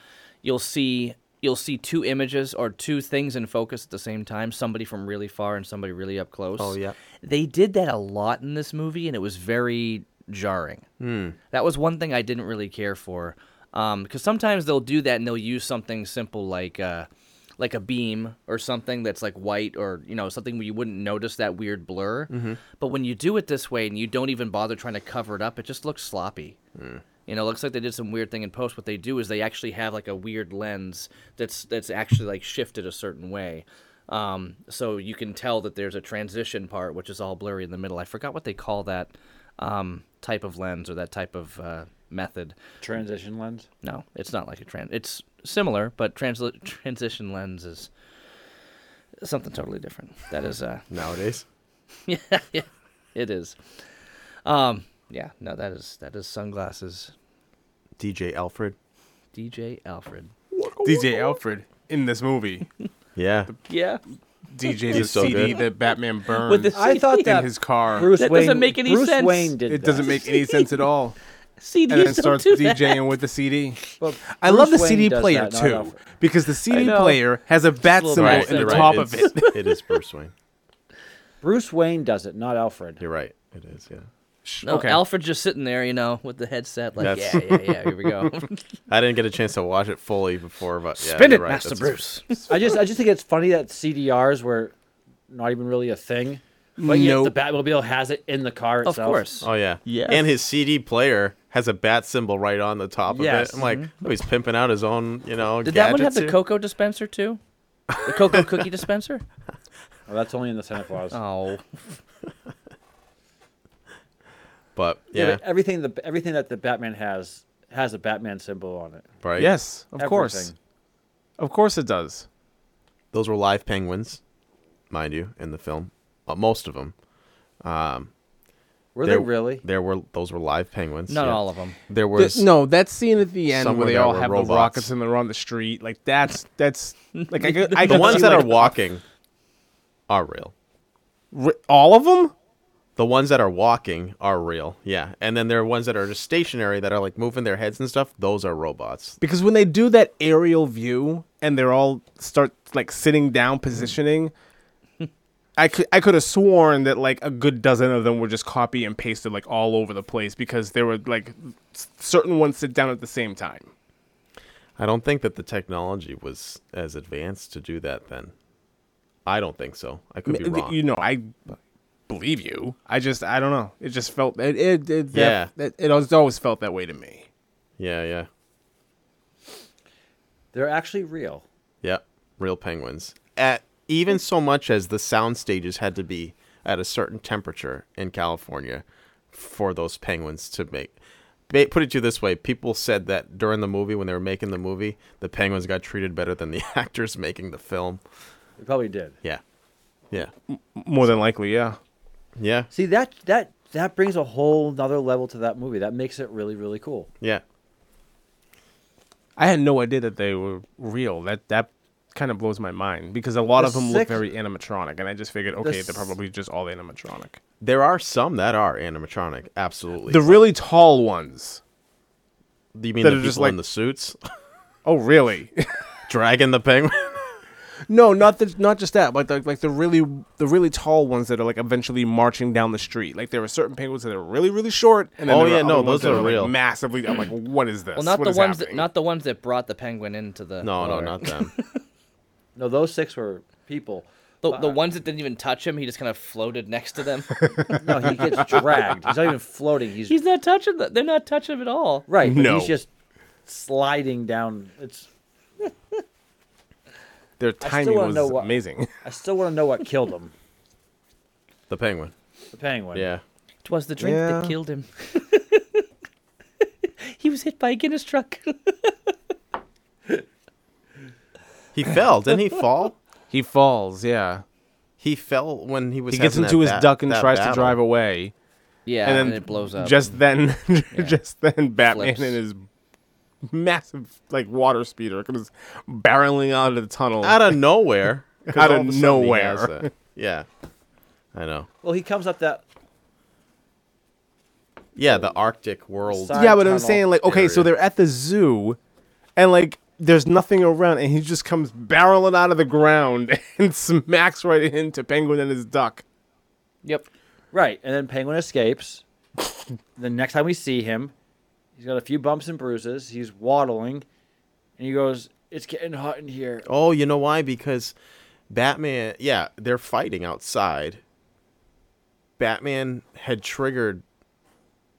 S3: you'll see you'll see two images or two things in focus at the same time, somebody from really far and somebody really up close.
S4: Oh, yeah.
S3: They did that a lot in this movie and it was very jarring.
S4: Hmm.
S3: That was one thing I didn't really care for. Um, because sometimes they'll do that and they'll use something simple like uh like a beam or something that's like white or you know something where you wouldn't notice that weird blur. But when you do it this way and you don't even bother trying to cover it up, it just looks sloppy. You know, it looks like they did some weird thing in post. What they do is they actually have like a weird lens that's that's actually like shifted a certain way. Um, so you can tell that there's a transition part which is all blurry in the middle. I forgot what they call that um, type of lens or that type of uh, method.
S2: Transition lens.
S3: No, it's not like a trans. It's similar, but transli- transition lens is something totally different. That is, uh,
S4: Nowadays,
S3: yeah, yeah, it is. Um, yeah, no, that is that is sunglasses.
S4: DJ Alfred.
S3: DJ Alfred.
S1: DJ Alfred in this movie
S4: Yeah,
S3: Yeah,
S1: DJ's a
S4: He's so
S1: CD
S4: good.
S1: that Batman burned
S3: With this-
S2: I thought
S1: in
S2: that
S1: his car.
S2: Bruce
S3: That
S2: Wayne
S3: doesn't make any
S2: Bruce
S3: sense.
S2: Wayne did
S1: it doesn't
S2: that.
S1: make any sense at all.
S3: CDs
S1: and then
S3: don't
S1: starts
S3: do that.
S1: DJing with the CD.
S2: But
S1: I love the
S2: Bruce Wayne
S1: CD
S2: does
S1: player
S2: that, not
S1: too,
S2: Alfred.
S1: because the CD
S3: know.
S1: player has a bat
S3: little
S1: symbol
S3: Right,
S1: in the
S3: you're right.
S1: top of
S4: It's-
S1: it.
S4: it is Bruce Wayne.
S2: Bruce Wayne does it, not Alfred.
S4: You're right. It is. Yeah.
S3: No,
S1: okay.
S3: Alfred's just sitting there, you know, with the headset, like,
S4: That's-
S3: yeah, yeah, yeah, here we go.
S4: I didn't get a chance to watch it fully before, but yeah,
S3: Spin
S4: you're
S3: it,
S4: right.
S3: Master
S4: That's-
S3: Bruce.
S2: I just I just think it's funny that CDRs were not even really a thing, but yet the
S1: Nope.
S2: Batmobile has it in the car
S3: of
S2: itself.
S3: course.
S4: Oh yeah.
S1: Yes.
S4: And his CD player has a bat symbol right on the top
S2: Yes.
S4: of it. I'm like, oh, he's pimping out his own, you know.
S3: Mm-hmm. Did that one have
S4: gadgets
S3: the
S4: here.
S3: cocoa dispenser too? The cocoa cookie dispenser?
S2: Well, Oh, that's only in the Santa Claus.
S3: Oh,
S4: But
S2: Yeah,
S4: yeah,
S2: but everything the everything that the Batman has has a Batman symbol on it.
S4: right.
S1: Yes, of course,
S2: Everything.
S1: of course it does.
S4: Those were live penguins, mind you, in the film. Uh, most of them.
S2: Were
S4: There-
S2: they really?
S4: There were those were live penguins.
S3: not
S4: yeah.
S3: all of them.
S4: There was
S1: no, that scene at the end
S4: Some
S1: where
S4: of
S1: they
S4: that
S1: all
S4: were
S1: have the
S4: robots.
S1: rockets and they're on the street, like that's that's like I, could- I
S4: the
S1: could
S4: ones
S1: see,
S4: that
S1: like,
S4: are walking are real.
S1: ri- all of them.
S4: The ones that are walking are real. Yeah. And then there are ones that are just stationary that are like moving their heads and stuff. Those are robots.
S1: because when they do that aerial view and they're all start like sitting down positioning I could I could have sworn that like a good dozen of them were just copy and pasted like all over the place because there were like s- certain ones sit down at the same time.
S4: I don't think that the technology was as advanced to do that then. I don't think so. I could be
S1: M-
S4: wrong.
S1: You know, I believe you. I just I don't know. It just felt it it it, that-
S4: Yeah.
S1: that- it has always felt that way to me.
S4: Yeah, yeah.
S2: They're actually real.
S4: Yeah. Real penguins. At even so much as the sound stages had to be at a certain temperature in California for those penguins to make Ba- Put it to you this way: People said that during the movie, when they were making the movie, the penguins got treated better than the actors making the film.
S2: They probably did.
S4: Yeah, yeah,
S1: More than likely, yeah.
S4: yeah.
S2: See that that that brings a whole nother level to that movie. That makes it really, really cool.
S4: Yeah.
S1: I had no idea that they were real. That that kind of blows my mind because a lot
S2: The
S1: of them look
S2: sixth-
S1: very animatronic, and I just figured, okay, they're
S2: s-
S1: probably just all animatronic.
S4: There are some that are animatronic, absolutely.
S1: The really tall ones.
S4: you mean
S1: that
S4: the
S1: are
S4: people
S1: just like-
S4: in the suits
S1: Oh, really?
S4: dragging the penguin?
S1: no, not the, not just that, but the, like the really the really tall ones that are like eventually marching down the street. Like there are certain penguins that are really really short, and then
S4: Oh,
S1: there
S4: yeah,
S1: other
S4: no,
S1: ones
S4: those
S1: that
S4: are
S1: like,
S4: real.
S1: massively. I'm like, what is this?
S3: Well, not
S1: What
S3: the
S1: is
S3: ones that
S1: happening?
S3: not the ones that brought the penguin into the.
S4: No, no,
S3: water.
S4: not them.
S2: No, those six were people.
S3: The, the ones that didn't even touch him. He just kind of floated next to them.
S2: No, he gets dragged. He's not even floating. He's,
S3: He's not touching. The, they're not touching him at all.
S2: right, but
S1: No.
S2: he's just sliding down. It's
S1: Their
S2: still
S1: timing
S2: wanna
S1: was
S2: know what-
S1: amazing.
S2: I still want to know what killed him.
S4: The penguin.
S2: The penguin.
S4: Yeah.
S3: It was the drink that
S1: Yeah.
S3: killed him. he was hit by a Guinness truck.
S4: He fell. Didn't he fall?
S1: he falls. Yeah,
S4: He fell when he was.
S1: he gets
S4: having
S1: into
S4: that
S1: his
S4: bat-
S1: duck and
S4: that
S1: tries to
S4: battle.
S1: drive away.
S3: yeah, and,
S1: and then
S3: it blows up.
S1: Just then, just then, Batman
S3: Flips.
S1: and his massive like water speeder comes barreling out of the tunnel.
S4: out of nowhere. 'Cause
S1: Out
S4: all
S1: of
S4: a sudden he has
S1: nowhere.
S4: that. Yeah. I know.
S2: Well, he comes up that.
S4: Yeah, the Arctic world.
S2: Side-
S1: yeah, but I'm
S2: tunnel
S1: saying like, okay, so
S4: area.
S1: they're at the zoo, and like there's nothing around, and he just comes barreling out of the ground and smacks right into Penguin and his duck.
S3: yep.
S2: Right, and then penguin escapes. the next time we see him, he's got a few bumps and bruises. He's waddling, and he goes, "It's getting hot in here."
S4: Oh, you know why? Because Batman. Yeah, they're fighting outside. Batman had triggered.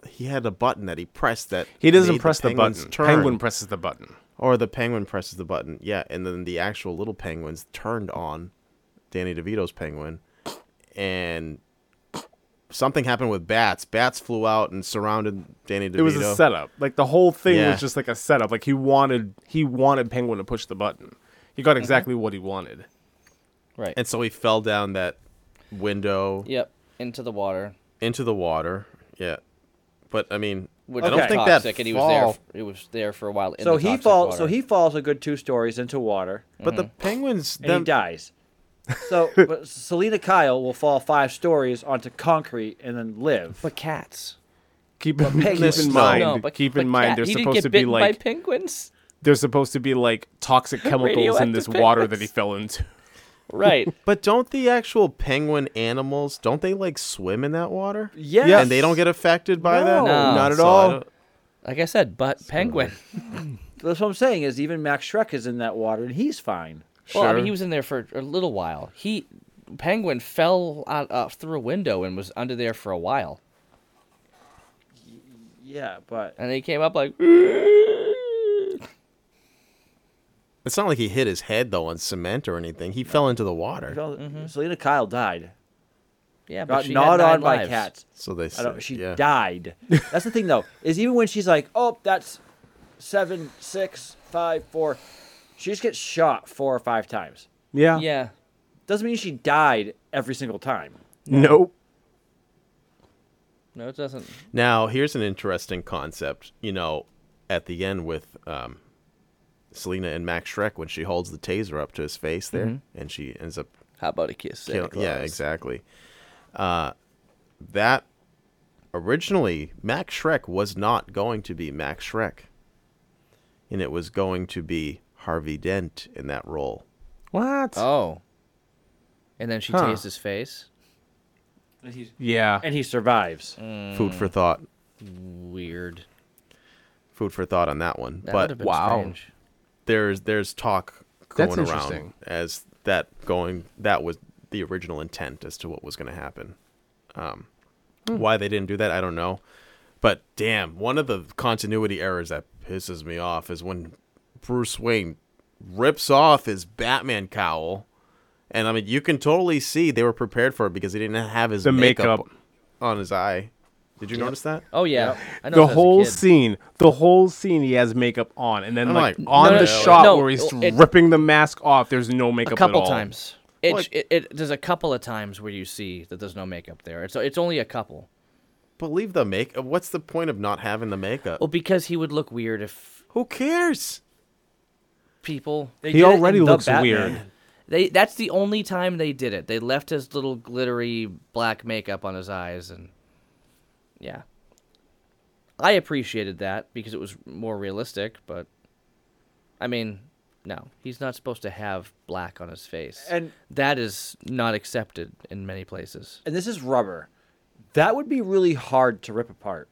S4: He had a button that he pressed that
S1: He doesn't
S4: made
S1: press the,
S4: penguins
S1: button.
S4: Turn,
S1: Penguin presses the button.
S4: or the penguin presses the button. Yeah, and then the actual little penguins turned on Danny DeVito's penguin, and something happened with bats. Bats flew out and surrounded Danny DeVito.
S1: It was a setup. Like the whole thing
S4: Yeah.
S1: was just like a setup. Like he wanted he wanted Penguin to push the button. He got exactly what he wanted.
S3: Right.
S4: and so he fell down that window
S3: yep. Into the water.
S4: into the water. Yeah, but I mean,
S3: Which
S4: I don't
S3: was
S2: Okay.
S4: think
S3: toxic,
S4: that
S3: and he was there.
S4: fall.
S3: f- He was there for a while. In
S2: so
S3: the
S2: he
S3: toxic
S2: falls.
S3: Water.
S2: So he falls a good two stories into water,
S4: But the
S3: mm-hmm.
S4: penguins,
S2: and
S4: them-
S2: he dies. So but Selena Kyle will fall five stories onto concrete and then live.
S3: But cats.
S1: Keep, in- keep
S4: penguins-
S1: in
S4: No,
S1: mind.
S3: no, but
S1: keep
S3: but
S1: in mind,
S3: cat-
S1: there's
S3: he
S1: supposed
S3: didn't get
S1: to be
S3: bitten
S1: like
S3: by penguins.
S1: there's supposed to be like toxic chemicals in
S3: Radioactive
S1: this water that
S3: penguins.
S1: he fell into.
S3: Right.
S4: but don't the actual penguin animals? Don't they like swim in that water?
S2: Yes.
S4: and they don't get affected by that.
S3: No.
S1: not at
S4: So I
S1: all.
S4: don't-
S3: like I said, but penguin.
S2: That's what I'm saying. Is even Max Shrek is in that water and he's fine.
S3: Well, I mean,
S1: Sure.
S3: he was in there for a little while. He penguin fell out uh, through a window and was under there for a while,
S2: Yeah, but
S3: and he came up like
S4: It's not like he hit his head though on cement or anything. He fell into the water.
S2: Selena Kyle died.
S3: yeah, Mm-hmm. but
S2: Got
S3: she
S2: gnawed
S3: had nine
S2: on by
S3: lives.
S2: cats.
S4: So they
S2: I
S4: say,
S2: don't. She
S4: yeah.
S2: died. That's the thing, though. Is even when she's like, "Oh, that's seven, six, five, four, she just gets shot four or five times.
S1: Yeah.
S3: Yeah,
S2: Doesn't mean she died every single time.
S1: Nope.
S3: no, it doesn't.
S4: Now here's an interesting concept. You know, at the end with um, Selena and Max Shrek when she holds the taser up to his face there, and she ends up
S3: How about a kiss? Santa
S4: Kill- yeah,
S3: Claus?
S4: exactly. Uh, that originally Max Shrek was not going to be Max Shrek, and it was going to be Harvey Dent in that role.
S1: What?
S3: Oh, and then she
S1: Huh.
S3: tased his face.
S2: And, he's,
S1: yeah.
S2: and he survives.
S3: Mm.
S4: Food for thought.
S3: Weird.
S4: Food for thought on that one.
S3: That would have
S4: but
S3: been
S1: wow.
S3: strange.
S4: there's there's talk going
S1: That's
S4: around
S1: interesting.
S4: as that going that was the original intent as to what was going to happen. Um, Why they didn't do that, I don't know. But damn, one of the continuity errors that pisses me off is when Bruce Wayne rips off his Batman cowl, and I mean you can totally see they were prepared for it because he didn't have his
S1: The
S4: makeup,
S1: makeup.
S4: on his eye. Did you notice that?
S3: Oh yeah, I know
S1: The
S3: as a
S1: whole
S3: kid.
S1: scene, the whole scene, he has makeup on, and then
S4: I'm
S1: like,
S4: like,
S1: on
S4: No,
S1: the
S4: no,
S1: shot
S3: no,
S1: where he's
S3: it-
S1: ripping the mask off, there's no makeup.
S3: a couple
S1: at all.
S3: times. It,
S4: Like-
S3: it, it there's a couple of times where you see that there's no makeup there. It's it's only a couple.
S4: believe the make. What's the point of not having the makeup?
S3: Well, because he would look weird if
S4: Who cares?
S3: people
S2: They
S1: He
S2: did it
S1: already
S2: in The
S1: looks
S2: Batman.
S1: weird.
S3: they that's the only time they did it. They left his little glittery black makeup on his eyes and yeah. I appreciated that because it was more realistic, but I mean, no. He's not supposed to have black on his face.
S2: And-
S3: that is not accepted in many places.
S2: And this is rubber. That would be really hard to rip apart.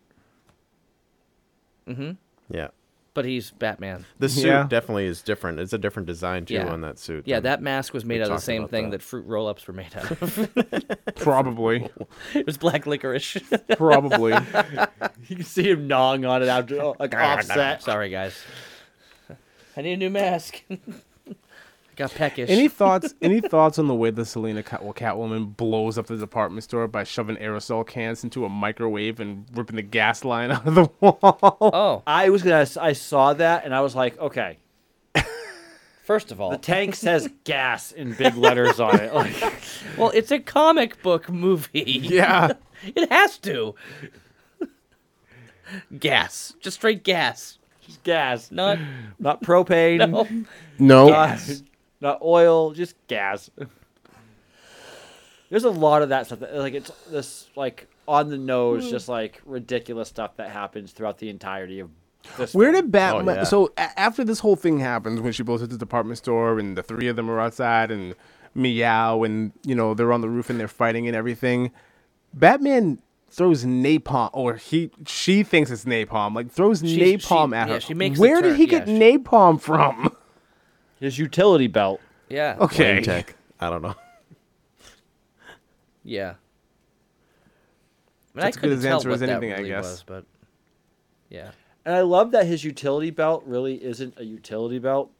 S4: Yeah.
S3: But he's Batman.
S4: The suit
S1: Yeah.
S4: definitely is different. It's a different design too
S3: Yeah.
S4: on that suit.
S2: Um,
S3: Yeah,
S4: than-
S3: that mask was made out of the
S4: talked
S3: same
S4: about
S3: thing
S4: that.
S3: that, fruit roll ups were made out of.
S1: Probably.
S3: it was black licorice.
S1: Probably.
S2: You can see him gnawing on it after like offset.
S3: Sorry, guys. I need a new mask. I got peckish.
S1: any thoughts? Any thoughts on the way the Selena Cat- well, Catwoman blows up the department store by shoving aerosol cans into a microwave and ripping the gas line out of the wall?
S3: oh,
S2: I was gonna. I saw that and I was like, okay.
S3: first of all,
S2: The tank says gas in big letters on it. Like,
S3: well, it's a comic book movie.
S1: yeah.
S3: It has to. gas, just straight gas,
S2: it's gas,
S3: not oh,
S2: not propane,
S3: no.
S1: No.
S2: not, not oil, just gas. There's a lot of that stuff. That, like it's this like on the nose, just like ridiculous stuff that happens throughout the entirety of. This
S1: Where
S2: film.
S1: did Batman?
S4: Oh, yeah.
S1: So a- after this whole thing happens, when she blows up the department store, and the three of them are outside and meow, and you know they're on the roof and they're fighting and everything, Batman throws napalm, or he she thinks it's napalm, like throws
S3: She's-
S1: napalm
S3: she-
S1: at her.
S3: yeah, she makes the
S1: Where did
S3: turn,
S1: he get
S3: yeah, she-
S1: napalm from?
S2: his utility belt?
S3: Yeah,
S1: Okay,
S4: Plain tech. I don't know.
S3: yeah. I mean,
S1: That's
S3: I
S1: good
S3: couldn't
S1: as
S3: tell
S1: answer
S3: what
S1: as
S3: that
S1: anything, I
S3: really
S1: guess.
S3: was, but yeah,
S2: And I love that his utility belt really isn't a utility belt.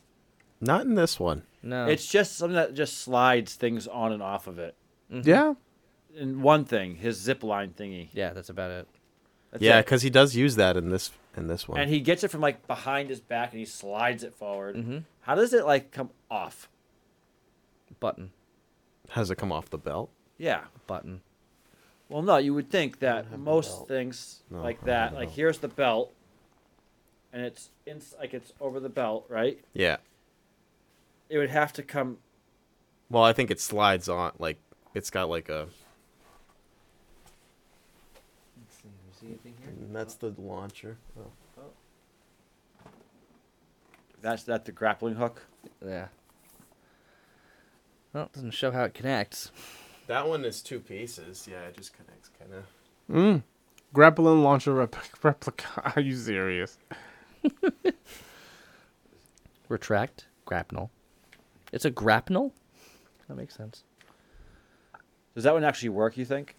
S4: Not in this one.
S3: no,
S2: It's just something that just slides things on and off of it.
S3: Mm-hmm.
S1: yeah.
S2: And one thing, his zip line thingy.
S3: yeah, that's about it.
S2: That's
S4: Yeah,
S2: it.
S4: because he does use that in this in this one.
S2: and he gets it from like behind his back and he slides it forward. How does it like come off?
S3: Button,
S4: Has it come off the belt?
S2: Yeah.
S3: button.
S2: Well, no, you would think that most things like that, like here's the belt, and it's in, like it's over the belt, right?
S4: Yeah.
S2: It would have to come.
S4: Well, I think it slides on like it's got like a. And that's the launcher. Oh.
S2: That's that the grappling hook.
S3: Yeah. Well, it doesn't show how it connects.
S4: That one is two pieces. Yeah, it just connects kind of.
S1: Grappling launcher rep- replica. Are you serious?
S3: Retract. Grapnel. It's a grapnel? That makes sense.
S2: Does that one actually work? You think?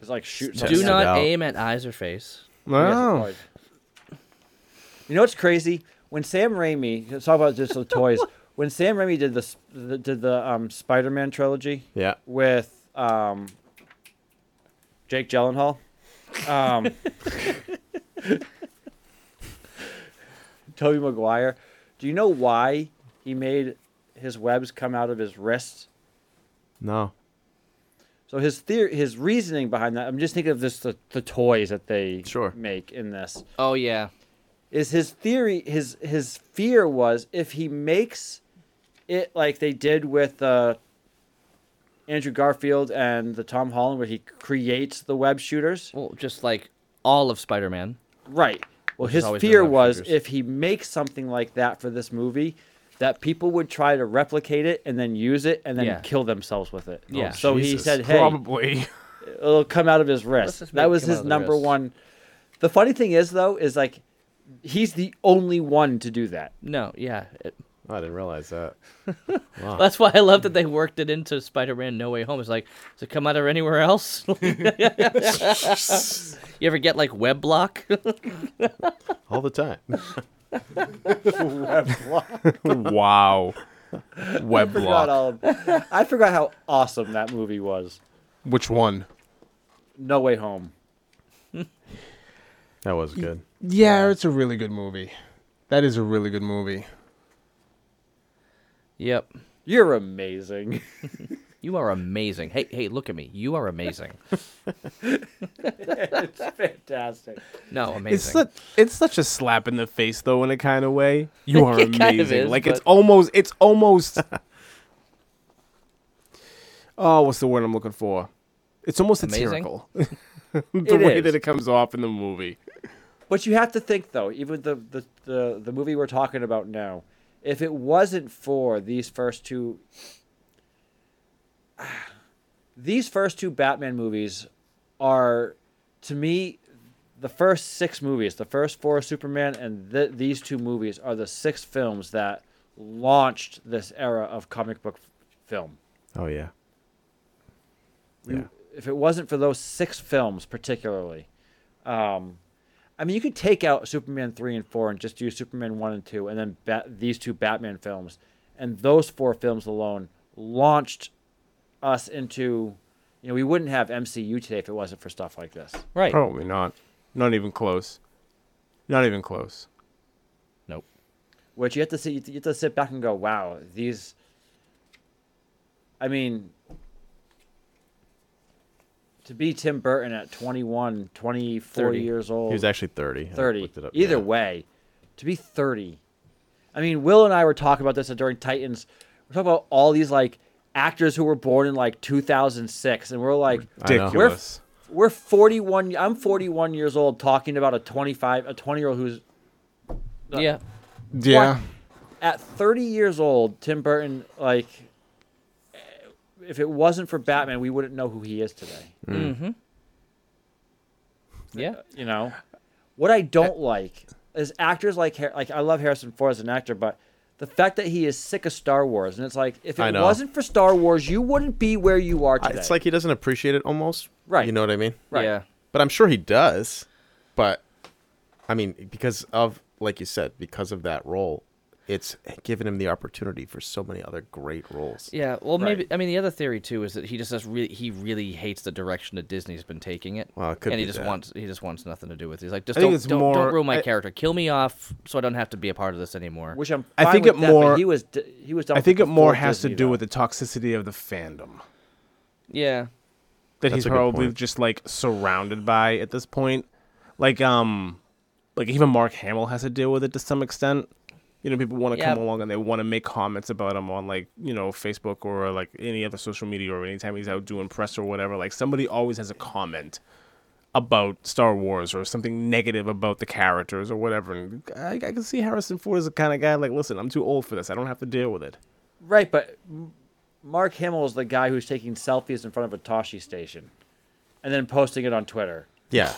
S2: It's like shoot.
S4: Do
S2: something
S3: Do
S4: Test it
S2: at-
S3: not
S4: out.
S3: aim at eyes or face.
S1: Wow.
S2: You know what's crazy? When Sam Raimi, let's talk about just the toys. When Sam Raimi did the, sp- the did the um, Spider-Man trilogy
S4: Yeah.
S2: with um, Jake Gyllenhaal, um, Tobey Maguire, do you know why he made his webs come out of his wrists?
S4: No.
S2: So his theory, his reasoning behind that, I'm just thinking of this the, the toys that they
S4: Sure.
S2: make in this.
S3: Oh yeah.
S2: is his theory his his fear was if he makes it like they did with uh, Andrew Garfield and the Tom Holland where he creates the web shooters.
S3: Well, just like all of Spider-Man.
S2: Right. Well,
S3: Which has
S2: his
S3: always been
S2: fear
S3: web
S2: was
S3: shooters.
S2: if he makes something like that for this movie that people would try to replicate it and then use it and then
S3: Yeah.
S2: kill themselves with it.
S3: Yeah.
S2: So he
S4: Jesus.
S2: said, "Hey,
S1: Probably.
S2: it'll come out of his
S3: Let's
S2: wrist.
S3: just make
S2: That
S3: it
S2: was
S3: come out
S2: his
S3: of the
S2: number
S3: wrist.
S2: one. The funny thing is though is like he's the only one to do that.
S3: No, yeah. It-
S4: I didn't realize that.
S3: that's why I love that they worked it into Spider-Man No Way Home. It's like, does it come out of anywhere else? you ever get like web block?
S4: All the time.
S1: wow. Web
S2: forgot
S1: block.
S2: all of- I forgot how awesome that movie was.
S1: Which one?
S2: No Way Home.
S4: That was good.
S1: Yeah, it's a really good movie. That is a really good movie.
S3: yep.
S2: You're amazing.
S3: You are amazing. Hey, hey, look at me. You are amazing.
S2: it's fantastic.
S3: No, amazing.
S1: It's such, it's such a slap in the face though in a kind of way. You are
S3: It
S1: amazing.
S3: kind of is,
S1: like it's
S3: but-
S1: almost it's almost Oh, what's the word I'm looking for? It's almost
S3: Amazing?
S1: satirical. the
S2: It
S1: way
S2: is.
S1: that it comes off in the movie.
S2: But you have to think though, even the, the the the movie we're talking about now, if it wasn't for these first two these first two Batman movies are to me the first six movies, the first four Superman and th- these two movies are the six films that launched this era of comic book f- film.
S4: Oh yeah. Yeah.
S2: if it wasn't for those six films particularly, um, I mean, you could take out Superman three and four and just do Superman one and two, and then bat- these two Batman films, and those four films alone launched us into, you know, we wouldn't have MCU today if it wasn't for stuff like this.
S3: right.
S1: Probably not. Not even close. Not even close.
S3: Nope.
S2: Which you have to see, you have to sit back and go, wow, these. I mean. To be Tim Burton at 21, 24
S3: 30.
S2: years old.
S4: He was actually thirty. I
S2: 30.
S4: looked it up.
S2: Either
S4: Yeah.
S2: way, to be 30. I mean, Will and I were talking about this during Titans. We're talking about all these like actors who were born in like 2006 and we're like
S4: I know.
S2: We're,
S1: Ridiculous.
S2: we're 41 I'm 41 years old talking about a 25 a 20 year old who's
S3: Yeah.
S1: Yeah.
S2: at 30 years old Tim Burton like if it wasn't for Batman we wouldn't know who he is today.
S3: Yeah.
S2: you know what i don't like is actors like Har- like i love harrison ford as an actor but the fact that he is sick of star wars and it's like if
S4: I
S2: it
S4: know.
S2: wasn't for star wars you wouldn't be where you are
S4: I-
S2: today
S4: It's like he doesn't appreciate it almost.
S2: Right.
S4: You know what I mean?
S2: Right.
S3: Yeah.
S4: But I'm sure he does. But I mean, because of like you said, because of that role, it's given him the opportunity for so many other great roles.
S3: Yeah. Well,
S2: Right.
S3: maybe. I mean, the other theory too is that he just does really. He really hates the direction that Disney's been taking it.
S4: Well, it could
S3: and he
S4: be
S3: just
S4: that.
S3: wants. He just wants nothing to do with. it. He's like, just
S1: I think
S3: don't,
S1: it's
S3: don't,
S1: more-
S3: don't ruin my
S1: I-
S3: character. Kill me off, so I don't have to be a part of this anymore.
S2: which i'm
S1: I
S2: fine
S1: think
S2: with
S1: it
S2: that, but
S1: more-
S2: he was d- he was done
S1: I
S2: with
S1: think
S2: the
S1: it more
S2: full
S1: has
S2: Disney,
S1: to do
S2: though.
S1: with the toxicity of the fandom.
S3: yeah.
S1: that
S4: That's
S1: he's
S4: a good
S1: probably
S4: point.
S1: just like surrounded by at this point. Like um like even Mark Hamill has to deal with it to some extent. You know, people want to
S3: Yeah.
S1: come along and they want to make comments about him on like, you know, Facebook or like any other social media or anytime he's out doing press or whatever. Like somebody always has a comment about Star Wars or something negative about the characters or whatever. And I, I can see Harrison Ford is the kind of guy like, listen, I'm too old for this. I don't have to deal with it.
S2: right but M- mark hamill is the guy who's taking selfies in front of a toshi station and then posting it on twitter
S4: Yeah.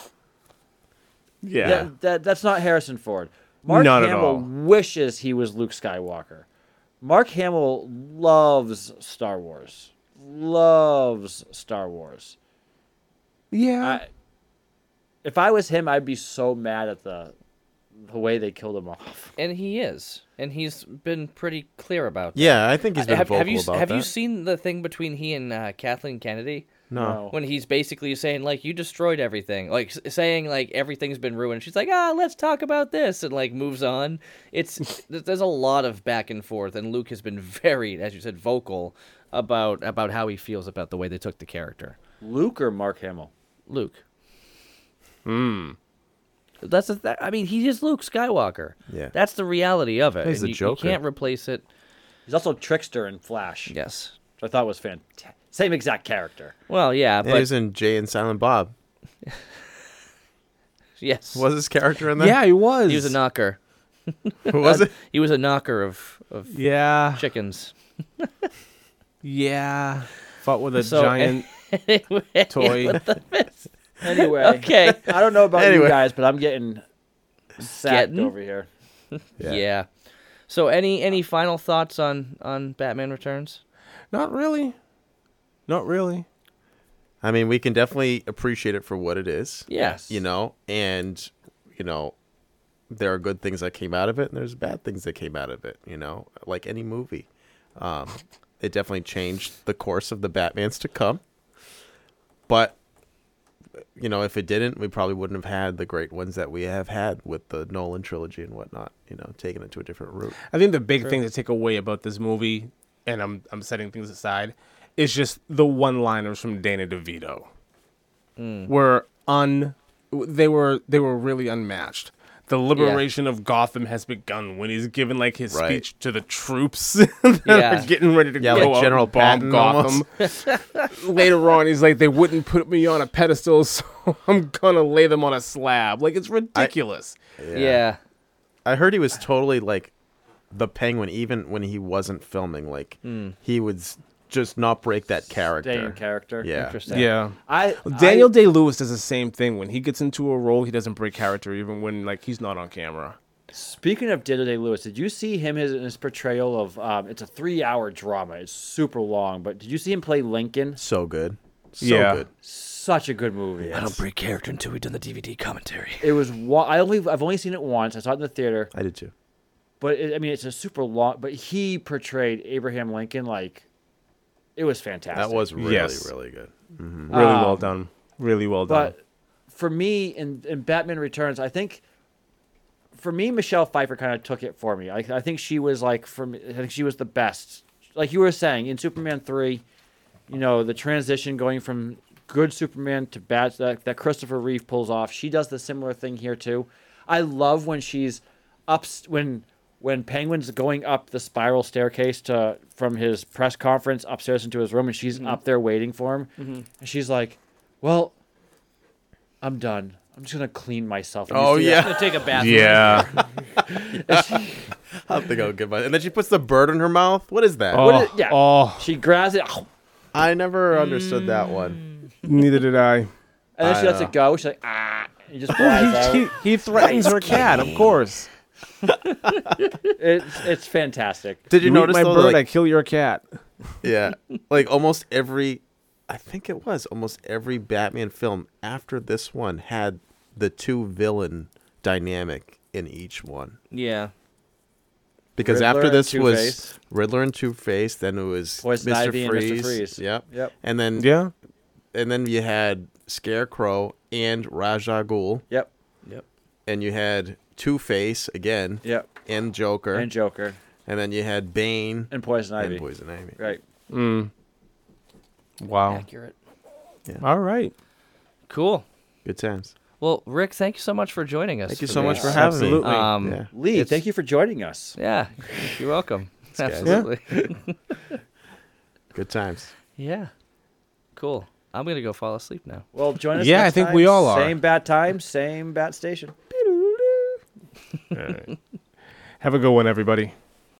S1: Yeah.
S2: that, that that's not Harrison Ford. Mark
S1: Not at
S2: Hamill
S1: all.
S2: wishes he was Luke Skywalker. Mark Hamill loves Star Wars. Loves Star Wars.
S1: Yeah.
S2: I, if I was him, I'd be so mad at the the way they killed him off.
S3: And he is. And he's been pretty clear about. that.
S4: Yeah, I think he's been
S3: Have,
S4: vocal
S3: have you
S4: about
S3: have
S4: that.
S3: you seen the thing between he and uh, Kathleen Kennedy?
S2: No.
S3: when he's basically saying like you destroyed everything like s- saying like everything's been ruined she's like ah let's talk about this and like moves on it's th- there's a lot of back and forth and luke has been very as you said vocal about about how he feels about the way they took the character
S2: Luke or Mark Hamill?
S3: luke hmm that's the th- i mean he is luke skywalker
S4: Yeah.
S3: that's the reality of it
S4: He's
S3: and
S4: the
S3: you,
S4: Joker.
S3: you can't replace it
S2: He's also Trickster in Flash,
S3: yes
S2: which I thought was fantastic. Same exact character.
S3: well yeah
S4: And
S3: but
S4: he was in Jay and Silent Bob.
S3: yes
S4: Was his character in that?
S1: yeah, he was.
S3: he was a knocker
S4: Who was it?
S3: he was a knocker of of
S1: Yeah.
S3: chickens
S1: Yeah. Fought with a
S3: So, eh,
S1: giant
S3: Anyway,
S1: toy.
S2: Anyway,
S3: okay.
S2: I don't know about
S4: Anyway.
S2: you guys, but I'm getting sacked
S3: Getting?
S2: over here.
S3: Yeah. So any any final thoughts on on Batman Returns?
S1: Not really. Not really.
S4: I mean, we can definitely appreciate it for what it is.
S3: Yes.
S4: You know, and you know, there are good things that came out of it, and there's bad things that came out of it. You know, like any movie, um, it definitely changed the course of the Batman's to come. But you know, if it didn't, we probably wouldn't have had the great ones that we have had with the Nolan trilogy and whatnot. You know, taking it to a different route.
S1: I think the big thing to take away about this movie, and I'm I'm setting things aside, is just the one-liners from Dana DeVito
S4: Hmm.
S1: were un. They were they were really unmatched. The liberation of Gotham has begun when he's given like his
S4: Right.
S1: speech to the troops that
S3: Yeah.
S1: are getting ready to
S4: Yeah,
S1: go
S4: like
S1: out
S4: General
S1: and bomb
S4: Patton
S1: Gotham. Later on, he's like, they wouldn't put me on a pedestal, so I'm gonna lay them on a slab. Like it's ridiculous.
S3: Yeah.
S4: I heard he was totally like the penguin, even when he wasn't filming. Like he would s- just not break that character.
S2: Staying character.
S4: Yeah.
S3: Interesting.
S1: yeah.
S2: I
S1: Daniel Day Lewis does the same thing. When he gets into a role, he doesn't break character, even when like he's not on camera.
S2: Speaking of Daniel Day Lewis, did you see him his, his portrayal of? Um, it's a three-hour drama. It's super long, but did you see him play Lincoln?
S4: So good. So
S1: Yeah.
S4: good.
S2: Such a good movie.
S3: I don't break character until we've done the DVD commentary.
S2: It was. One, I only. I've only seen it once. I saw it in the theater,
S4: I did too.
S2: but it, I mean, it's a super long. But he portrayed Abraham Lincoln like it was fantastic.
S4: That was uh, really,
S1: Yes.
S4: really good.
S1: Really well done. Really well done.
S2: But for me, in, in Batman Returns, I think for me, Michelle Pfeiffer kind of took it for me. I, I think she was like, for me, I think she was the best. Like you were saying in Superman three, you know, the transition going from good Superman to bad that, that Christopher Reeve pulls off. She does the similar thing here too. I love when she's up when when Penguin's going up the spiral staircase to from his press conference upstairs into his room, and she's up there waiting for him. And she's like, "Well, I'm done. I'm just gonna clean myself." And you
S4: Oh,
S2: see that-
S4: yeah.
S3: I'm gonna take a bath.
S1: yeah.
S4: I think I'll give my. And then she puts the bird in her mouth. What is that?
S2: What is-
S1: Oh,
S2: yeah.
S1: oh.
S2: She grabs it,
S4: I never understood that
S2: Mm.
S4: one.
S1: Neither did I.
S2: and then she
S4: I
S2: lets it go. She's like, ah, and it just flies out.
S1: He, he threatens her cat, of course.
S2: It's, it's fantastic.
S4: Did you,
S1: You
S4: notice
S1: eat my
S4: though,
S1: bird, I
S4: like,
S1: kill your cat.
S4: yeah, like almost every, I think it was almost every Batman film after this one had the two villain dynamic in each one.
S3: Yeah.
S4: Because after
S2: Riddler and
S4: this was
S2: Two-Face.
S4: Riddler and Two Face, then it was
S2: Poison
S4: Mr.
S2: Ivy and Mr.
S4: Freeze.
S2: Freeze.
S4: Yep.
S2: Yep.
S4: And then
S1: Yeah.
S4: and then you had Scarecrow and Raja Ghul,
S2: Yep.
S3: Yep.
S4: and you had Two Face again.
S2: Yep.
S4: And Joker.
S2: And
S4: And,
S2: Joker
S4: then you had Bane
S2: and Poison Ivy.
S4: and Poison Ivy.
S2: Right.
S1: Mm. Wow.
S3: Accurate.
S1: All right.
S3: Cool.
S4: Good times.
S3: Well, Rick, thank you so much for joining us.
S4: Thank you so much
S3: this.
S4: for having
S1: Absolutely.
S4: me.
S3: Um,
S4: Yeah.
S2: Lee,
S3: It's-
S2: thank you for joining us.
S3: Yeah, you're welcome.
S4: guys.
S3: Absolutely. Yeah.
S4: Good times.
S3: Cool. I'm gonna go fall asleep now.
S2: Well, join us.
S1: Yeah, I
S2: next
S1: think
S2: time.
S1: we all are.
S2: Same bat time, same bat station.
S1: Have a good one, everybody.